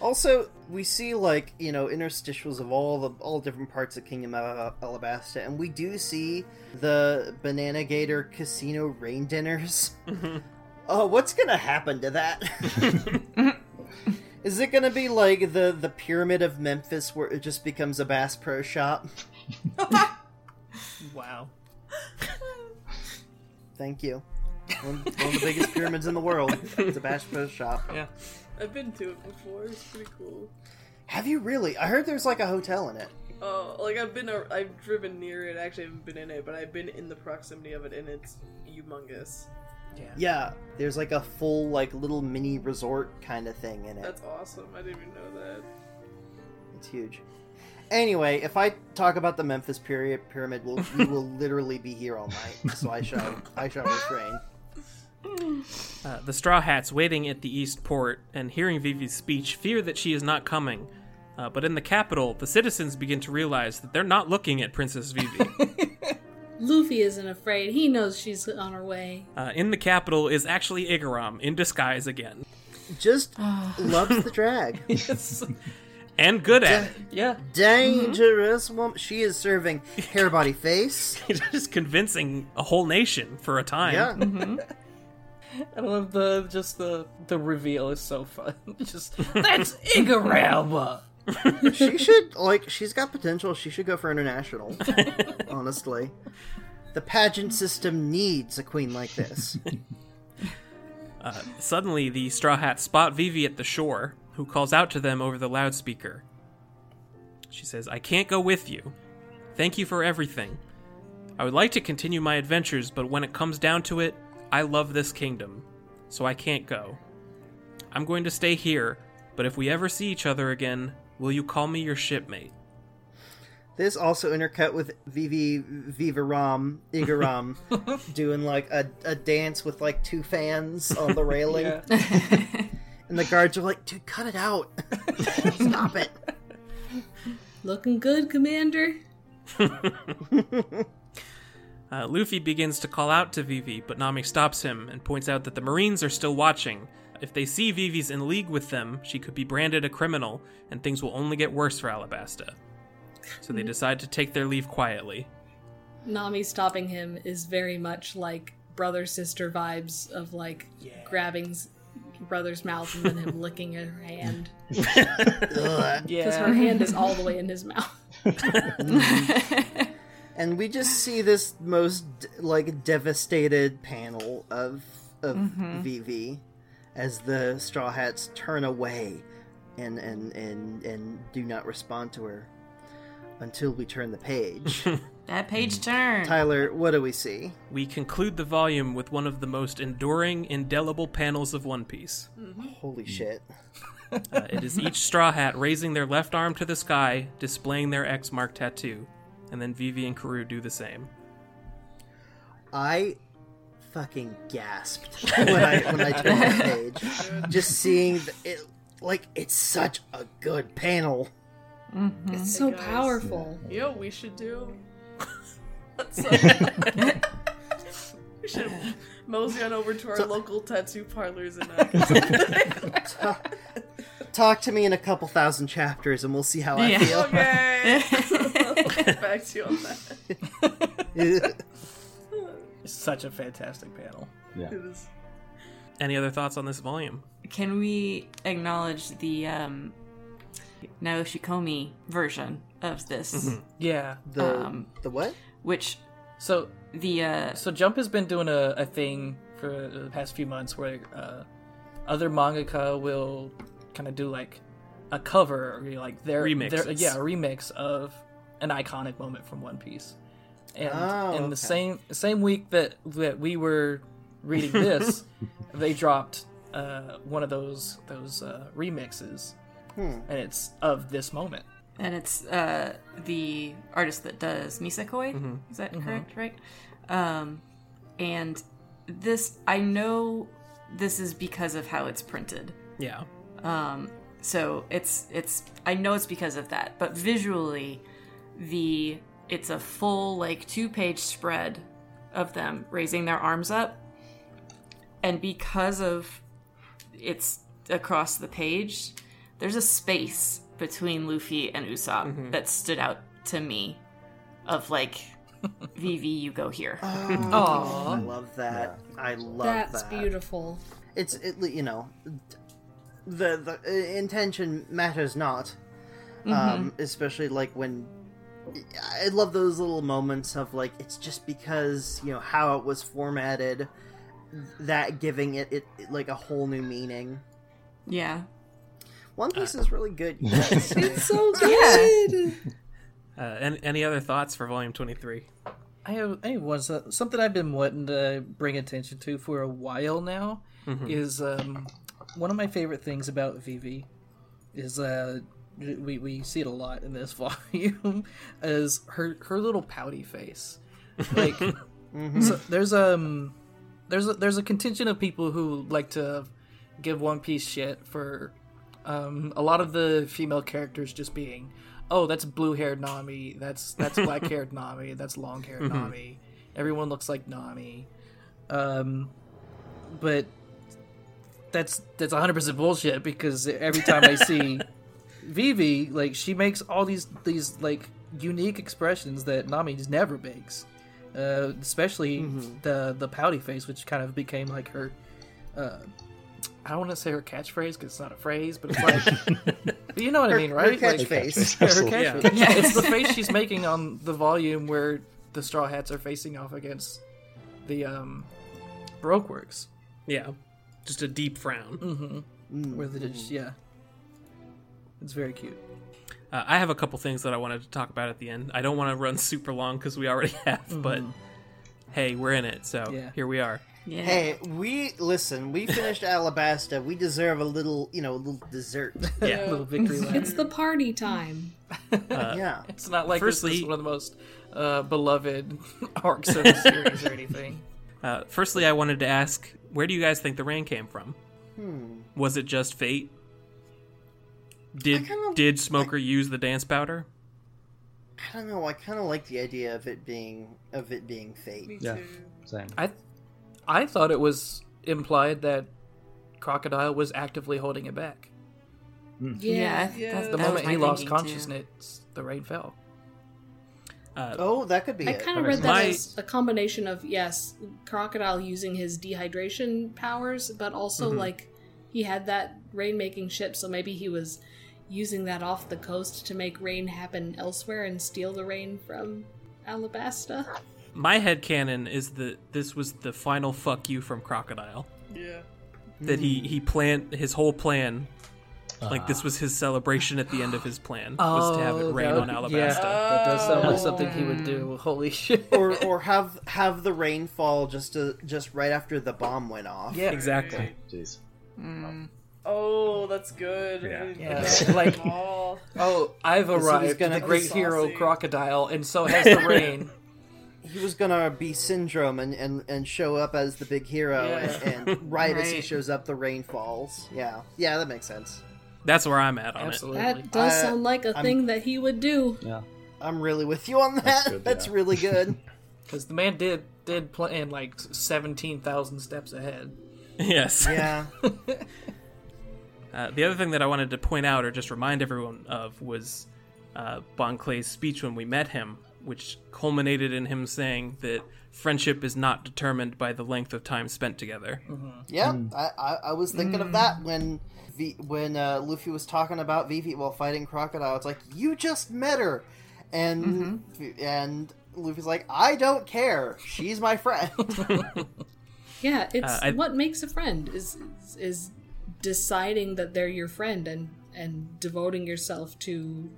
Speaker 6: Also, we see like you know interstitials of all the all different parts of Kingdom of Alabasta, and we do see the Banana Gator Casino rain dinners. Oh, what's gonna happen to that? Is it gonna be like the the Pyramid of Memphis, where it just becomes a Bass Pro Shop?
Speaker 3: Wow.
Speaker 6: Thank you. One, one of the biggest pyramids in the world. It's a Bass Pro Shop.
Speaker 4: I've been to it before. It's pretty cool.
Speaker 6: Have you really? I heard there's like a hotel in it.
Speaker 4: Oh, like I've been, a, I've driven near it. Actually, I haven't been in it, but I've been in the proximity of it, and it's humongous.
Speaker 6: Yeah, there's like a full like little mini resort kind of thing in it.
Speaker 4: That's awesome. I didn't even know that.
Speaker 6: It's huge. Anyway, if I talk about the Memphis period pyramid, we'll, we will literally be here all night. So I shall, I shall refrain.
Speaker 2: Uh, the Straw Hats, waiting at the East Port and hearing Vivi's speech, fear that she is not coming. Uh, but in the capital, the citizens begin to realize that they're not looking at Princess Vivi.
Speaker 7: Luffy isn't afraid. He knows she's on her way.
Speaker 2: Uh, in the capital is actually Igaram in disguise again,
Speaker 6: Just loves the drag.
Speaker 3: Yes.
Speaker 2: and good at it.
Speaker 3: yeah.
Speaker 6: Dangerous woman. She is serving hair, body, face.
Speaker 2: He's just convincing a whole nation for a time.
Speaker 6: Yeah,
Speaker 3: I love the just the the reveal is so fun. just that's Igarama.
Speaker 6: she should like. She's got potential. She should go for international. honestly, the pageant system needs a queen like this.
Speaker 2: Suddenly, the Straw Hats spot Vivi at the shore, who calls out to them over the loudspeaker. She says, I can't go with you. Thank you for everything. I would like to continue my adventures, but when it comes down to it, I love this kingdom, so I can't go. I'm going to stay here, but if we ever see each other again, will you call me your shipmate?
Speaker 6: This also intercut with Vivi Vivaram Igaram doing like a, a dance with like two fans on the railing.
Speaker 3: Yeah.
Speaker 6: And the guards are like, dude, cut it out. Stop it.
Speaker 7: Looking good, Commander.
Speaker 2: Uh, Luffy begins to call out to Vivi, but Nami stops him and points out that the Marines are still watching. If they see Vivi's in league with them, she could be branded a criminal, and things will only get worse for Alabasta. So they decide to take their leave quietly.
Speaker 7: Nami stopping him is very much like brother sister vibes of like grabbing s- brother's mouth and then him licking her hand
Speaker 6: Ugh.
Speaker 7: because
Speaker 3: Yeah.
Speaker 7: her hand is all the way in his mouth.
Speaker 6: And we just see this most like devastated panel of of Vivi as the Straw Hats turn away and and and and do not respond to her until we turn the page.
Speaker 5: That page turned.
Speaker 6: Tyler, what do we see?
Speaker 2: We conclude the volume with one of the most enduring, indelible panels of One Piece.
Speaker 6: Holy shit.
Speaker 2: Uh, it is each Straw Hat raising their left arm to the sky, displaying their X mark tattoo. And then Vivi and Karu do the same.
Speaker 6: I fucking gasped when I when I turned that page. Just seeing the, it, like it's such a good panel.
Speaker 7: It's so
Speaker 4: guys.
Speaker 7: powerful.
Speaker 4: Yo, we should do. That's a- we should mosey on over to our local tattoo parlors and uh, get something.
Speaker 6: Talk to me in a couple thousand chapters, and we'll see how I
Speaker 5: Yeah.
Speaker 4: okay. Get Back to you on that.
Speaker 6: feel.
Speaker 3: It's such a fantastic panel.
Speaker 8: Yeah.
Speaker 4: It is-
Speaker 2: Any other thoughts on this volume?
Speaker 5: Can we acknowledge the um, Naoshikomi version of this,
Speaker 3: Yeah.
Speaker 6: the
Speaker 5: Um,
Speaker 6: the what?
Speaker 5: which
Speaker 3: So
Speaker 5: the uh,
Speaker 3: so Jump has been doing a, a thing for the past few months where uh, other mangaka will kind of do like a cover or like their their
Speaker 2: Remixes.
Speaker 3: yeah, a remix of an iconic moment from One Piece. And
Speaker 6: Oh,
Speaker 3: in
Speaker 6: okay.
Speaker 3: the same same week that that we were reading this, they dropped uh, one of those those uh, remixes,
Speaker 6: Hmm.
Speaker 3: and it's of this moment.
Speaker 5: and it's uh, the artist that does Misekoi. Is that correct? Right. Um, and this, I know, this is because of how it's printed. Um,
Speaker 2: Yeah.
Speaker 5: so it's it's i know it's because of that but visually the it's a full like two page spread of them raising their arms up and because of it's across the page there's a space between luffy and usopp that stood out to me of like vivi you go here
Speaker 6: I love that. I love
Speaker 7: That's
Speaker 6: that.
Speaker 7: beautiful.
Speaker 6: It's it, you know, the the uh, intention matters not. Um, especially like when I love those little moments of like it's just because you know how it was formatted that giving it, it, it, like a whole new meaning.
Speaker 5: yeah
Speaker 6: One Piece is really good. you guys.
Speaker 7: It's so
Speaker 5: Yeah.
Speaker 7: good.
Speaker 2: Uh, and any other thoughts for volume 23?
Speaker 3: I have, I have one so- something I've been wanting to bring attention to for a while now is um, one of my favorite things about Vivi is uh, we we see it a lot in this volume is her her little pouty face. Like so there's um there's a, there's a contingent of people who like to give One Piece shit for um, a lot of the female characters just being, oh, that's blue-haired Nami, that's that's black-haired Nami, that's long-haired Nami. Everyone looks like Nami, um, but that's that's 100% bullshit because every time I see Vivi, like she makes all these these like unique expressions that Nami just never makes. Uh, especially the the pouty face, which kind of became like her uh, I don't want to say her catchphrase because it's not a phrase, but it's like, but you know what I mean, right?
Speaker 6: catch
Speaker 3: Like,
Speaker 6: face.
Speaker 3: her
Speaker 8: Absolutely.
Speaker 3: catchphrase. It's the face she's making on the volume where the Straw Hats are facing off against the um, Brokeworks.
Speaker 2: Yeah. Just a deep frown.
Speaker 3: Where the
Speaker 2: Hmm.
Speaker 3: yeah, it's very cute.
Speaker 2: Uh, I have a couple things that I wanted to talk about at the end. I don't want to run super long because we already have, but hey, we're in it, so
Speaker 3: Yeah.
Speaker 2: here we are.
Speaker 5: yeah
Speaker 6: Hey, we listen. We finished Alabasta. We deserve a little, you know, a little dessert.
Speaker 2: Yeah.
Speaker 3: Little victory lap.
Speaker 7: It's the party time.
Speaker 6: yeah.
Speaker 3: It's not like this- this
Speaker 2: Firstly-
Speaker 3: is one of the most uh, beloved arcs of the series or anything.
Speaker 2: Uh, firstly, I wanted to ask, where do you guys think the rain came from?
Speaker 6: hmm.
Speaker 2: Was it just fate? Did
Speaker 6: kinda-
Speaker 2: did Smoker use the dance powder?
Speaker 6: I don't know. I kind of like the idea of it being of it being fate.
Speaker 8: Yeah. Same.
Speaker 3: I, I thought it was implied that Crocodile was actively holding it back.
Speaker 5: yeah,
Speaker 7: Mm. Yeah.
Speaker 5: I-
Speaker 4: Yeah.
Speaker 5: that's-
Speaker 4: The
Speaker 3: The
Speaker 5: that was
Speaker 3: moment
Speaker 5: my
Speaker 3: he lost
Speaker 5: thinking, too.
Speaker 3: consciousness, the rain fell.
Speaker 6: Oh, that could be
Speaker 7: I
Speaker 6: it.
Speaker 7: kind of read that
Speaker 2: My-
Speaker 7: as a combination of yes, crocodile using his dehydration powers, but also
Speaker 2: Mm-hmm.
Speaker 7: like he had that rain-making ship, so maybe he was using that off the coast to make rain happen elsewhere and steal the rain from Alabasta.
Speaker 2: My headcanon is that this was the final fuck you from Crocodile.
Speaker 4: Yeah.
Speaker 2: That he he planned his whole plan Like this was his celebration at the end of his plan was to have it
Speaker 3: Oh,
Speaker 2: rain
Speaker 3: that
Speaker 2: on
Speaker 3: would-
Speaker 2: Alabasta.
Speaker 3: Yeah, that does sound like something he would do. Holy shit!
Speaker 6: or or have have the rainfall just to, just right after the bomb went off.
Speaker 3: yeah,
Speaker 2: Exactly.
Speaker 8: Jeez.
Speaker 4: Oh, that's good.
Speaker 8: Yeah.
Speaker 3: Yeah,
Speaker 4: Yeah.
Speaker 3: like-
Speaker 4: Oh.
Speaker 3: Oh, I've
Speaker 6: was
Speaker 3: arrived,
Speaker 6: gonna
Speaker 3: the
Speaker 6: be
Speaker 3: great hero
Speaker 4: saucy.
Speaker 3: crocodile, and so has the rain.
Speaker 6: He was gonna be syndrome and, and, and show up as the big hero,
Speaker 4: Yeah.
Speaker 6: and, and right, as he
Speaker 5: Right.
Speaker 6: shows up, the rain falls. Yeah, yeah, that makes sense.
Speaker 2: That's where I'm at on
Speaker 3: Absolutely.
Speaker 7: That does
Speaker 6: I-
Speaker 7: sound like a
Speaker 6: I'm-
Speaker 7: thing that he would do.
Speaker 8: Yeah.
Speaker 6: I'm really with you on that.
Speaker 8: That's
Speaker 6: That's,
Speaker 8: good, yeah.
Speaker 6: really good.
Speaker 3: Because the man did did plan like seventeen thousand steps ahead.
Speaker 2: it. Yes.
Speaker 6: yeah,
Speaker 2: Uh, the other thing that I wanted to point out or just remind everyone of was uh, Bonclay's speech when we met him, which culminated in him saying that friendship is not determined by the length of time spent together.
Speaker 6: yeah. I, I, I was thinking of that when v, when uh, Luffy was talking about Vivi while fighting Crocodile. It's like you just met her, and and Luffy's like, I don't care. She's my friend.
Speaker 7: Yeah, it's
Speaker 2: Uh, I-
Speaker 7: what makes a friend is, is is deciding that they're your friend and and devoting yourself to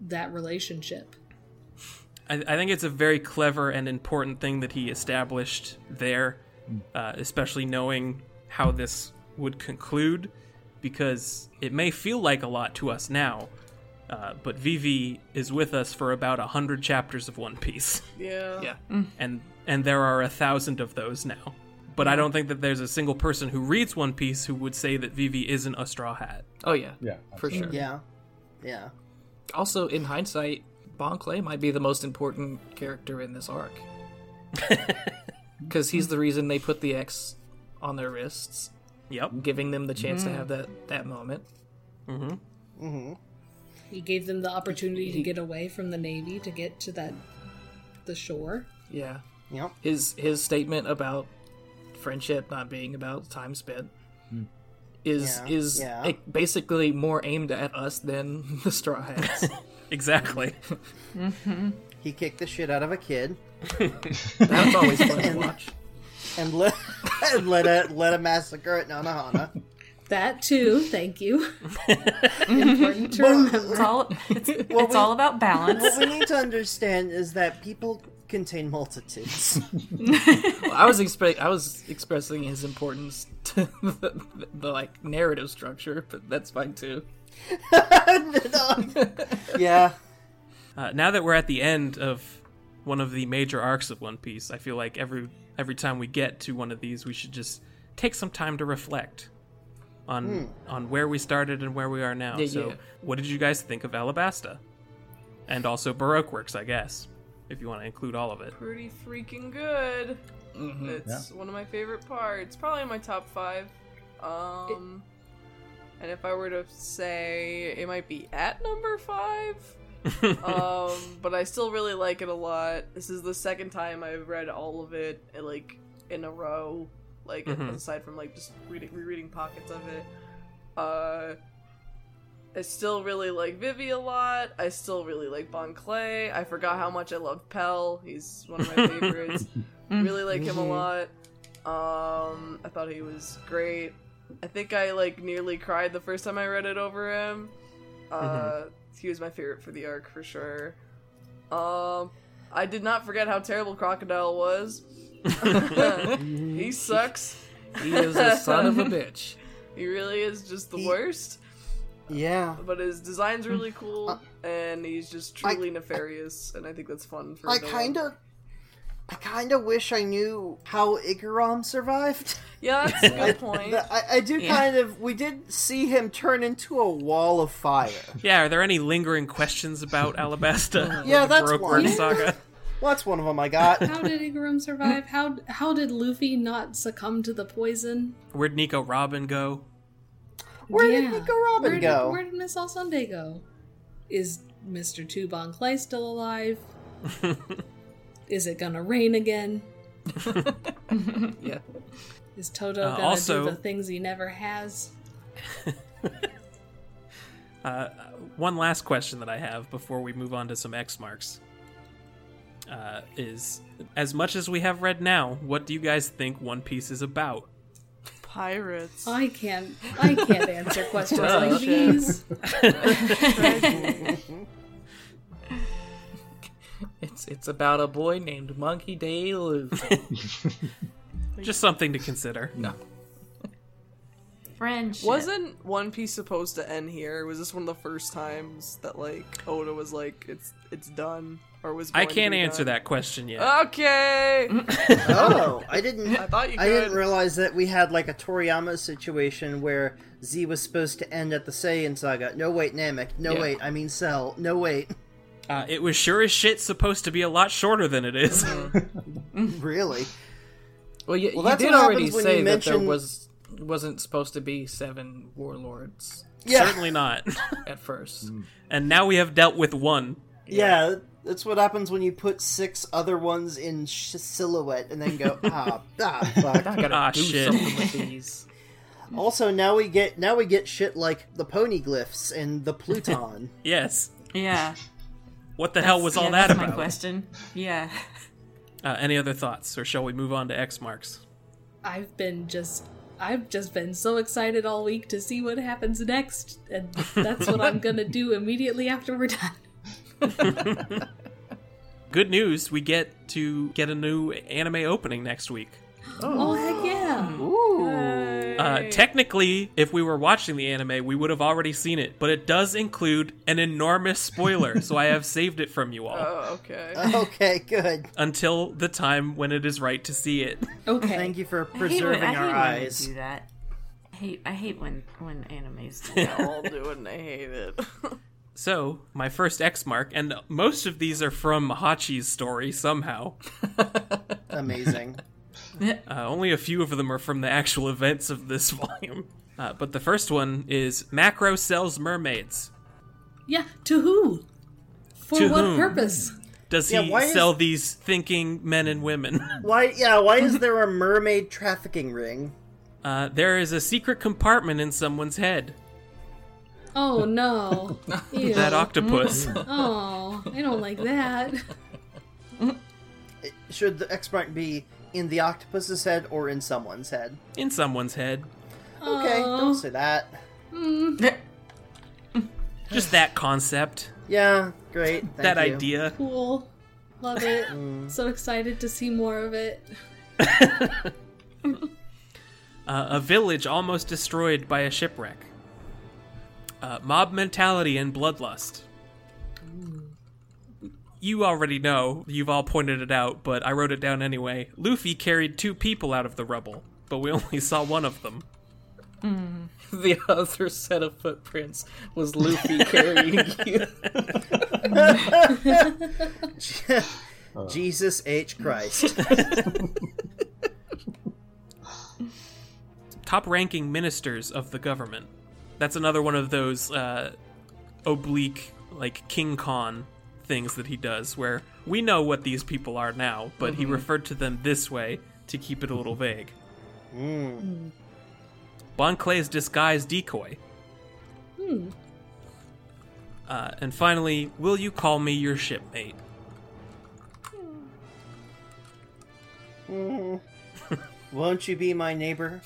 Speaker 7: that relationship.
Speaker 2: I, I think it's a very clever and important thing that he established there, uh, especially knowing how this would conclude, because it may feel like a lot to us now, uh, but Vivi is with us for about a hundred chapters of One Piece, Mm.
Speaker 4: Yeah.
Speaker 3: Yeah.
Speaker 2: and and there are a thousand of those now. But I don't think that there's a single person who reads One Piece who would say that Vivi isn't a straw hat.
Speaker 3: Oh yeah,
Speaker 8: Yeah.
Speaker 3: for sure.
Speaker 6: yeah, yeah.
Speaker 3: Also, in hindsight, Bon Clay might be the most important character in this arc because he's the reason they put the X on their wrists,
Speaker 2: Yep.
Speaker 3: giving them the chance to have that that moment.
Speaker 7: He gave them the opportunity to get away from the navy to get to that the shore.
Speaker 3: Yeah.
Speaker 6: Yep.
Speaker 3: His his statement about friendship not being about time spent is
Speaker 6: Yeah,
Speaker 3: is
Speaker 6: yeah.
Speaker 3: eh, basically more aimed at us than the Straw Hats.
Speaker 2: Exactly.
Speaker 6: He kicked the shit out of a kid
Speaker 3: That's always fun to watch.
Speaker 6: and let and let a let a massacre at Nanahana.
Speaker 7: That too, thank you. Important to remember.
Speaker 5: It's all it's, it's all about balance.
Speaker 6: What we need to understand is that people contain multitudes.
Speaker 3: Well, I was expect I was expressing his importance to the, the, like narrative structure, but that's fine too.
Speaker 6: yeah.
Speaker 2: Uh, now that we're at the end of one of the major arcs of One Piece, I feel like every every time we get to one of these, we should just take some time to reflect on
Speaker 6: Hmm.
Speaker 2: on where we started and where we are now.
Speaker 3: Yeah,
Speaker 2: so,
Speaker 3: yeah.
Speaker 2: what did you guys think of Alabasta, and also Baroque Works, I guess, if you want to include all of it.
Speaker 4: Pretty freaking good. It's one of my favorite parts. Probably in my top five. Um, and if I were to say, it might be at number five.
Speaker 6: Uh,
Speaker 4: um, but I still really like it a lot. This is the second time I've read all of it, uh, like in a row. Like
Speaker 2: Mhm.
Speaker 4: aside from like just reading, rereading pockets of it. Uh, I still really like Vivi a lot. I still really like Bon Clay. I forgot how much I loved Pell. He's one of my favorites. really like him a lot. Um, I thought he was great. I think I like nearly cried the first time I read it over him. Uh, He was my favorite for the arc for sure. Um, I did not forget how terrible Crocodile was. he sucks.
Speaker 3: He is a son of a bitch.
Speaker 4: He really is just the
Speaker 6: He-
Speaker 4: worst.
Speaker 6: Yeah.
Speaker 4: But his design's really cool, and he's just truly
Speaker 6: Mm. Uh, I-
Speaker 4: nefarious, and I think that's fun for.
Speaker 6: I
Speaker 4: no one.
Speaker 6: kinda I kinda wish I knew how Igaram survived.
Speaker 4: Yeah, that's a good point.
Speaker 6: The- I, I do kind of we did see him turn into a wall of fire.
Speaker 2: Yeah, are there any lingering questions about Alabasta?
Speaker 6: Yeah,
Speaker 2: or the
Speaker 6: that's
Speaker 2: Baroque
Speaker 6: one.
Speaker 2: Works saga.
Speaker 6: Well, that's one of them I got.
Speaker 7: How did Ingram survive? How how did Luffy not succumb to the poison?
Speaker 2: Where'd Nico Robin go?
Speaker 6: Where
Speaker 7: Yeah.
Speaker 6: did Nico Robin
Speaker 7: where did,
Speaker 6: go?
Speaker 7: Where did Miss All Sunday go? Is Mr. Tubon Clay still alive? Is it gonna rain again?
Speaker 3: Yeah.
Speaker 7: Is Toto
Speaker 2: Uh,
Speaker 7: gonna
Speaker 2: also-
Speaker 7: do the things he never has?
Speaker 2: one last question that I have before we move on to some X marks uh, is as much as we have read now, what do you guys think One Piece is about?
Speaker 4: pirates.
Speaker 7: I can't. I can't answer questions
Speaker 4: Well,
Speaker 7: like
Speaker 4: shit.
Speaker 7: these.
Speaker 3: It's it's about a boy named Monkey Day Luke.
Speaker 2: Just something to consider.
Speaker 3: no.
Speaker 5: Friendship.
Speaker 4: Wasn't One Piece supposed to end here? Was this one of the first times that like Oda was like, "It's it's done," or was
Speaker 2: I
Speaker 4: going to
Speaker 2: can't
Speaker 4: be
Speaker 2: answer
Speaker 4: done?
Speaker 2: that question
Speaker 5: Uh.
Speaker 2: yet.
Speaker 4: Okay,
Speaker 6: Oh, I didn't.
Speaker 4: I thought you
Speaker 6: I didn't
Speaker 4: could.
Speaker 6: realize that we had like a Toriyama situation where Z was supposed to end at the Saiyan saga. No wait, Namek. No
Speaker 3: Yeah.
Speaker 6: wait, I mean Cell. No wait.
Speaker 2: Uh, it was sure as shit supposed to be a lot shorter than it is.
Speaker 6: really?
Speaker 3: Well, you,
Speaker 6: Well,
Speaker 3: you
Speaker 6: that's
Speaker 3: did
Speaker 6: what
Speaker 3: already
Speaker 6: happens when
Speaker 3: say
Speaker 6: you
Speaker 3: that
Speaker 6: mention-
Speaker 3: there was wasn't supposed to be seven warlords
Speaker 6: Yeah.
Speaker 2: Certainly not.
Speaker 3: at first.
Speaker 2: and now we have dealt with one.
Speaker 6: Yeah. That's what happens when you put six other ones in sh- silhouette and then go ah ah
Speaker 3: I
Speaker 6: fuck.
Speaker 3: gotta
Speaker 2: Ah,
Speaker 3: do
Speaker 2: shit.
Speaker 3: something with these.
Speaker 6: also, now we get now we get shit like the poneglyphs and the Pluton.
Speaker 2: Yes.
Speaker 5: Yeah.
Speaker 2: What the hell was
Speaker 5: Yeah,
Speaker 2: all that
Speaker 5: that's my
Speaker 2: about?
Speaker 5: question. Yeah.
Speaker 2: Uh, any other thoughts, or shall we move on to X marks?
Speaker 7: I've been just. I've just been so excited all week to see what happens next, and that's what I'm gonna do immediately after we're done.
Speaker 2: Good news, we get to get a new anime opening next week.
Speaker 7: Oh heck yeah!
Speaker 2: Uh, technically, if we were watching the anime, we would have already seen it, but it does include an enormous spoiler, so I have saved it from you all
Speaker 4: oh, okay.
Speaker 6: okay, good.
Speaker 2: until the time when it is right to see it.
Speaker 7: Okay,
Speaker 6: Thank you for
Speaker 5: I hate
Speaker 6: preserving
Speaker 5: when, I hate
Speaker 6: our
Speaker 5: when they
Speaker 6: eyes.
Speaker 5: do that. I hate I hate when when animes do
Speaker 4: They all do it, and I hate it.
Speaker 2: So, my first X mark, and most of these are from Hachi's story somehow.
Speaker 6: Amazing.
Speaker 2: Uh, only a few of them are from the actual events of this volume. Uh, but the first one is Macro Sells Mermaids.
Speaker 7: Yeah, to who? For
Speaker 2: To
Speaker 7: what
Speaker 2: whom?
Speaker 7: purpose?
Speaker 2: Does
Speaker 6: Yeah,
Speaker 2: he
Speaker 6: why is-
Speaker 2: sell these thinking men and women?
Speaker 6: Why? Yeah. Why is there a mermaid trafficking ring?
Speaker 2: Uh, there is a secret compartment in someone's head.
Speaker 7: Oh no. Ew.
Speaker 6: Mm-hmm.
Speaker 2: That octopus.
Speaker 7: oh, I don't like that.
Speaker 6: Should the X mark be in the octopus's head or in someone's head?
Speaker 2: in someone's head.
Speaker 6: Okay,
Speaker 7: Aw.
Speaker 6: don't say that.
Speaker 5: that.
Speaker 2: Just that concept,
Speaker 6: Yeah, great. Thank
Speaker 2: that
Speaker 6: you.
Speaker 2: idea.
Speaker 7: Cool. Love it.
Speaker 6: Mm.
Speaker 7: so excited to see more of it.
Speaker 2: Uh, a village almost destroyed by a shipwreck. Uh, mob mentality and bloodlust. You already know, you've all pointed it out, but I wrote it down anyway. Luffy carried two people out of the rubble, but we only saw one of them.
Speaker 3: The other set of footprints was Luffy carrying you.
Speaker 6: Jesus H. Christ.
Speaker 2: Top ranking ministers of the government. That's another one of those uh, oblique, like King Khan things that he does, where we know what these people are now, but he referred to them this way to keep it a little vague. Bon Clay's disguised decoy. Uh, and finally, will you call me your shipmate?
Speaker 6: Won't you be my neighbor?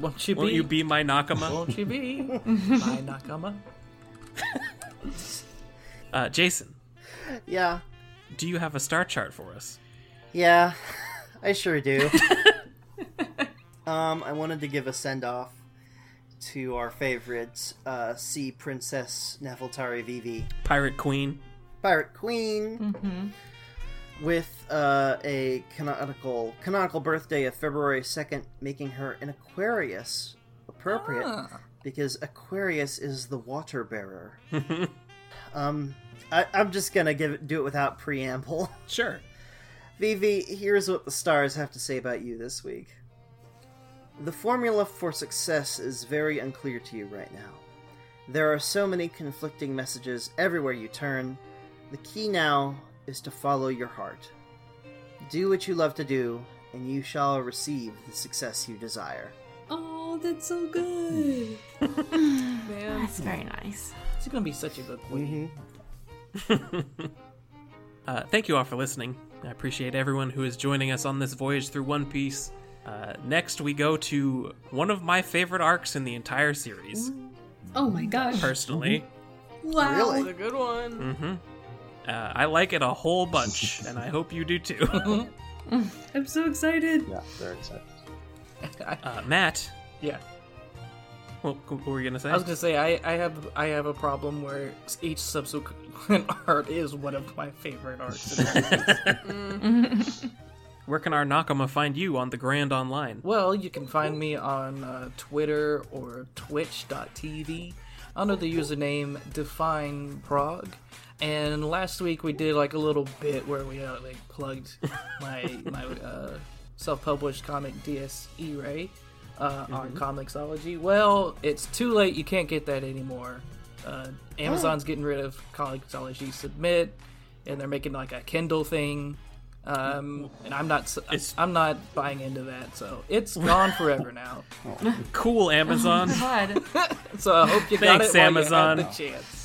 Speaker 3: Won't you be?
Speaker 2: Won't you be my Nakama?
Speaker 3: Won't you be? My Nakama.
Speaker 2: Uh, Jason,
Speaker 6: Yeah,
Speaker 2: do you have a star chart for us?
Speaker 6: yeah, I sure do. um, I wanted to give a send off to our favorite uh, sea princess Nefeltari Vivi.
Speaker 2: Pirate Queen.
Speaker 6: pirate queen with uh, a canonical canonical birthday of February second, making her an Aquarius, appropriate because Aquarius is the water bearer. um, I, I'm just gonna give it, do it without preamble.
Speaker 2: Sure.
Speaker 6: Vivi, here's what the stars have to say about you this week. The formula for success is very unclear to you right now. There are so many conflicting messages everywhere you turn. The key now is to follow your heart. Do what you love to do, and you shall receive the success you desire.
Speaker 7: Oh, that's so good.
Speaker 5: That's very nice.
Speaker 3: She's gonna be such a good queen.
Speaker 2: Uh, thank you all for listening. I appreciate everyone who is joining us on this voyage through One Piece. Uh, next, we go to one of my favorite arcs in the entire series,
Speaker 3: Mm-hmm.
Speaker 7: Oh my gosh.
Speaker 2: personally.
Speaker 7: Wow.
Speaker 4: It's
Speaker 6: Really?
Speaker 4: a good one.
Speaker 2: hmm Uh, I like it a whole bunch, and I hope you do
Speaker 3: Mm-hmm.
Speaker 2: too.
Speaker 7: I'm so excited.
Speaker 8: Yeah, very excited.
Speaker 2: uh, Matt,
Speaker 3: Yeah.
Speaker 2: what, what were you gonna say?
Speaker 3: I was gonna say I, I have I have a problem where each subsequent art is one of my favorite arts.
Speaker 2: Where can our Nakama find you on the Grand Online?
Speaker 3: well, you can find me on uh, Twitter or Twitch.tv under the username Define Prague. And last week we did like a little bit where we uh, like plugged my my uh, self-published comic DSE Ray uh, on Comixology. Well, it's too late. You can't get that anymore. Uh, Amazon's getting rid of Comixology Submit, and they're making like a Kindle thing. Um, and I'm not s-
Speaker 2: It's-
Speaker 3: I'm not buying into that. So it's gone forever now.
Speaker 2: Cool Amazon.
Speaker 5: God.
Speaker 3: So I hope you got
Speaker 2: Thanks,
Speaker 3: it while
Speaker 2: Amazon.
Speaker 3: you had the chance.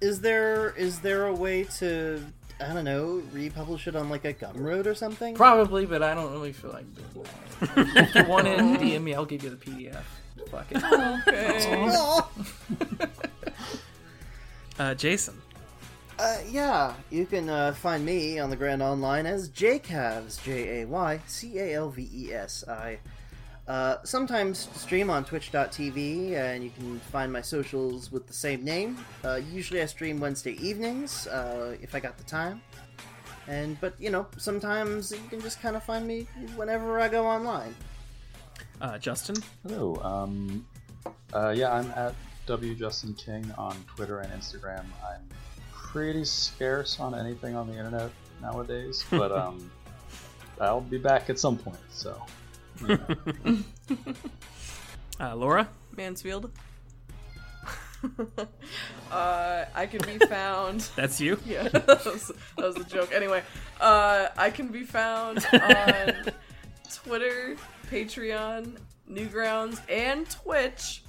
Speaker 6: Is there is there a way to I don't know republish it on like a Gumroad or something?
Speaker 3: Probably, but I don't really feel like doing that. if you want it, DM me. I'll give you the PDF. Fuck it.
Speaker 6: Aw.
Speaker 2: Uh, Jason.
Speaker 6: Uh, yeah, you can uh, find me on the Grand Online as JCalves, J A Y C A L V E S I. Uh, sometimes stream on twitch.tv, and you can find my socials with the same name. Uh, usually I stream Wednesday evenings, uh, if I got the time. And, but, you know, sometimes you can just kind of find me whenever I go online.
Speaker 2: Uh, Justin.
Speaker 8: Hello. Um, uh, yeah, I'm at W Justin King on Twitter and Instagram. I'm pretty scarce on anything on the internet nowadays, but um, I'll be back at some point. So
Speaker 2: Uh, Laura.
Speaker 4: Mansfield. uh, I can be found.
Speaker 2: That's you.
Speaker 4: yeah, that was, that was a joke. Anyway, uh, I can be found on Twitter, Patreon, Newgrounds, and Twitch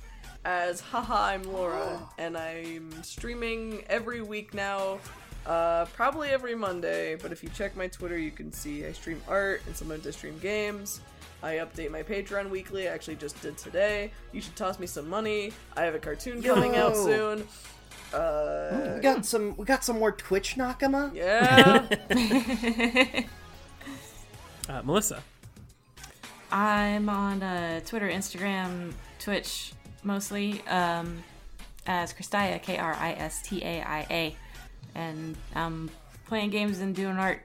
Speaker 4: as haha I'm Laura, and I'm streaming every week now. Uh, probably every Monday, but if you check my Twitter, you can see I stream art and sometimes I stream games. I update my Patreon weekly. I actually just did today. You should toss me some money. I have a cartoon coming out
Speaker 6: Yo.
Speaker 4: soon. Uh,
Speaker 6: We got some, we got some more Twitch Nakama.
Speaker 4: yeah.
Speaker 2: Uh, Melissa.
Speaker 5: I'm on uh, Twitter, Instagram, Twitch mostly um, as Christia, K R I S T A I A. And I'm playing games and doing art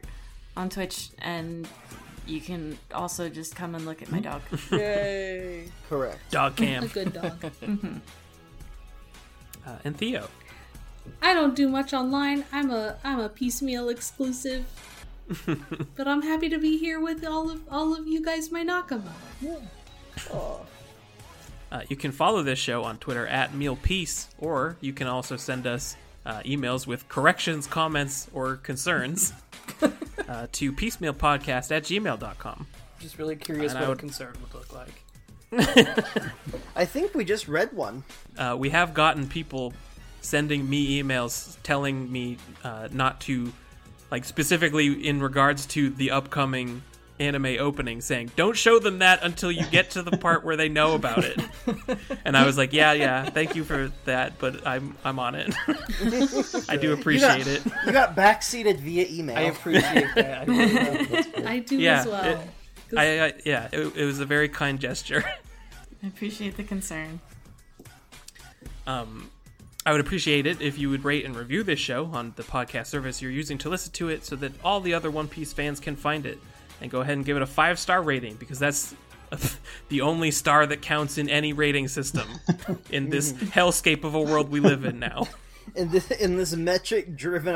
Speaker 5: on Twitch. And you can also just come and look at my dog.
Speaker 4: Yay.
Speaker 6: Correct.
Speaker 2: Dog
Speaker 7: A
Speaker 2: Cam.
Speaker 7: good dog.
Speaker 2: Uh, and Theo.
Speaker 7: I don't do much online. I'm a I'm a piecemeal exclusive. but I'm happy to be here with all of all of you guys, my Nakama.
Speaker 2: Uh, you can follow this show on Twitter at MealPeace, or you can also send us uh, emails with corrections, comments, or concerns uh, to piecemealpodcast at gmail.com.
Speaker 3: Just really curious
Speaker 2: And I
Speaker 3: what
Speaker 2: would-
Speaker 3: a concern would look like.
Speaker 6: I think we just read one.
Speaker 2: Uh, we have gotten people sending me emails telling me uh, not to, like, specifically in regards to the upcoming anime opening, saying, don't show them that until you get to the part where they know about it. and I was like, yeah, yeah, thank you for that, but I'm, I'm on it. I do appreciate it.
Speaker 6: You got backseated via email.
Speaker 3: I appreciate that. I really do.
Speaker 7: I do
Speaker 2: Yeah,
Speaker 7: as well.
Speaker 2: it- I, I yeah, it, it was a very kind gesture.
Speaker 5: I appreciate the concern.
Speaker 2: Um, I would appreciate it if you would rate and review this show on the podcast service you're using to listen to it, so that all the other One Piece fans can find it. And go ahead and give it a five star rating because that's the only star that counts in any rating system in this hellscape of a world we live in now.
Speaker 6: in this, in this metric driven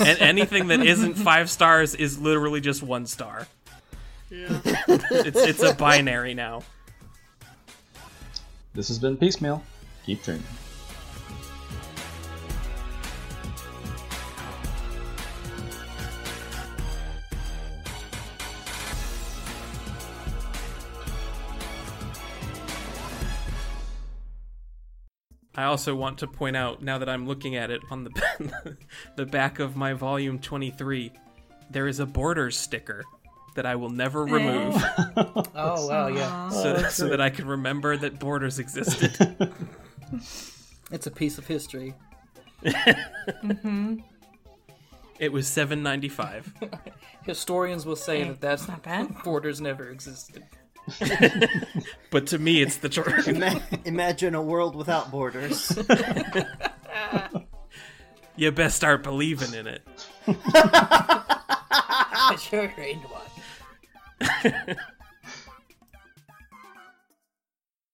Speaker 2: And anything that isn't five stars is literally just one star. Yeah. it's it's a binary now.
Speaker 8: this has been piecemeal. Keep dreaming.
Speaker 2: I also want to point out now that I'm looking at it on the the back of my volume 23, there is a Borders sticker that I will never remove
Speaker 3: Oh wow, yeah.
Speaker 2: so, so that I can remember that borders existed.
Speaker 3: It's a piece of history.
Speaker 2: it was 795.
Speaker 3: Historians will say
Speaker 5: Hey,
Speaker 3: that that's
Speaker 5: Not bad.
Speaker 3: borders never existed.
Speaker 2: But to me, it's the truth.
Speaker 6: Ima- imagine a world without borders.
Speaker 2: You best start believing in it.
Speaker 3: sure ain't one.